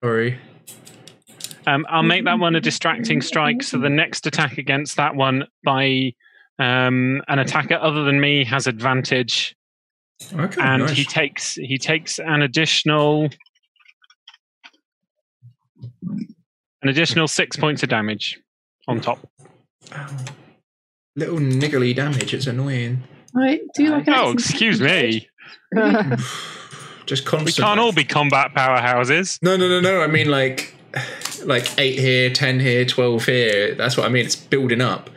Sorry.
Um, I'll make that one a distracting strike. So the next attack against that one by um, an attacker other than me has advantage,
Okay,
and
nice.
he takes he takes an additional an additional six points of damage on top.
Ow. Little niggly damage. It's annoying.
Right, do you like
Oh,
accent?
excuse me.
Just
We
constant.
can't all be combat powerhouses.
No, no, no, no. I mean, like, like eight here, ten here, twelve here. That's what I mean. It's building up.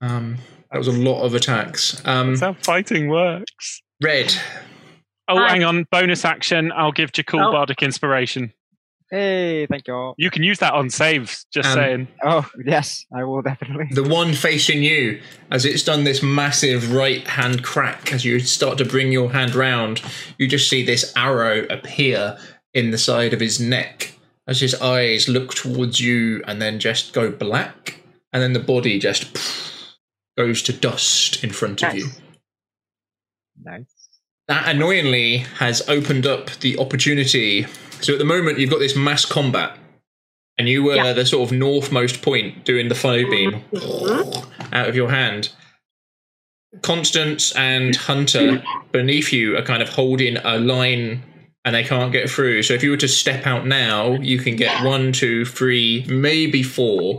Um, That was a lot of attacks. Um,
That's how fighting works.
Red.
Oh,
Hi.
hang on. Bonus action. I'll give Jakul
Oh.
Bardic Inspiration.
Hey, thank you all.
You can use that on saves, just
Um,
saying.
Oh, yes, I will definitely.
The one facing you, as it's done this massive right hand crack, as you start to bring your hand round, you just see this arrow appear in the side of his neck as his eyes look towards you and then just go black, and then the body just goes to dust in front of you.
Nice.
Nice.
That annoyingly has opened up the opportunity. So at the moment, you've got this mass combat, and you were
Yeah.
the sort of northmost point doing the fire beam out of your hand. Constance and Hunter beneath you are kind of holding a line and they can't get through. So if you were to step out now, you can get one, two, three, maybe four.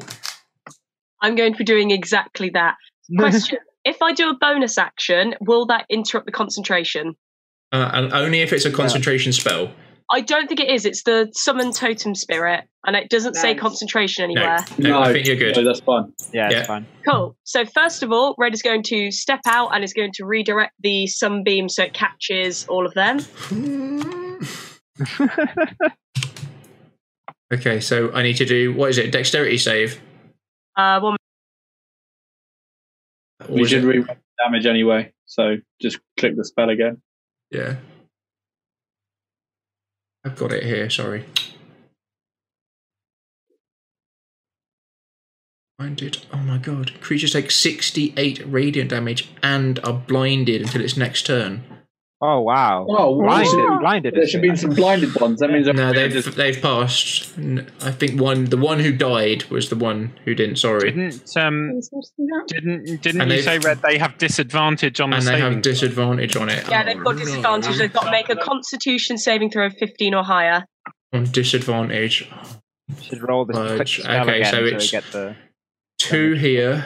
I'm going to be doing exactly that. Question: If I do a bonus action, will that interrupt the concentration?
Uh, and only if it's a concentration spell.
I don't think it is. It's the summon totem spirit, and it doesn't say
Nice.
concentration
No,
anywhere.
no, I think you're good.
No, that's fun.
Yeah, it's
Yeah.
fine.
Cool. So first of all, Red is going to step out and is going to redirect the sunbeam so it catches all of them.
Okay, so I need to do what is it? Dexterity save.
Uh, one.
Or
We
is
should
it-
re damage anyway, so just click the spell again.
yeah. I've got it here. Sorry. Blinded. Oh my god! Creatures take sixty-eight radiant damage and are blinded until its next turn.
Oh, wow.
Oh,
blinded. Blinded.
There
is
should
it?
be some blinded ones. That means
No,
they're
they've
just
they've passed. N- I think one the one who died was the one who didn't. Sorry,
Didn't um didn't didn't
And
you
they've-
say red they have disadvantage on the
and they
saving?
have disadvantage on it.
Yeah,
Oh,
they've got
no.
disadvantage. They've got to make a Constitution saving throw of 15 or higher.
on disadvantage.
should roll this
Fudge.
click spell
Okay,
again
so
so we
it's-
get the.
Two here.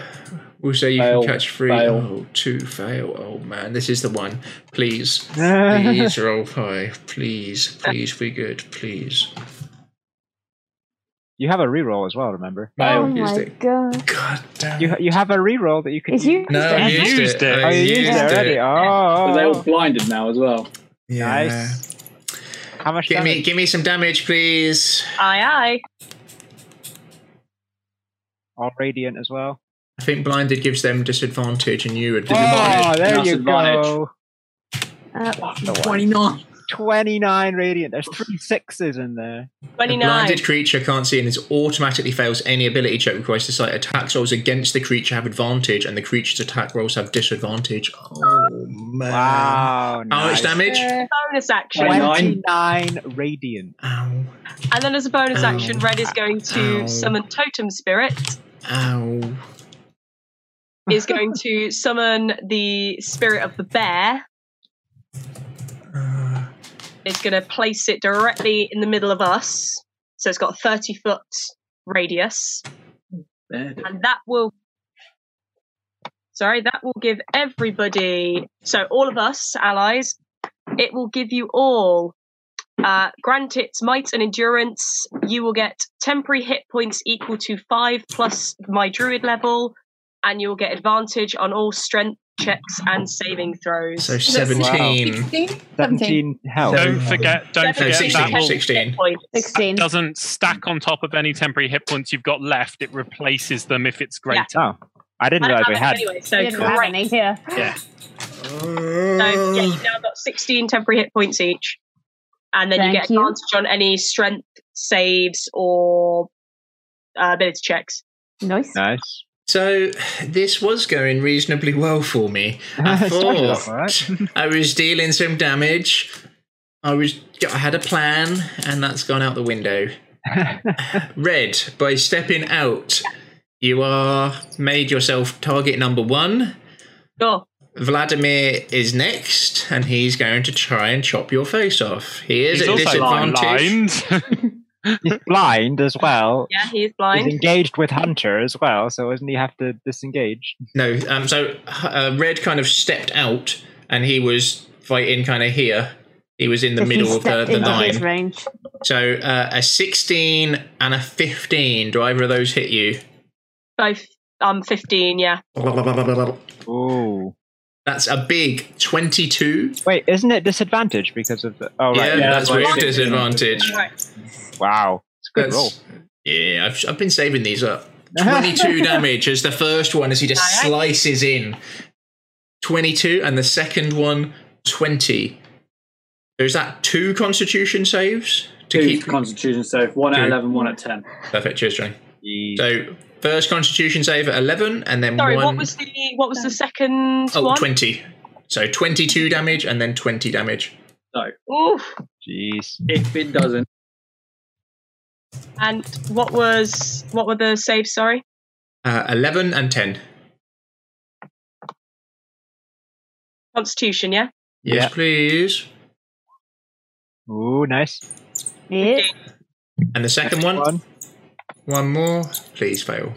We'll say you
Fail.
can catch three.
Fail.
Oh, two fail. Oh man, this is the one. Please, please roll high. Please, please be good. Please.
You have a reroll as well, remember?
Oh
Used
my
it.
god.
God damn.
You you have a reroll that you can.
Is you
no, I
You
used,
used
it.
it.
I
Oh, you
used
used it already.
it.
so they're all
Oh,
blinded now as well.
Yeah.
nice. How much
Give me,
damage?
give me some damage, please.
Aye, aye.
All radiant as well.
I think blinded gives them disadvantage, and you a disadvantage.
Oh, there
Plus
you
advantage.
go.
Uh,
Why not?
Twenty nine radiant. There's three sixes in there.
The
29.
blinded creature can't see and is automatically fails any ability check requires to sight. Attack rolls against the creature have advantage, and the creature's attack rolls have disadvantage. Oh man!
Wow.
How
nice.
much damage?
bonus action.
Why not?
Twenty nine radiant.
Ow!
And then as a bonus
Ow.
action, Red is going to
Ow.
summon Totem Spirit,
Ow!
is going to summon the spirit of the bear,
Uh,
is going to place it directly in the middle of us. So it's got a 30 foot radius. And that will. Sorry, that will give everybody. So all of us, allies, it will give you all. Uh, grant its might and endurance. You will get temporary hit points equal to five plus my druid level, and you will get advantage on all strength checks and saving throws.
so
Wow.
seventeen.
16? 17.
Seventeen health.
So-
Don't forget don't
No,
Seventeen.
forget that
16,
will
16.
Points.
16.
doesn't stack on top of any temporary hit points you've got left. It replaces them if it's greater.
Oh, I didn't
I
realize
don't have
we
any
had.
anyway,
We
so
didn't have
great.
any here.
So yeah, you've now got 16 temporary hit points each. And then you
Thank
get
you.
advantage on any strength saves or uh, ability checks.
Nice.
Nice.
So this was going reasonably well for me. I
Started off
thought
all right.
I was dealing some damage. I was I had a plan, and that's gone out the window. Red, by stepping out, you are made yourself target number one.
Sure.
Vladimir is next, and he's going to try and chop your face off. He is
He's
at
also
disadvantage.
blind.
He's blind as well.
Yeah, he is
He's
blind.
engaged with Hunter as well, so doesn't he have to disengage?
No, um, so uh, Red kind of stepped out, and he was fighting kind of here. He was in the
If he
middle of the,
stepped
the
into
line.
his range.
So uh, a 16 and a 15. Do either of those hit you?
Both. I'm 15, yeah.
Oh.
That's a big 22.
Wait, isn't it disadvantage because of the. Oh,
yeah,
right.
that's with disadvantage.
Wow. It's a good
That's-
roll.
Yeah, I've, I've been saving these up. 22 damage as the first one as he just slices in. 22, and the second one, 20. So is that two constitution saves? To
Two
keep
constitution save. One at
Two.
11, one at 10.
Perfect, cheers, Johnny. So, first constitution save at 11, and then
Sorry,
one.
what was the what was the second
oh,
one?
20. So, 22 damage, and then 20 damage.
So,
Oof.
Jeez.
if it doesn't,
And what was what were the saves? Sorry.
Uh, 11 and 10.
Constitution, yeah.
Yes,
Yeah.
please.
Ooh, nice.
Yeah.
And the second one? one. more. Please fail.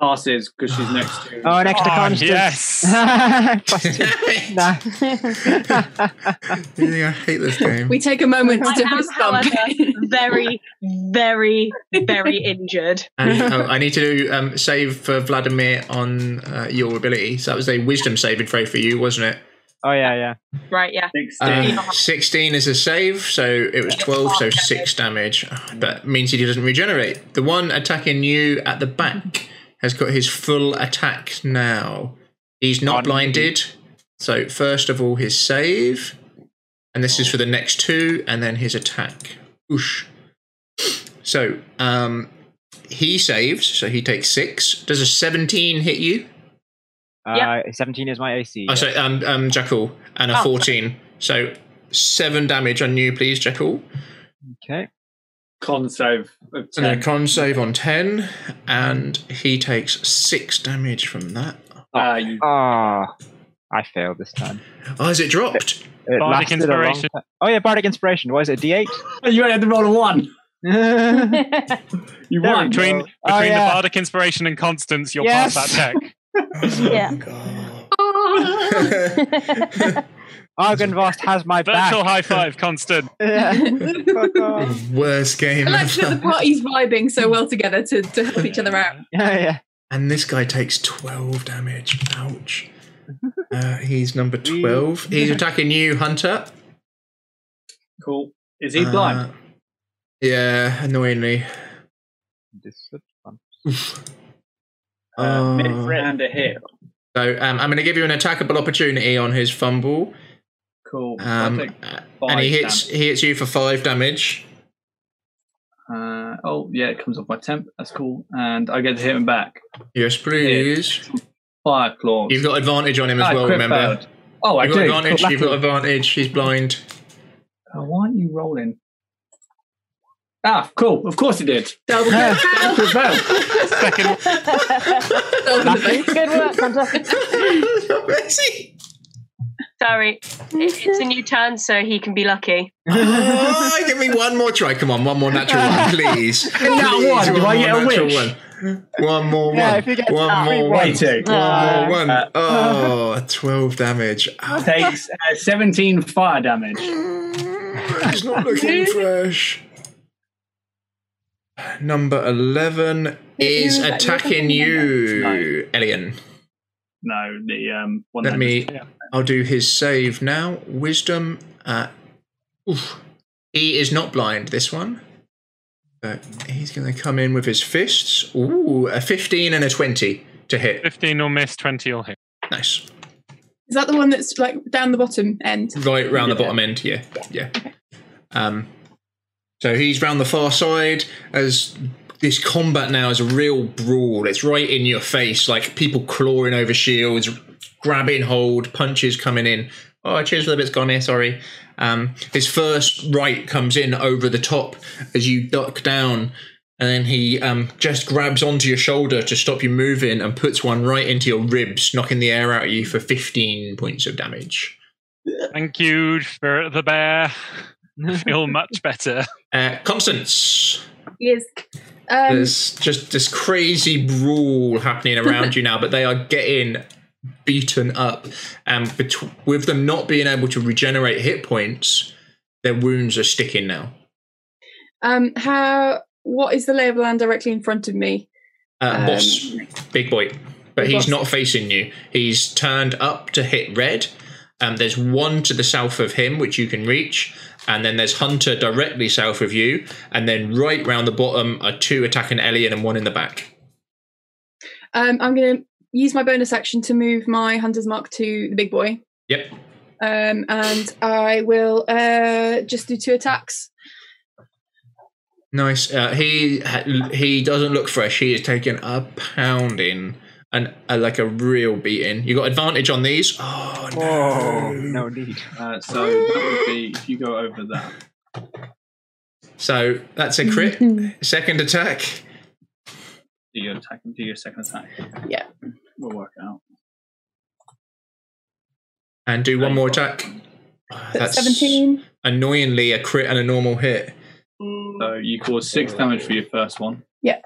passes because she's next to.
Oh, next to
Oh,
Constance.
yes.
Plus two.
you
Nah.
think I hate this game?
We take a moment
I
to
am,
stomp.
however, very, very, very injured.
And, oh, I need to do um, save for Vladimir on uh, your ability. So that was a wisdom saving throw for you, wasn't it?
Oh, yeah, yeah.
Right, yeah.
Um, 16 is a save, so it was 12, so 6 damage. That means he doesn't regenerate. The one attacking you at the back has got his full attack now. He's not blinded. So, first of all, his save. And this is for the next two, and then his attack. Oosh. So, um, he saved, so he takes 6. Does a 17 hit you?
Uh, 17 is my AC.
Oh, sorry, um, um, Jackal, and a
Oh.
14. So, seven damage on you, please, Jackal.
Okay.
con save of
And a
10.
con save on 10, and he takes six damage from that.
Ah, you
Oh, I failed this time.
Oh, has it dropped?
It
Bardic
lasted a long
Inspiration.
time. Oh, yeah, Bardic Inspiration. What is it, D8?
you only had to roll a one.
there
You
we
won.
go.
Between, between
Oh, yeah.
the bardic inspiration and Constance, you'll pass
Yes.
that check.
Yeah.
Argenvost has my back.
Virtual high five, Constance.
yeah.
Worst game
I like that the
ever.
party's vibing so well together to, to help each other out.
yeah, yeah.
And this guy takes 12 damage. Ouch. Uh, he's number 12. He's attacking you, Hunter.
Cool. Is he
Uh,
blind?
Yeah, annoyingly.
Disadvantage.
Uh, mid
Uh,
round a hit.
so um, I'm going to give you an attackable opportunity on his fumble.
Cool.
Um,
I think,
and he
five
hits, he hits you for five damage.
uh, oh, yeah, it comes off my temp. That's cool. And I get to hit him back.
Yes, please.
Fire claws.
You've got advantage on him as
Ah,
well,
crit
remember?
failed. Oh, I
You've got
do.
advantage,
Cool.
you've got advantage, he's blind.
Uh, Why aren't you rolling? Ah, cool. Of course he did.
Double
Yeah.
Crit failed.
Second,
Good work, Hunter.
Messi!
Sorry. It- It's a new turn, so he can be lucky.
Oh, give me one more try. Come on, one more natural one, please. And
that one, do I get a wish?
One. One more one.
Yeah, if you get
one
that,
more
we
one.
win.
Twenty.
One more
Uh,
one.
Uh,
Oh, 12 damage. Ow.
Takes uh, 17 fire damage.
It's not looking fresh. Number 11 is attacking you, Elian.
No, the um, one
Let
that-
me.
Yeah.
I'll do his save now. Wisdom. Uh, oof. He is not blind. This one. But he's going to come in with his fists. Ooh, a fifteen and a twenty to hit.
15 or miss, 20 or hit.
Nice.
Is that the one that's like down the bottom end?
Right round the bottom end. Yeah, yeah. Um. So he's round the far side as this combat now is a real brawl. It's right in your face, like people clawing over shields, grabbing hold, punches coming in. Oh, cheers, little bit's gone here, sorry. Um, his first right comes in over the top as you duck down, and then he um, just grabs onto your shoulder to stop you moving and puts one right into your ribs, knocking the air out of you for 15 points of damage.
Thank you, Spirit of the Bear. I feel much better.
Uh, Constance.
Yes. Um,
There's just this crazy brawl happening around you now, but they are getting beaten up. And betw with them not being able to regenerate hit points, their wounds are sticking now.
um, how? What is the lay of the land directly in front of me?
Uh,
Um,
boss, big boy, but
Big
he's
boss.
not facing you. He's turned up to hit red. Um, there's one to the south of him which you can reach, and then there's Hunter directly south of you, and then right round the bottom are two attacking Elliot and one in the back.
Um, I'm going to use my bonus action to move my hunter's mark to the big boy,
Yep.
um, and I will uh, just do two attacks.
Nice. Uh, he he doesn't look fresh. He is taking a pounding and uh, like a real beating. You got advantage on these. Oh no!
no
need.
Uh, so that would be if you go over that.
So that's a crit. Second attack.
Do your attack. Do your second attack.
Yeah.
We'll work it out.
And do one more attack. That's
17.
annoyingly a crit and a normal hit.
So you cause six damage for your first one,
Yeah.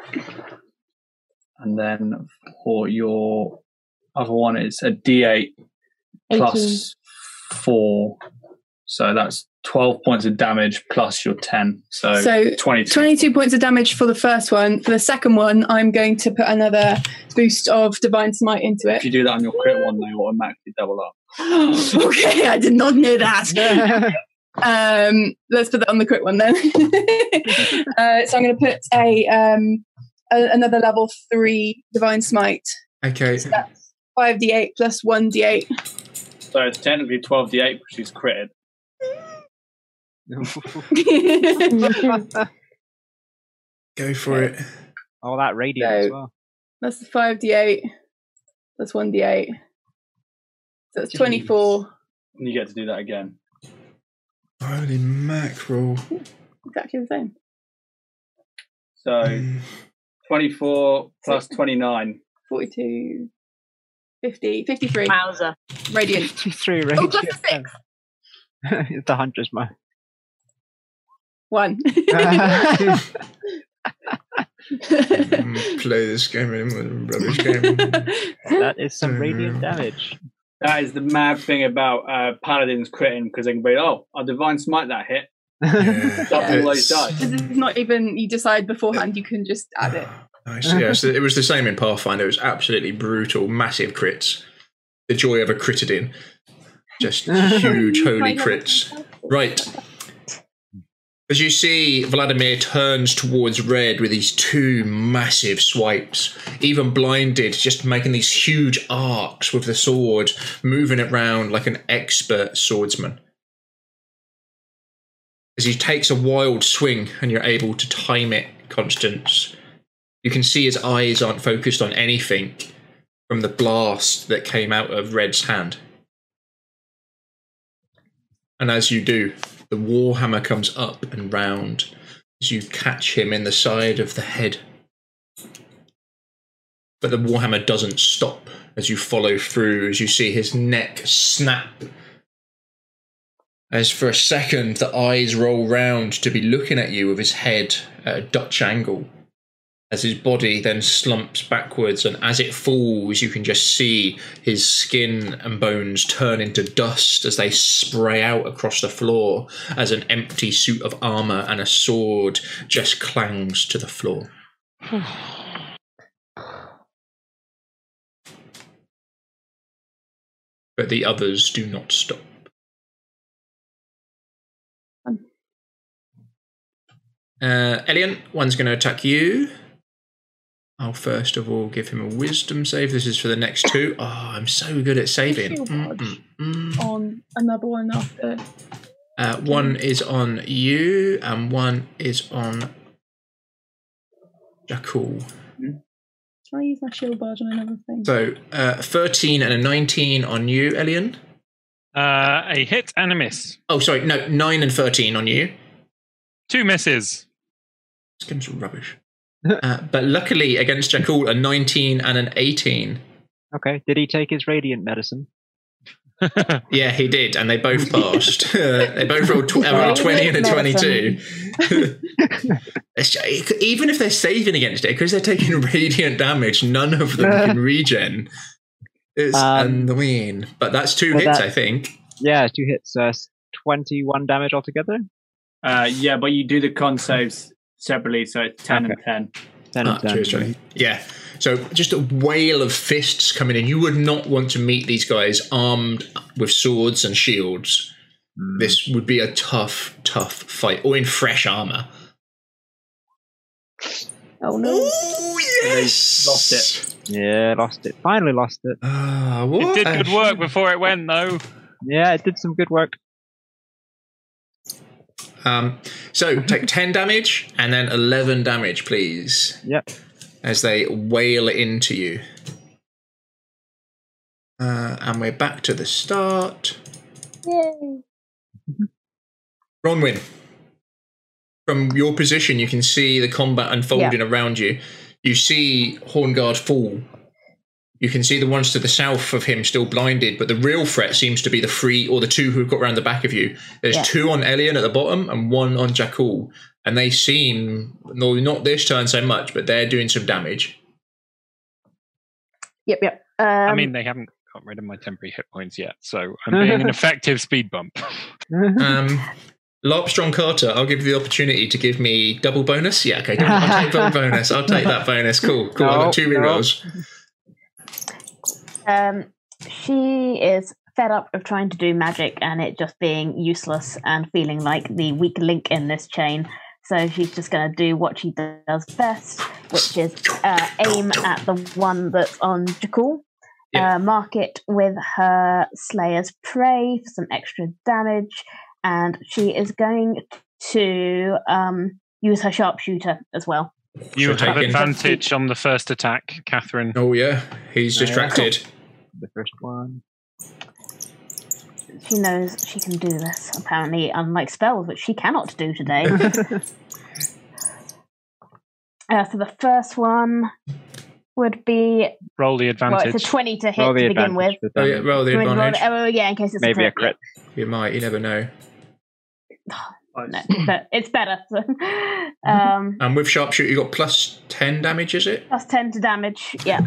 and then for your other one, it's a D8 plus four. So that's twelve points of damage plus your ten. So,
So
twenty.
22 points of damage for the first one. For the second one, I'm going to put another boost of divine smite into
If you
it.
do that on your crit one, they automatically double up.
okay, I did not know that. um, let's put that on the quick one then. uh, so I'm going to put a, um, a another level three divine smite.
Okay.
Five d8 plus one d8.
So it's technically twelve D8, which is critted.
Go for it.
Oh,
All that radiant as
So-
well.
That's the five d8. That's one d8. So that's
Jeez.
24.
And you get to do that again.
Holy mackerel!
Exactly the same.
So twenty-four plus twenty-nine.
42, 50, 53.
Wowzer.
Radiant.
Three
Oh,
radiant.
plus a six.
it's the hunter's mark.
One.
Play this game in with rubbish game.
that is some
Um,
radiant damage.
That is the mad thing about uh, paladins critting because they can be oh, I divine smite that hit. Double those dice.
This is not even you decide beforehand. You can just add it.
Nice. Yeah, so it was the same in Pathfinder. It was absolutely brutal, massive crits. The joy of a critted in. Just huge holy crits. Right. As you see, Vladimir turns towards Red with these two massive swipes, even blinded, just making these huge arcs with the sword, moving it round like an expert swordsman. As he takes a wild swing and you're able to time it, Constance, you can see his eyes aren't focused on anything from the blast that came out of Red's hand. And as you do, the warhammer comes up and round as you catch him in the side of the head. But the warhammer doesn't stop as you follow through, as you see his neck snap. As for a second, the eyes roll round to be looking at you with his head at a Dutch angle as his body then slumps backwards and as it falls you can just see his skin and bones turn into dust as they spray out across the floor as an empty suit of armor and a sword just clangs to the floor but the others do not stop
Um.
uh, Elian, one's going to attack you. I'll first of all give him a wisdom save. This is for the next two. Oh, I'm so good at saving. Mm-mm.
On another one after.
Uh, one is on you, and one is on Jackal.
Can I use my shield barge on another thing?
So uh, 13 and a 19 on you, Elian.
Uh, a hit and a miss.
Oh, sorry, no, 9 and 13 on you.
Two misses.
This game's rubbish. uh, but luckily, against Jackal, a 19 and an 18.
Okay, did he take his radiant medicine?
Yeah, he did, and they both passed. they both rolled tw- uh, a 20 and a 22. It's ju- it could- Even if they're saving against it, because they're taking radiant damage, none of them can regen. It's
Um,
annoying. But that's two
but
hits,
that-
I think.
Yeah, two hits. Uh, s- 21 damage altogether.
Uh, yeah, but you do the con saves separately, so it's ten and ten.
10
Ah,
and 10.
cheers, Johnny. Yeah. So just a whale of fists coming in. You would not want to meet these guys armed with swords and shields.
Mm.
This would be a tough, tough fight, or in fresh armor.
Oh no.
yes,
lost it.
Yeah, lost it. Finally lost it.
Ah,
It
what?
did
a
good work before it went, though.
Yeah, it did some good work.
Um, so take 10 damage and then 11 damage, please,
Yep.
as they wail into you. Uh, and we're back to the start.
Yay.
Bronwyn, from your position, you can see the combat unfolding around you. You see Hornguard fall. You can see the ones to the south of him still blinded, but the real threat seems to be the three or the two who've got round the back of you. There's
Yeah.
two on Elian at the bottom and one on Jakul, and they seem no, not this turn so much, but they're doing some damage.
Yep, yep. Um,
I mean, they haven't got rid of my temporary hit points yet, so I'm being an effective speed bump.
Um, Larpstrong Carter, I'll give you the opportunity to give me double bonus. Yeah, okay, double, I'll take double bonus. I'll take that bonus. Cool, cool. I've
No,
got two
no.
rerolls.
um, she is fed up of trying to do magic and it just being useless and feeling like the weak link in this chain. So she's just going to do what she does best, which is uh, aim at the one that's on Jakul,
Yeah.
uh, mark it with her Slayer's Prey for some extra damage, and she is going to um, use her sharpshooter as well.
You
Should I
have
take in-
advantage on the first attack, Catherine.
Oh yeah, he's distracted.
The first one.
She knows she can do this, apparently, unlike spells, which she cannot do today. uh, so the first one would be
Roll the
well, it's
advantage.
a twenty to hit
Roll the
to begin with.
advantage. for
Oh, yeah,
damage.
roll the
Do you want me to roll
advantage.
it? oh yeah, in case it's
Maybe a crit.
You might. You never know.
Oh, No, but it's better. So. um,
And with sharpshooter, you got plus ten damage, is it?
plus ten to damage. Yeah.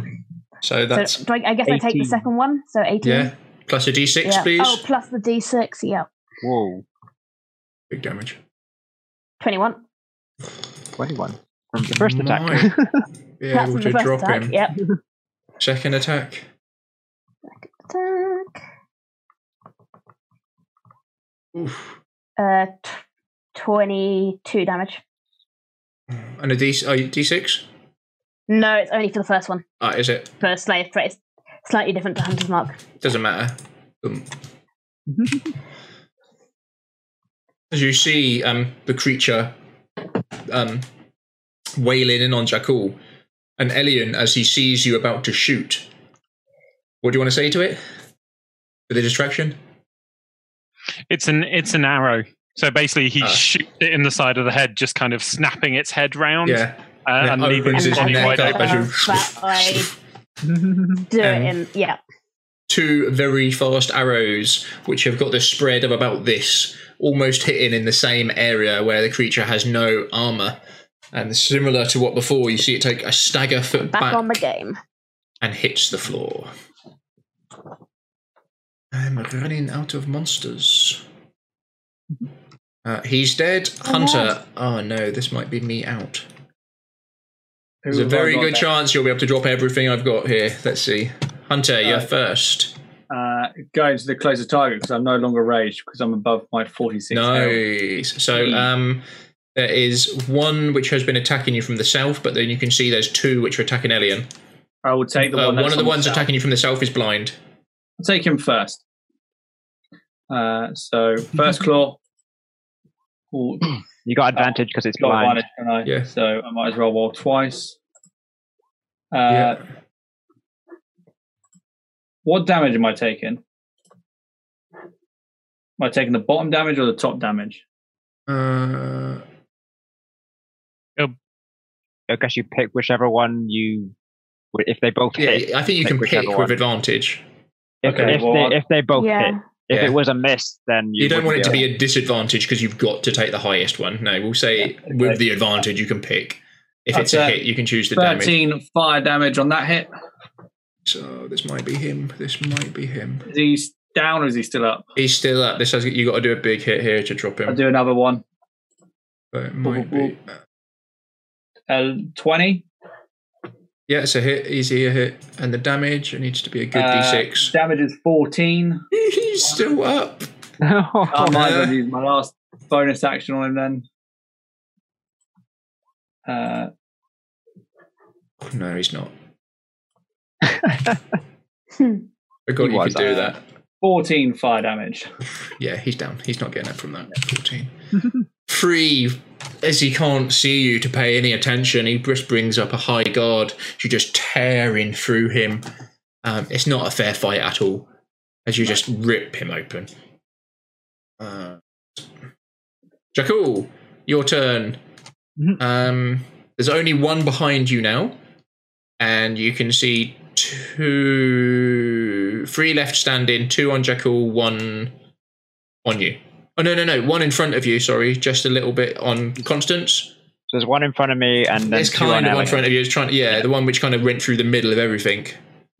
So that's
so do I, I guess I take
18.
the second one. So eighteen.
yeah. Plus a d6,
Yeah.
please.
Oh, plus the D six. Yeah.
Whoa,
Big damage.
Twenty one.
twenty-one from the first attack.
Might Be
That's
able
from
to
the first
drop
attack.
him.
Yep.
Second attack.
Attack.
Oof.
Uh, t- twenty two damage.
And a d oh, d6.
No, it's only for the first one.
Ah, is it?
For Slay of Prey, it's slightly different to Hunter's Mark.
Doesn't matter. Um. As you see, um, the creature um, wailing in on Jakul, and Elian, as he sees you about to shoot, what do you want to say to it? For the distraction?
It's an it's an arrow. So basically, he
Ah.
shoots it in the side of the head, just kind of snapping its head round
Yeah.
uh,
Yeah,
and leaving
opens
its
his
body
neck
wide
up
open.
as you-
that I do
Um,
it in yeah.
two very fast arrows which have got the spread of about this, almost hitting in the same area where the creature has no armor. And similar to what before, you see it take a stagger foot
Back
back,
on the game.
and hits the floor. I'm running out of monsters. Uh, he's dead. Hunter. Oh no, this might be me out. There's a very good chance you'll be able to drop everything I've got here. Let's see. Hunter, you're
Uh,
first.
Uh, going to the closer target because I'm no longer raged because I'm above my 46. health.
Nice. So um, there is one which has been attacking you from the south, but then you can see there's two which are attacking Elian.
I will take the
Uh,
one.
one
that's
of the
on
ones
south.
attacking you from the south is blind.
I'll take him first. Uh, so first claw. Ooh,
You got advantage because it's
got
blind.
advantage, don't I?
Yeah.
So I might as well roll twice. Uh,
Yeah.
What damage am I taking? Am I taking the bottom damage or the top damage?
Uh,
I guess you pick whichever one you. If they both
yeah,
hit,
I think you
Pick
can
whichever
pick with
one.
advantage.
if,
okay,
if,
well,
they,
I'll-
if they both hit,
Yeah.
if
Yeah.
it was a miss, then you,
You, don't
wouldn't
want it to be
able-
a disadvantage because you've got to take the highest one. No, we'll say with the advantage you can pick. If it's
That's,
a
uh,
hit, you can choose the damage.
13 fire damage on that hit.
So this might be him. This might be him.
Is he down or is he still up?
He's still up. This has you got to do a big hit here to drop
I'll
him.
do another one.
uh, But it might be.
Uh, 20.
Yeah, it's a hit. Easy a hit. And the damage, it needs to be a good
Uh,
d6.
Damage is 14.
He's still up.
Oh, I might as well
Uh,
use my last bonus action on him then. Uh,
No, he's not.
Hmm.
Forgot
He
you
was,
could do
uh,
that.
14 fire damage.
Yeah, he's down. He's not getting up from that. 14. Free, as he can't see you to pay any attention, he just brings up a high guard. You just tearing through him. Um, it's not a fair fight at all, as you just rip him open. Uh, Jakul, your turn.
Mm-hmm.
Mhm.
Um, there's only one behind you now, and you can see two, three left standing, two on Jakul, one on you. Oh no, no, no, one in front of you. Sorry, just a little bit on Constance.
So there's one in front of me and then
There's
two on
kind of one in
Elliot.
front of you. It's trying, yeah, the one which kind of went through the middle of everything.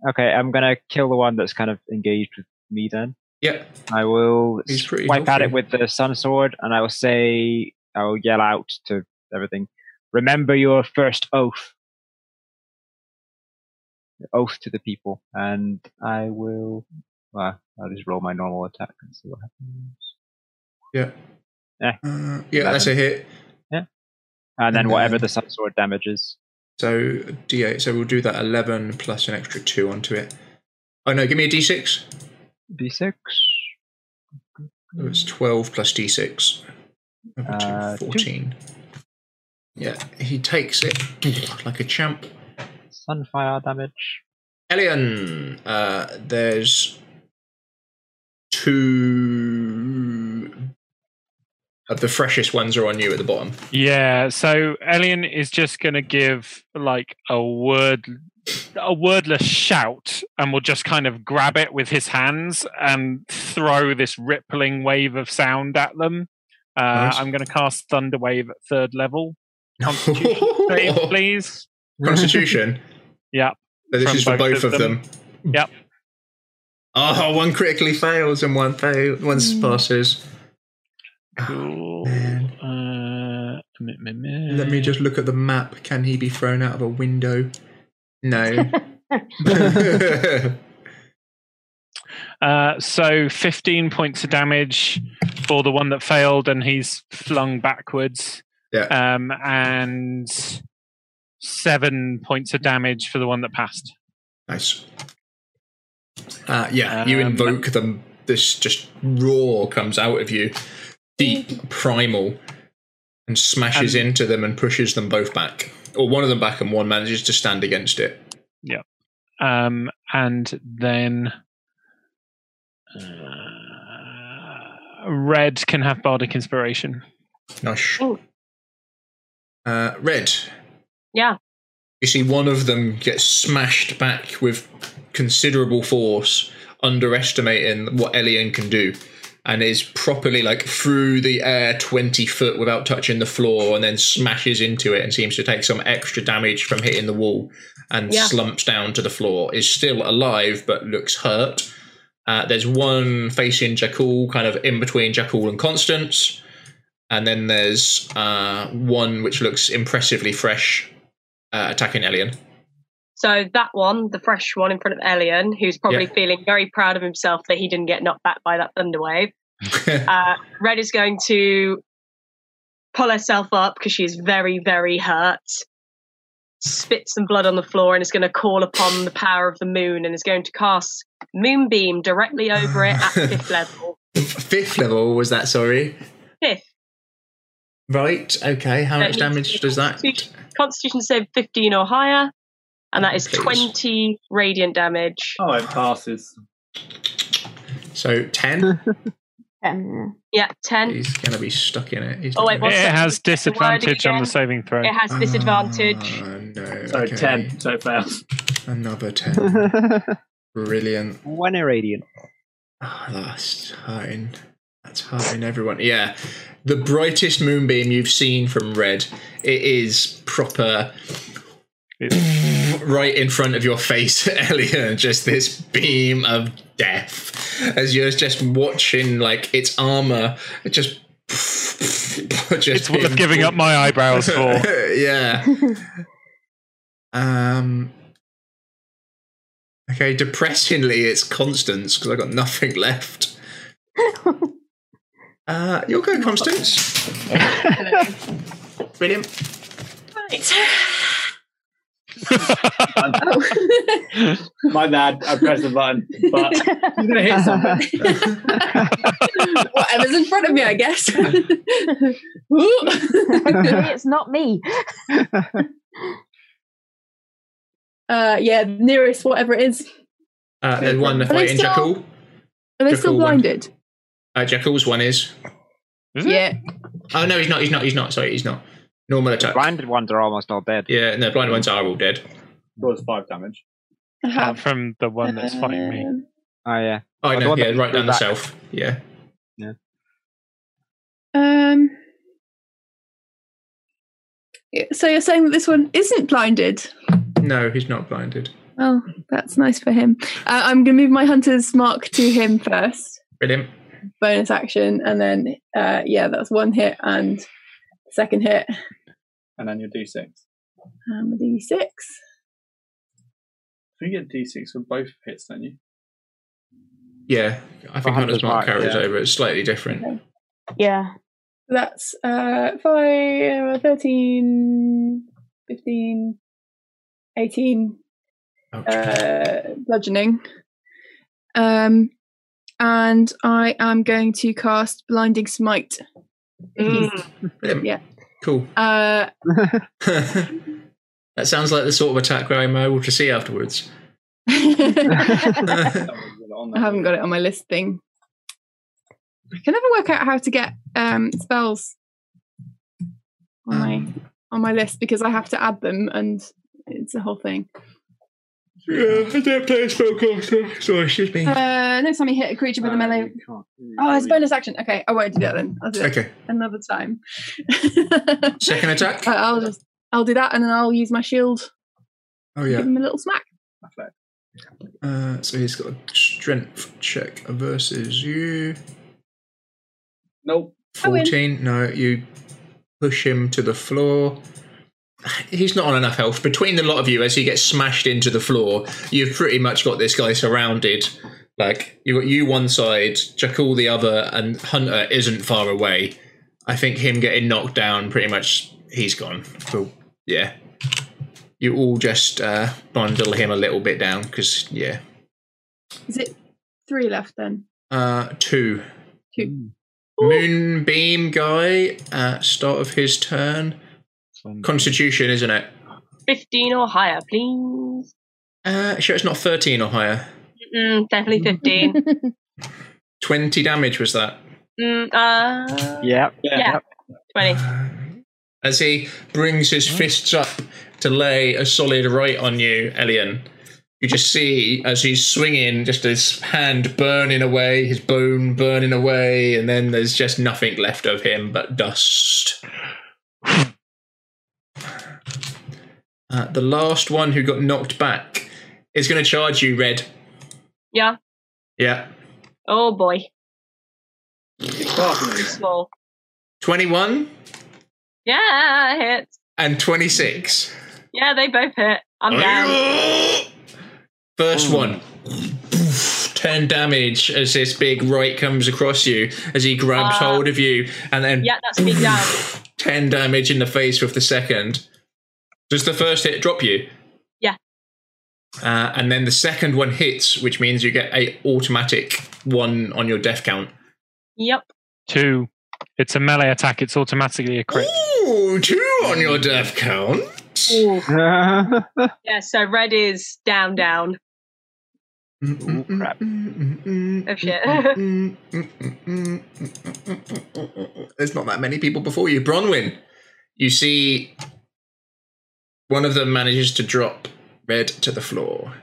Okay, I'm gonna kill the one that's kind of engaged with me then.
Yep.
I will
He's pretty
wipe at it
healthy.
with the sun sword, and I will say, I will yell out to everything. Remember your first oath, the oath to the people, and I will. Well, I'll just roll my normal attack and see what happens.
Yeah.
Yeah.
Uh, yeah, that's a hit.
And then
And
whatever
then-
the sun sword damage is.
So D8. So we'll do that 11 plus an extra 2 onto it. Oh no, give me a D6.
D6.
So it's 12 plus D6. Over two,
Uh, two.
14. Yeah, he takes it like a champ.
Sunfire damage.
Elian, uh, there's two of the freshest ones are on you at the bottom.
Yeah, so Elian is just going to give like a word a wordless shout and will just kind of grab it with his hands and throw this rippling wave of sound at them. Uh,
Nice.
I'm going to cast Thunder Wave at third level. Constitution save, please.
Constitution.
Yep.
So this
From
is for both, of them.
Yep.
Oh, one critically fails and one fail, one passes. Ah,
Cool.
Man.
Uh, meh, meh, meh.
Let me just look at the map. Can he be thrown out of a window? No.
Uh, so 15 points of damage for the one that failed, and he's flung backwards.
Yeah.
Um, and seven points of damage for the one that passed.
Nice. Uh, yeah, you
Um,
invoke them. This just roar comes out of you, deep, primal, and smashes
Um,
into them and pushes them both back. Or one of them back, and one manages to stand against it.
Um, and then uh, red can have bardic inspiration.
Nice.
Ooh.
Uh, red,
Yeah.
you see one of them get smashed back with considerable force, underestimating what Elian can do, and is properly like through the air 20 foot without touching the floor, and then smashes into it and seems to take some extra damage from hitting the wall and
Yeah.
slumps down to the floor. Is still alive but looks hurt. Uh, there's one facing Jakul, kind of in between Jakul and Constance. And then there's uh, one which looks impressively fresh uh, attacking Elian.
So that one, the fresh one in front of Elian, who's probably
Yeah.
feeling very proud of himself that he didn't get knocked back by that thunder wave. Uh, Red is going to pull herself up because she's very, very hurt. Spit some blood on the floor and is going to call upon the power of the moon and is going to cast moonbeam directly over it at fifth level.
Fifth level was that? Sorry.
Fifth.
Right. Okay. How
That
much
needs to
damage
be
does that?
Constitution, Constitution save 15 or higher, and that is
Please.
20 radiant damage.
Oh, it passes.
So ten.
Um,
Yeah, 10.
He's gonna be stuck in it. He's
Oh,
not
wait,
gonna-
what's
it
that?
has
The word
disadvantage on
again?
the saving throw.
It has disadvantage.
Ah, no.
So
okay.
10, so it fails.
Another ten. Brilliant.
One irradiant.
Oh, that's hurting. That's hurting everyone. Yeah. The brightest moonbeam you've seen from Red. It is proper right in front of your face, Elliot. Just this beam of death. As you're just watching like its armor it just just
It's worth
being
giving up my eyebrows for.
yeah. Um, Okay, depressingly, it's Constance because I got nothing left. uh, you'll go, Constance. Brilliant.
Right.
My bad. I pressed the button, but I'm gonna hit something.
Whatever's in front of me, I guess.
Hopefully it's not me.
uh, yeah, nearest whatever it is.
Uh, the one
they
fighting
still-
Jekyll.
Are they
Just
still
roll one.
blinded?
Uh, Jekyll's one is.
Is it?
Yeah.
Oh no, he's not. He's not. He's not. Sorry, he's not. Normal attack.
Blinded ones are almost all dead.
Yeah, no, blind ones are all dead.
Cause five damage.
Apart from the one that's fighting me.
Oh yeah.
Oh,
Oh, the
no,
one
yeah,
that-
right down the
that-
south. Yeah.
Um. yeah, So Oh, you're saying that this one isn't blinded?
No, he's not blinded.
Oh, that's nice for him. Uh, I'm going to move my hunter's mark to him first,
Brilliant.
bonus action, and then uh, yeah, that's one hit and second hit.
And then your D6.
Um, the six.
So you get D6 for both hits, don't you?
Yeah, I think
Hunter's
Hunter's Mark
Mark,
carries
yeah.
over. It's slightly different.
Yeah.
That's uh, 5, 13, 15, 18
Ouch.
uh, bludgeoning. Um, and I am going to cast Blinding Smite.
Mm.
Brilliant.
yeah.
Cool.
Uh,
that sounds like the sort of attack where I'm able to see afterwards.
I
That's
I
haven't got it on my list thing. I can never work out how to get um, spells on my on my list because I have to add them, and it's a whole thing.
Yeah, I don't play a spellcaster. Sorry, excuse me.
Uh, next time you hit a creature with a
Uh,
melee. Oh, it's bonus action. Okay, I won't do that then. I'll do that
Okay,
another time.
second attack.
Uh, I'll just I'll do that, and then I'll use my shield.
Oh
Give
yeah.
him a little smack.
Uh, so he's got a strength check versus you.
Nope.
I win.
Fourteen. No, you push him to the floor. He's not on enough health. Between the lot of you, as he gets smashed into the floor, you've pretty much got this guy surrounded. Like you got you one side, Jackal the other, and Hunter isn't far away. I think him getting knocked down, pretty much, he's gone. Cool. Yeah. You all just uh, bundle him a little bit down because yeah.
Is it three left then?
Uh, two.
Two.
Moonbeam guy at start of his turn. Constitution, isn't it?
15 or higher, please.
Uh, sure, it's not thirteen or higher.
Mm, definitely 15.
Twenty damage was that.
mm, uh,
Yeah.
yeah, 20.
As he brings his fists up to lay a solid right on you, Elian. You just see as he's swinging, just his hand burning away, his bone burning away, and then there's just nothing left of him but dust. Uh, the last one who got knocked back is going to charge you, Red.
Yeah.
Yeah.
Oh boy.
Sparkling.
Small.
21
Yeah, hit.
and 26.
Yeah, they both hit. I'm down.
First one. 10 damage as this big right comes across you as he grabs
Ah.
hold of you and then
Yeah, that's me down.
10 damage in the face with the second. Does the first hit drop you?
Yeah.
Uh, and then the second one hits, which means you get a automatic one on your death count.
Yep.
Two. It's a melee attack. It's automatically a crit.
Ooh, two on your death count.
Yeah, so red is down, down.
Ooh, crap.
Oh shit.
There's not that many people before you. Bronwyn, you see one of them manages to drop Red to the floor.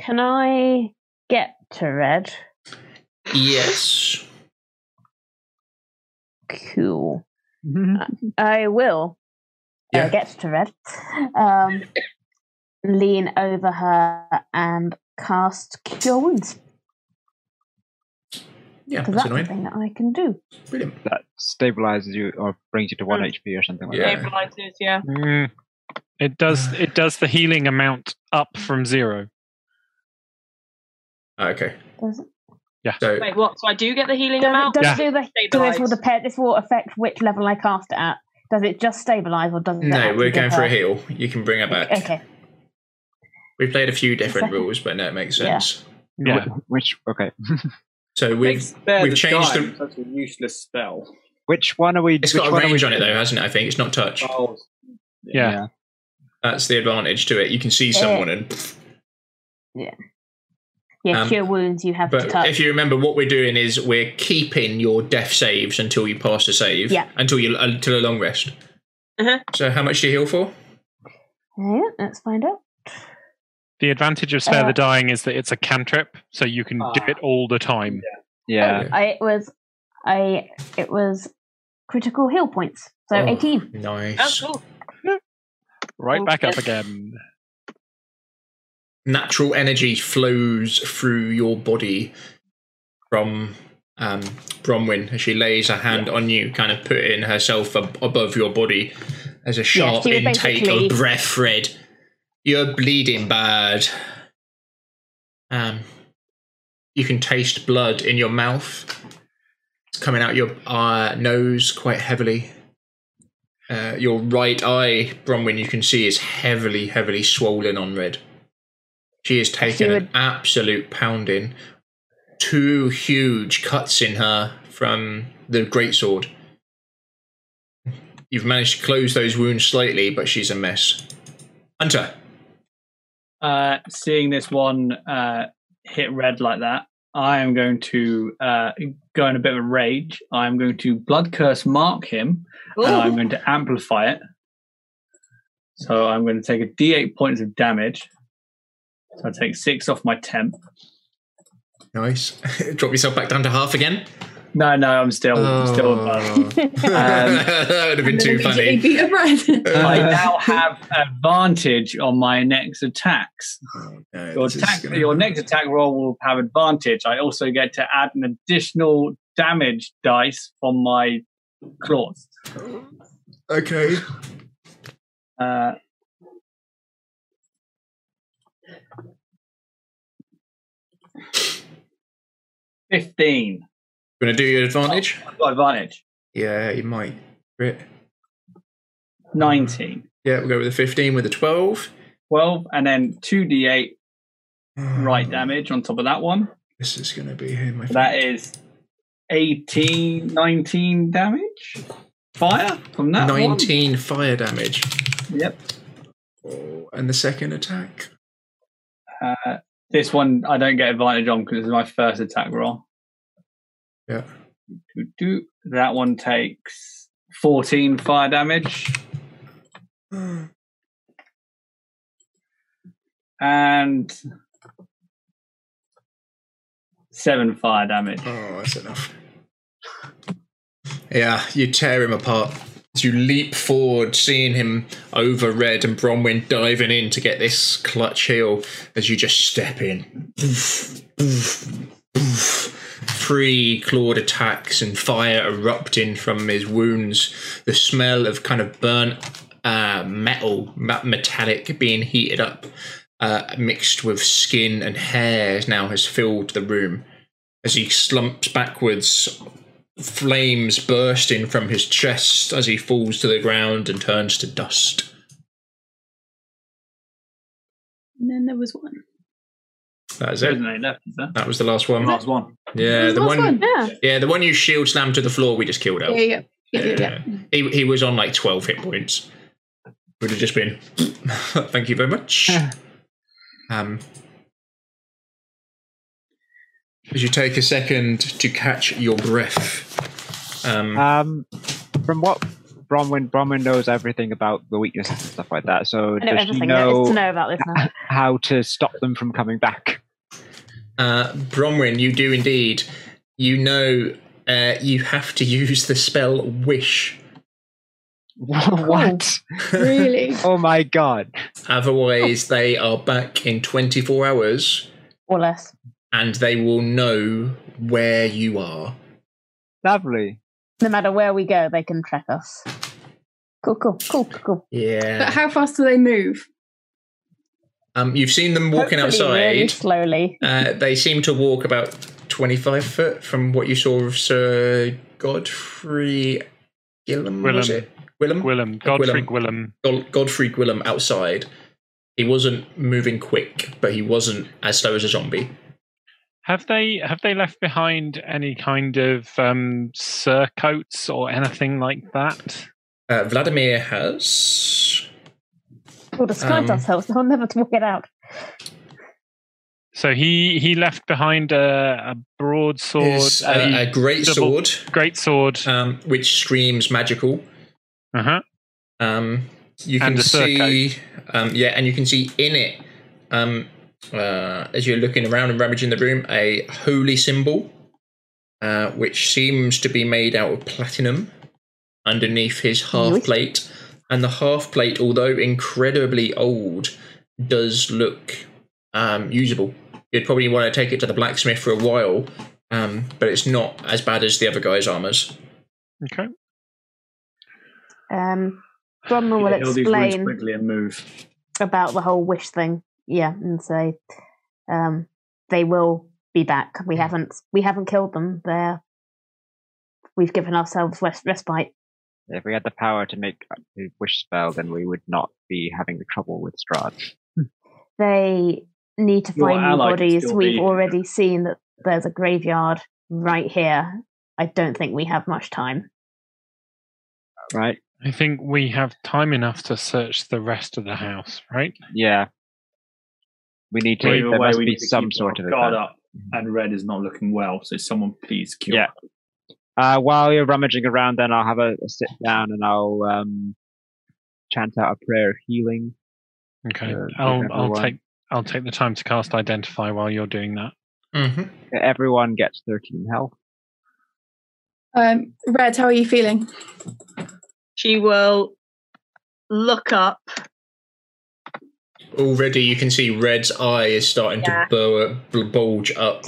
Can I get to red?
Yes.
Cool.
Mm-hmm.
Uh,
I will uh,
Yeah.
get to red. Um, lean over her and cast Cure Wounds.
Yeah, that's
Because that's
annoying.
something that I can do.
Brilliant.
That stabilizes you or brings you to one HP or something like
Yeah.
Stabilizers, yeah.
Mm. It does. It does the healing amount up from zero.
Ah, Okay.
Does it,
Yeah.
So
Wait, what? So I do get the healing amount?
does
Yeah.
it do, the, do this will
Stabilise.
depend. This will affect which level I cast it at. Does it just stabilize or does it?
no,
actually
we're going
give
for a
her-
heal. You can bring her back.
Okay.
We played a few different
Exactly.
rules, but no, it makes
Yeah.
sense.
Yeah.
Wh- Which okay.
So we've
Spare
we've
the
changed
dime,
the.
Such a useless spell.
Which one are we?
It's
which
got a
one are we
range on it though, hasn't it? I think it's not touch.
Oh,
Yeah.
That's the advantage to it. You can see someone, and
Eh. Yeah,
Um,
cure wounds. You have to
but
touch.
if you remember, what we're doing is we're keeping your death saves until you pass a save,
Yeah.
until you until a long rest.
Uh-huh.
So how much do you heal for?
Yeah, let's find out.
The advantage of Spare
Uh,
the Dying is that it's a cantrip, so you can do
Ah.
it all the time.
Yeah.
Oh, I it was I it was critical heal points. So
Oh.
eighteen.
Oh,
Nice.
cool.
Right back up
Okay.
again.
natural energy flows through your body from um, Bronwyn as she lays her hand on you, kind of putting herself ab- above your body as a sharp
she would
intake
basically-
of breath, Fred. You're bleeding bad. Um, you can taste blood in your mouth. It's coming out your uh, nose quite heavily. Uh, your right eye, Bronwyn, you can see is heavily, heavily swollen on red. She has taken
She
an absolute pounding. Two huge cuts in her from the greatsword. You've managed to close those wounds slightly, but she's a mess. Hunter,
Uh, seeing this one uh, hit red like that, I am going to uh, go in a bit of a rage. I am going to blood curse mark him, and I'm going to amplify it. So I'm going to take a D8 points of damage. So I take six off my temp.
nice. Drop yourself back down to half again.
No, no, I'm still still um, above.
Oh. that would have been too
Immediately
funny.
beat a bread.
I now have advantage on my next attacks.
No,
Your,
this is
attack,
gonna-
your next attack roll will have advantage. I also get to add an additional damage dice from my claws.
Okay.
Uh, Fifteen. Oh,
Gonna do your advantage?
I've got advantage.
Yeah, you might. Crit.
Nineteen.
Yeah, we'll go with a 15 with a 12.
Twelve, and then two d eight right damage on top of that one.
This is gonna be here, my
That is 18, 19 damage. Fire from that one.
19 fire damage.
Yep.
Oh, and the second attack.
Uh, this one I don't get advantage on because it's my first attack roll.
Yeah.
Doo, doo. That one takes 14 fire damage. And seven fire damage.
Oh, that's enough. Yeah, you tear him apart. As you leap forward, seeing him over red and Bronwyn diving in to get this clutch heel as you just step in. Boof, boof, boof. Three clawed attacks and fire erupting from his wounds. The smell of kind of burnt uh, metal, ma- metallic being heated up, uh, mixed with skin and hair, now has filled the room as he slumps backwards, flames bursting from his chest as he falls to the ground and turns to dust.
and then there was one.
That is
There
it.
isn't any left, is there?
That was the last one.
Last one.
Yeah, Uh, the
Last
one.
Yeah.
Yeah, the one you shield slammed to the floor. We just killed out.
Yeah, yeah, yeah, yeah. yeah.
Uh, He he was on like twelve hit points. Would have just been. Thank you very much. um. As you take a second to catch your breath, um,
Um, from what Bronwyn Bronwyn knows everything about the weaknesses and stuff like that. So
I know
does she
everything there is
know
to know about this now.
how to stop them from coming back?
Uh, Bronwyn, you do indeed. You know uh, you have to use the spell Wish.
what?
Really?
Oh my god!
Otherwise, they are back in 24 hours
Or less.
and they will know where you are.
Lovely.
No matter where we go, they can track us. Cool, cool, cool, cool, cool.
Yeah.
But how fast do they move?
Um, you've seen them walking
Hopefully
outside.
Really slowly.
Uh, they seem to walk about 25 foot from what you saw of Sir Godfrey Gillam. was
Gwilym.
it? Willem?
Gwilym, Godfrey Gwilym.
Gwilym. Gol- Godfrey Gwilym outside. He wasn't moving quick, but he wasn't as slow as a zombie.
Have they have they left behind any kind of um, surcoats or anything like that?
Uh, Vladimir has.
We'll disguise
Um,
ourselves. They'll never walk it out.
So he he left behind a, a broadsword,
His, uh, a great
double-
sword,
great sword,
um, which screams magical.
uh-huh.
Um, you
And
can
a surcoat.
see, um, yeah, and you can see in it, um, uh, as you're looking around and rummaging the room, a holy symbol, uh, which seems to be made out of platinum, underneath his half plate, and the half plate, although incredibly old, does look um, usable. You'd probably want to take it to the blacksmith for a while, um, but it's not as bad as the other guy's armors.
Okay.
Um, Bronwyn will
Yeah, heal these wounds
explain
quickly and move.
about the whole wish thing. Yeah, and say um, they will be back.
Mm.
We haven't we haven't killed them. They're we've given ourselves res- respite.
If we had the power to make a wish spell, then we would not be having the trouble with Strahd.
They need to
Your
find new
ally can
bodies.
still
We've
be here.
already seen that there's a graveyard right here. I don't think we have much time.
Right?
I think we have time enough to search the rest of the house, right?
Yeah. We need to.
Either
there
way,
must
we
be
need to
some
keep
sort of
our guard
event.
up. And red is not looking well, so someone please kill.
Yeah.
her.
Uh, while you're rummaging around, then I'll have a, a sit down and I'll um, chant out a prayer of healing.
Okay.
Uh,
I'll
give
I'll
everyone-
take I'll take the time to cast identify while you're doing that.
Mm-hmm.
Everyone gets 13 health.
Um, Red, how are you feeling?
She will look up.
Already, you can see Red's eye is starting
Yeah.
to bur- bul- bulge up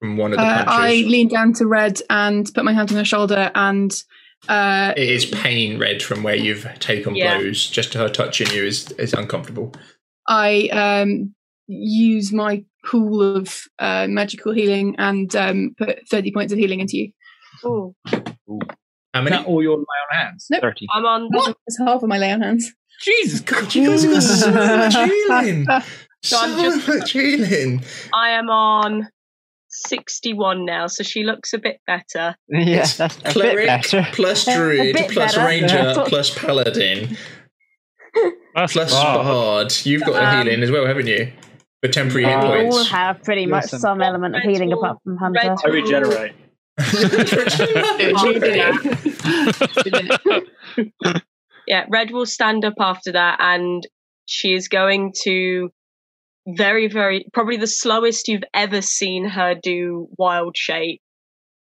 from one of the
Uh, I
punches.
lean down to Red and put my hand on her shoulder and uh,
it is pain, Red, from where you've taken
Yeah.
blows. Just her touching you is, is uncomfortable.
I um, use my pool of uh, magical healing and um, put 30 points of healing into you.
Ooh,
How
Is
many?
that all your lay on hands?
Nope.
30.
Uh,
I'm on.
That's half of my lay on hands.
Jesus, God, you guys have got so much healing. So,
I'm just-
much healing.
I am on sixty-one now, so she looks a bit better.
yeah,
It's
that's a bit
Cleric
better.
plus
A
druid
bit
plus
better.
ranger
Yeah.
plus paladin
That's
plus
Strahd.
bard. You've got a
Um,
healing as well, haven't you? For temporary hit
Uh,
We all
points.
have pretty much
Listen.
some element of
Red
healing
will-
apart from
Red
Hunter.
I
will-
regenerate.
Yeah, Red will stand up after that, and she is going to very, very probably the slowest you've ever seen her do wild shape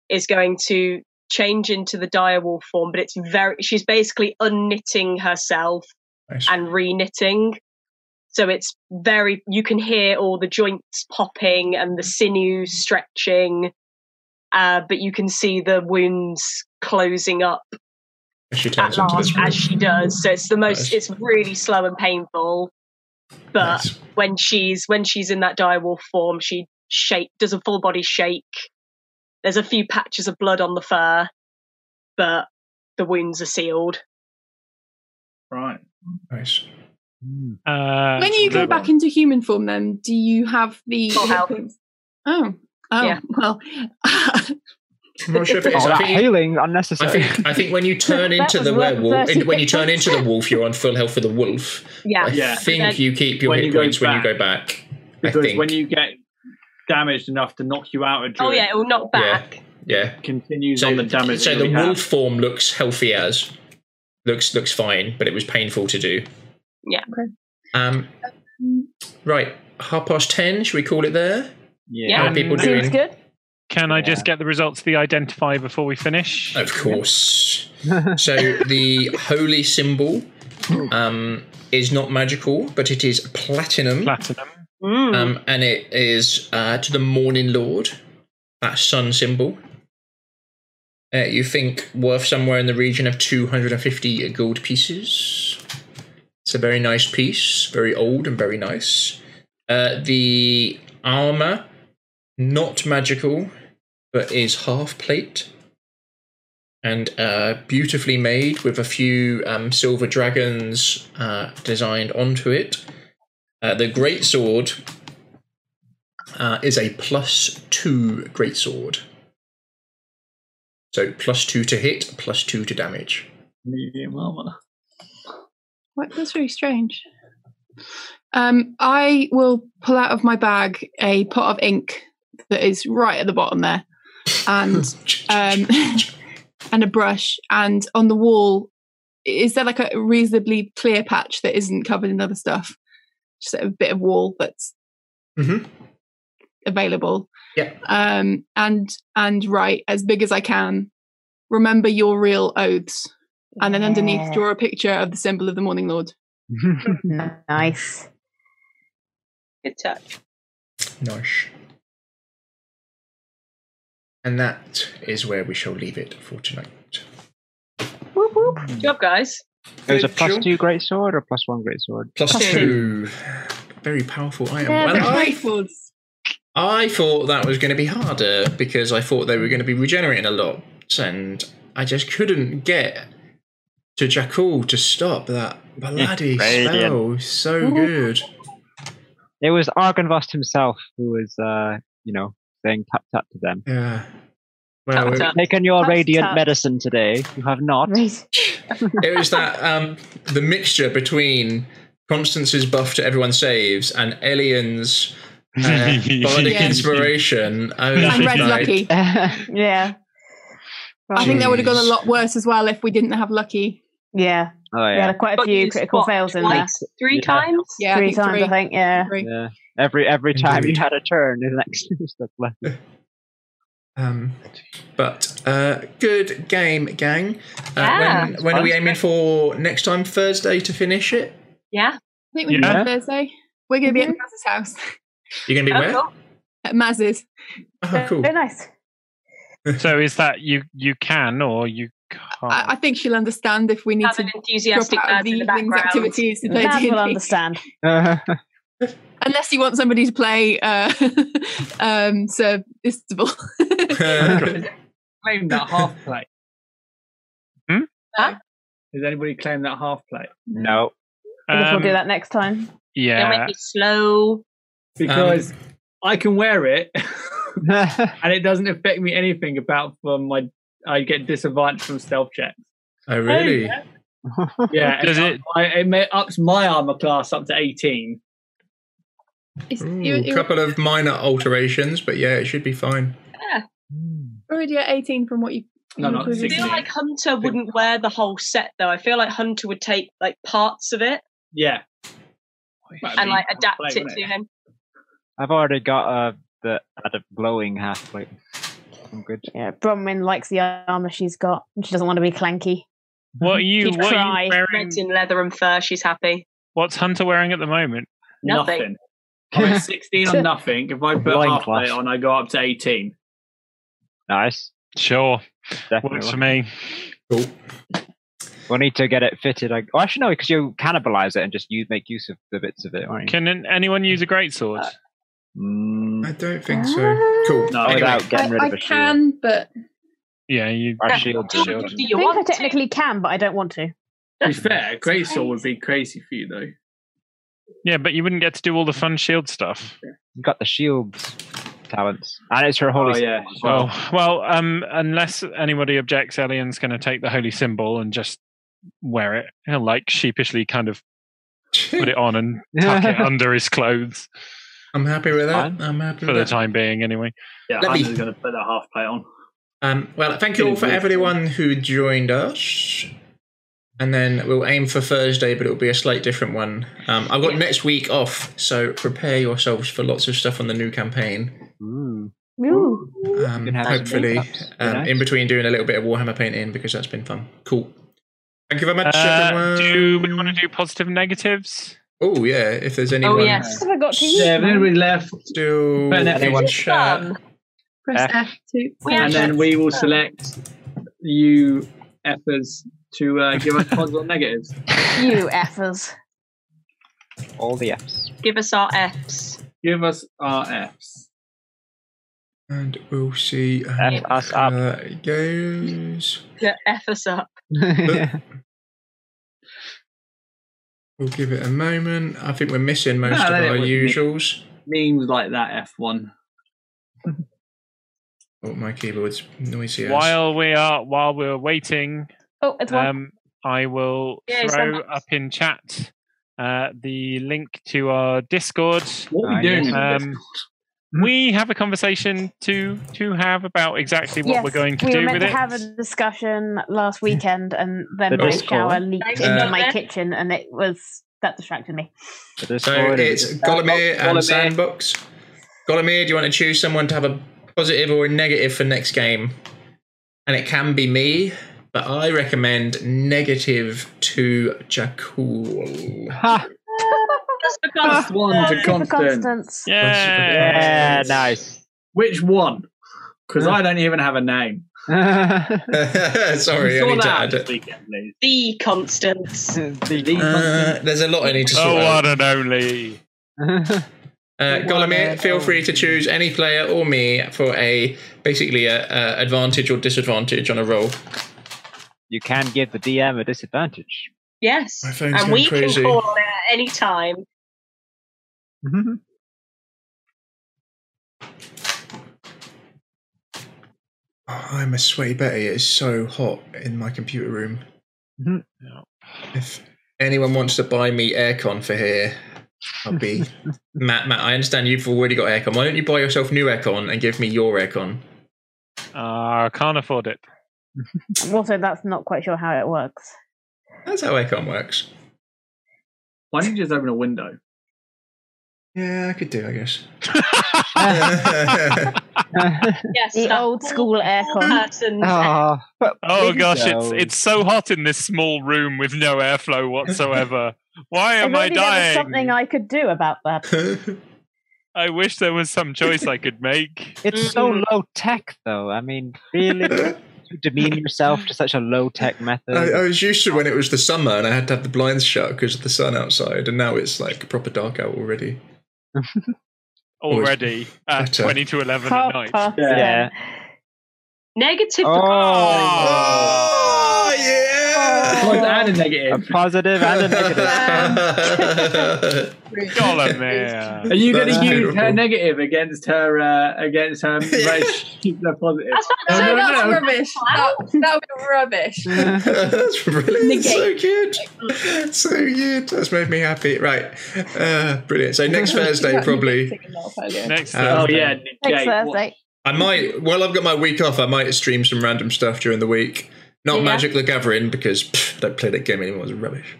is going to change into the direwolf form, but it's very she's basically unknitting herself
Nice.
and re-knitting. So it's very you can hear all the joints popping and the sinews stretching, uh, but you can see the wounds closing up
She
at
turns into
last
this
as she does. So it's the
Nice.
most it's really slow and painful. But
Nice.
when she's when she's in that direwolf form, she shake does a full body shake. There's a few patches of blood on the fur, but the wounds are sealed.
Right.
Nice.
Uh,
when you go
the-
back into human form, then do you have the
Full health.
Oh, oh,
Yeah.
well,
I'm not sure if it is.
Oh,
I
that
think,
healing,
I
unnecessary.
think I think when you turn
That
into
was
the
worth
werewolf,
30
when you turn into the wolf, you're on full health for the wolf.
Yeah.
I
Yeah.
think
Yeah.
you keep your
When
hit
you go
points when you
back.
go back. I
Because
think.
when you get damaged enough to knock you out, a
Oh
druid
yeah, it will knock back.
yeah.
continues
So,
on the damage.
so
that
the
we
wolf
have.
form looks healthy as looks looks fine, but it was painful to do.
Yeah.
Okay.
Um. Right. Half past ten. Should we call it there? How
Yeah. Mm,
are people
Um,
doing?
Seems good.
Can I just get the results of the identify before we finish?
Of course. so the holy symbol um, is not magical, but it is platinum,
Platinum.
Mm.
um, and it is uh, to the Morning Lord, that sun symbol. Uh, you think worth somewhere in the region of 250 gold pieces. It's a very nice piece, very old and very nice. Uh, the armor, not magical, but is half plate and uh, beautifully made with a few um, silver dragons uh, designed onto it. Uh, the great sword uh, is a plus two great sword, so plus two to hit, plus two to damage.
Medium armor.
uh, What? That's really strange. Um, I will pull out of my bag a pot of ink that is right at the bottom there, and um, and a brush. And on the wall, is there like a reasonably clear patch that isn't covered in other stuff? Just a bit of wall that's
Mm-hmm.
available.
Yeah.
Um, and and write as big as I can. Remember your real oaths, and then underneath
Yeah.
draw a picture of the symbol of the Morning Lord.
Nice.
Good touch.
Nice. And that is where we shall leave it for tonight.
Whoop, whoop.
Good job, guys.
It was a plus
Sure.
two great sword or plus one great sword.
Plus
Plus
two. Very powerful item.
Yeah,
well,
the
I,
Great Lords.
I thought that was going to be harder because I thought they were going to be regenerating a lot, and I just couldn't get to Jackal to stop that bloody
Radiant.
spell. So good.
It was Argonvost himself who was, uh, you know, saying tap tap to them.
Yeah. Well, it,
Tap,
Taken your
Tap,
radiant
tap.
medicine today. You have not. Oh,
it was that um, the mixture between Constance's buff to everyone saves and Elian's uh, bardic
Yeah.
inspiration. I was
And
just
Red
like,
Lucky.
Yeah.
I think that would have gone a
Jeez.
lot worse as well if we didn't have Lucky.
Yeah.
Oh
We had
yeah.
a- quite a
Got
few
used,
critical
what,
fails in there.
Twice, three
Yeah.
times.
Yeah,
three
I think
times,
three.
I think. Yeah.
Three.
Yeah. Every every time
Indeed.
you had a turn, there's an extra stuff left.
Um, but uh, good game, gang. Uh,
Yeah.
when when are we aiming for next time? Thursday to finish it.
Yeah.
I think we can do
Yeah.
Thursday. We're going to be
Mm-hmm.
at Maz's house.
You're gonna be
Oh,
where?
cool.
At Maz's.
Oh, cool.
Very nice.
so is that you? You can or you can't?
Uh,
I, I think she'll understand if we need
Have
to
an
drop
enthusiastic
out of
lad
the
in the
evening's
background.
activities to play
Maz
D&D.
will understand.
Unless you want somebody to play uh, um, Sir Istable.
Claim that half plate.
Hmm?
Huh?
Does anybody claim that half plate?
no.
I guess
Um,
we'll do that next time.
Don't
Yeah.
make me slow.
Because
Um,
I can wear it,
oh
and it doesn't affect me anything about from my. I get disadvantaged from stealth checks.
oh, really?
Yeah, and
Does it-
I, it may, ups my armor class up to eighteen.
It's,
Ooh,
you're,
a
you're
couple of minor alterations, but yeah, it should be fine.
already at 18 from what you...
Hmm. No, no,
I feel
I feel
16.
like Hunter wouldn't wear the whole set though. I feel like Hunter would take like parts of it
Yeah, I
and
mean,
like adapt
play,
it
wouldn't
to
it?
him.
I've already got uh, the had a glowing half plate. I'm good.
Yeah. Bronwyn likes the armor she's got, and she doesn't want to be clanky.
What are you?
She'd
What are
cry.
you wearing?
Red's in leather and fur. She's happy.
What's Hunter wearing at the moment?
Nothing.
nothing. I'm at sixteen on nothing. If I put
Blind
half
class.
plate on, I go up to eighteen.
Nice.
Sure, works for
Definitely.
me.
Cool.
We'll need to get it fitted. I, oh, actually, no, because you cannibalize it and just you make use of the bits of it, aren't you?
Can an- anyone use a greatsword?
Mm,
I don't think so. Cool.
No,
Anyway,
Ah. without getting rid of a shield.
but...
Yeah, you.
Our shield.
Do,
shield.
do
I
you
think I
want to?
technically can, but I don't want to.
To be fair, great sword would be crazy for you though.
Yeah, but you wouldn't get to do all the fun shield stuff.
You got the shield talents, and it's her holy.
oh yeah,
symbol as well.
Well, well, um, unless anybody objects, Elian's going to take the holy symbol and just wear it. He'll like sheepishly kind of put it on and tuck it under his clothes
I'm happy with that.
Fine.
I'm happy
for
with
the
that.
time being, anyway.
yeah.
Let
I'm
me-
just gonna put that half plate on.
Um, well, thank you all for everyone who joined us. And then we'll aim for Thursday, but it'll be a slight different one. Um, I've got next week off, so prepare yourselves for lots of stuff on the new campaign.
Ooh.
Ooh.
Um,
can have some
hopefully,
meetups. Be
um,
nice.
in between doing a little bit of Warhammer painting because that's been fun. Cool. Thank you very much,
Uh,
everyone.
do we want to do positive and negatives?
Oh yeah, if there's
Oh
anyone
yes.
I forgot to use
Yeah, if
mine.
anybody left,
still
But
in
anyone-
chat,
Done.
Press F
F.
to...
Uh, We
and then we will select you efforts to uh, give us positive or negatives.
You effers.
All the Fs.
Give us our Fs.
Give us our Fs.
And we'll see how
F us up.
uh, it goes.
Yeah, F us up.
We'll give it a moment. I think we're missing most
No,
of
then it
our
would be-
usuals.
Memes like that F1.
Oh, my keyboard's noisy. as-
While we are while we're waiting,
Oh, it's one.
um, I will
Yeah, it's
throw
one.
up in chat uh, the link to our Discord.
What are we
Ah,
doing
yes.
in the
Um, we have a conversation to to have about exactly what
yes,
we're going to
we
do
were meant
with
to
it.
have a discussion last weekend, and then
The
my
Discord.
shower leaked
Uh,
into my
Yeah.
kitchen, and it was that distracted me.
The Discord
So
is-
it's Golemir
Go-
and
Golemir.
Sandbox. Golemir, do you want to choose someone to have a positive or a negative for next game? And it can be me, but I recommend negative to Jakul.
Ha!
Just because
Last one to
For
constant.
Constance,
Yeah.
Yeah, nice.
Which one? Because I don't even have a name.
the
Sorry, I
Sort
need
that
to
out
add
this
it.
weekend, please.
the constants.
Uh, there's a lot I need to
Oh,
sort
one
out.
and only.
Uh, Golemir, feel free to choose any player or me for a basically a, a advantage or disadvantage on a roll.
you can give the DM a disadvantage.
Yes.
My phone's
And
going
we
crazy.
can call it at any time.
Oh, I'm a sweaty Betty. It's so hot in my computer room.
Mhm.
If anyone wants to buy me aircon for here, I'll be Matt. Matt, I understand you've already got aircon. Why don't you buy yourself new aircon and give me your aircon?
Ah, I can't afford it.
also that's not quite sure how it works.
That's how aircon works.
Why don't you just open a window?
Yeah, I could do, I guess.
Yes.
The
that
old
poor
school aircon.
Person's
oh, but
Oh gosh, it's
window.
it's so hot in this small room with no airflow whatsoever. Why
If
am I
only there was
dying?
something I could do about that.
I wish there was some choice I could make.
it's so
Mm.
low tech, though. I mean, really,
I,
to demean yourself to such a low tech method.
I was used to when it was the summer and I had to have the blinds shut because of the sun outside, and now it's like proper dark out already.
Already at
better.
twenty to eleven at
Half
night.
past
Yeah.
ten.
negative.
oh,
Oh yeah!
Plus and a
a
negative.
positive and a negative.
Golemir.
Are you going
That's
to use her
beautiful.
negative against her uh, against her race? her positive.
That's what
No,
I'm
that's
saying. that's-
rubbish. That, that would be rubbish.
That's brilliant. So
Negate.
good. So good. That's made me happy. Right. Uh, brilliant. So next Thursday, probably.
Next
Um,
Oh
Thursday.
yeah,
Next
Jake, what-
Thursday.
I might, while I've got my week off, I might stream some random stuff during the week. Not
Yeah.
Magic the Gathering because pff, I don't play that game anymore. It's rubbish.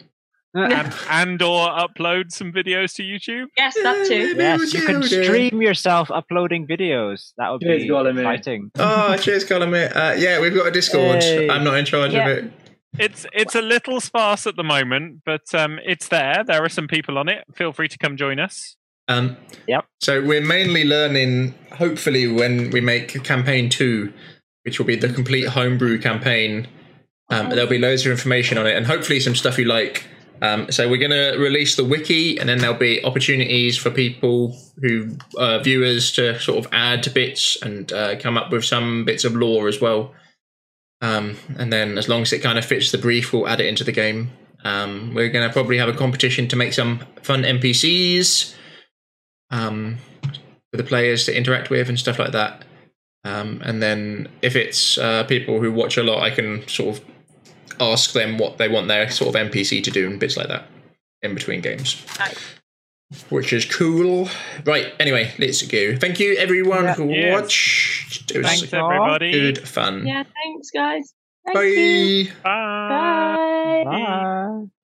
And, and or upload some videos to YouTube.
Yes, that too.
Yes, you can stream yourself uploading videos. That would
Cheers,
be
Golemir.
exciting.
Oh, cheers, Colin. mate. Uh, yeah, we've got a Discord.
Hey.
I'm not in charge
Yeah.
of it.
It's it's a little sparse at the moment, but um, it's there. There are some people on it. Feel free to come join us.
Um,
Yep.
So we're mainly learning, hopefully, when we make campaign two, which will be the complete homebrew campaign. Um, there'll be loads of information on it, and hopefully some stuff you like. Um, so we're going to release the wiki, and then there'll be opportunities for people who uh, viewers to sort of add bits and uh, come up with some bits of lore as well. Um, and then, as long as it kind of fits the brief, we'll add it into the game. Um, we're going to probably have a competition to make some fun NPCs um, for the players to interact with and stuff like that. Um, and then if it's uh, people who watch a lot, I can sort of ask them what they want their sort of NPC to do and bits like that in between games.
Right.
Which is cool. Right, anyway, let's go. Thank you everyone
Yeah.
who
Yes.
watched. It was
Thanks,
all.
everybody.
good fun.
Yeah, thanks, guys.
Bye.
Bye.
Bye.
Bye.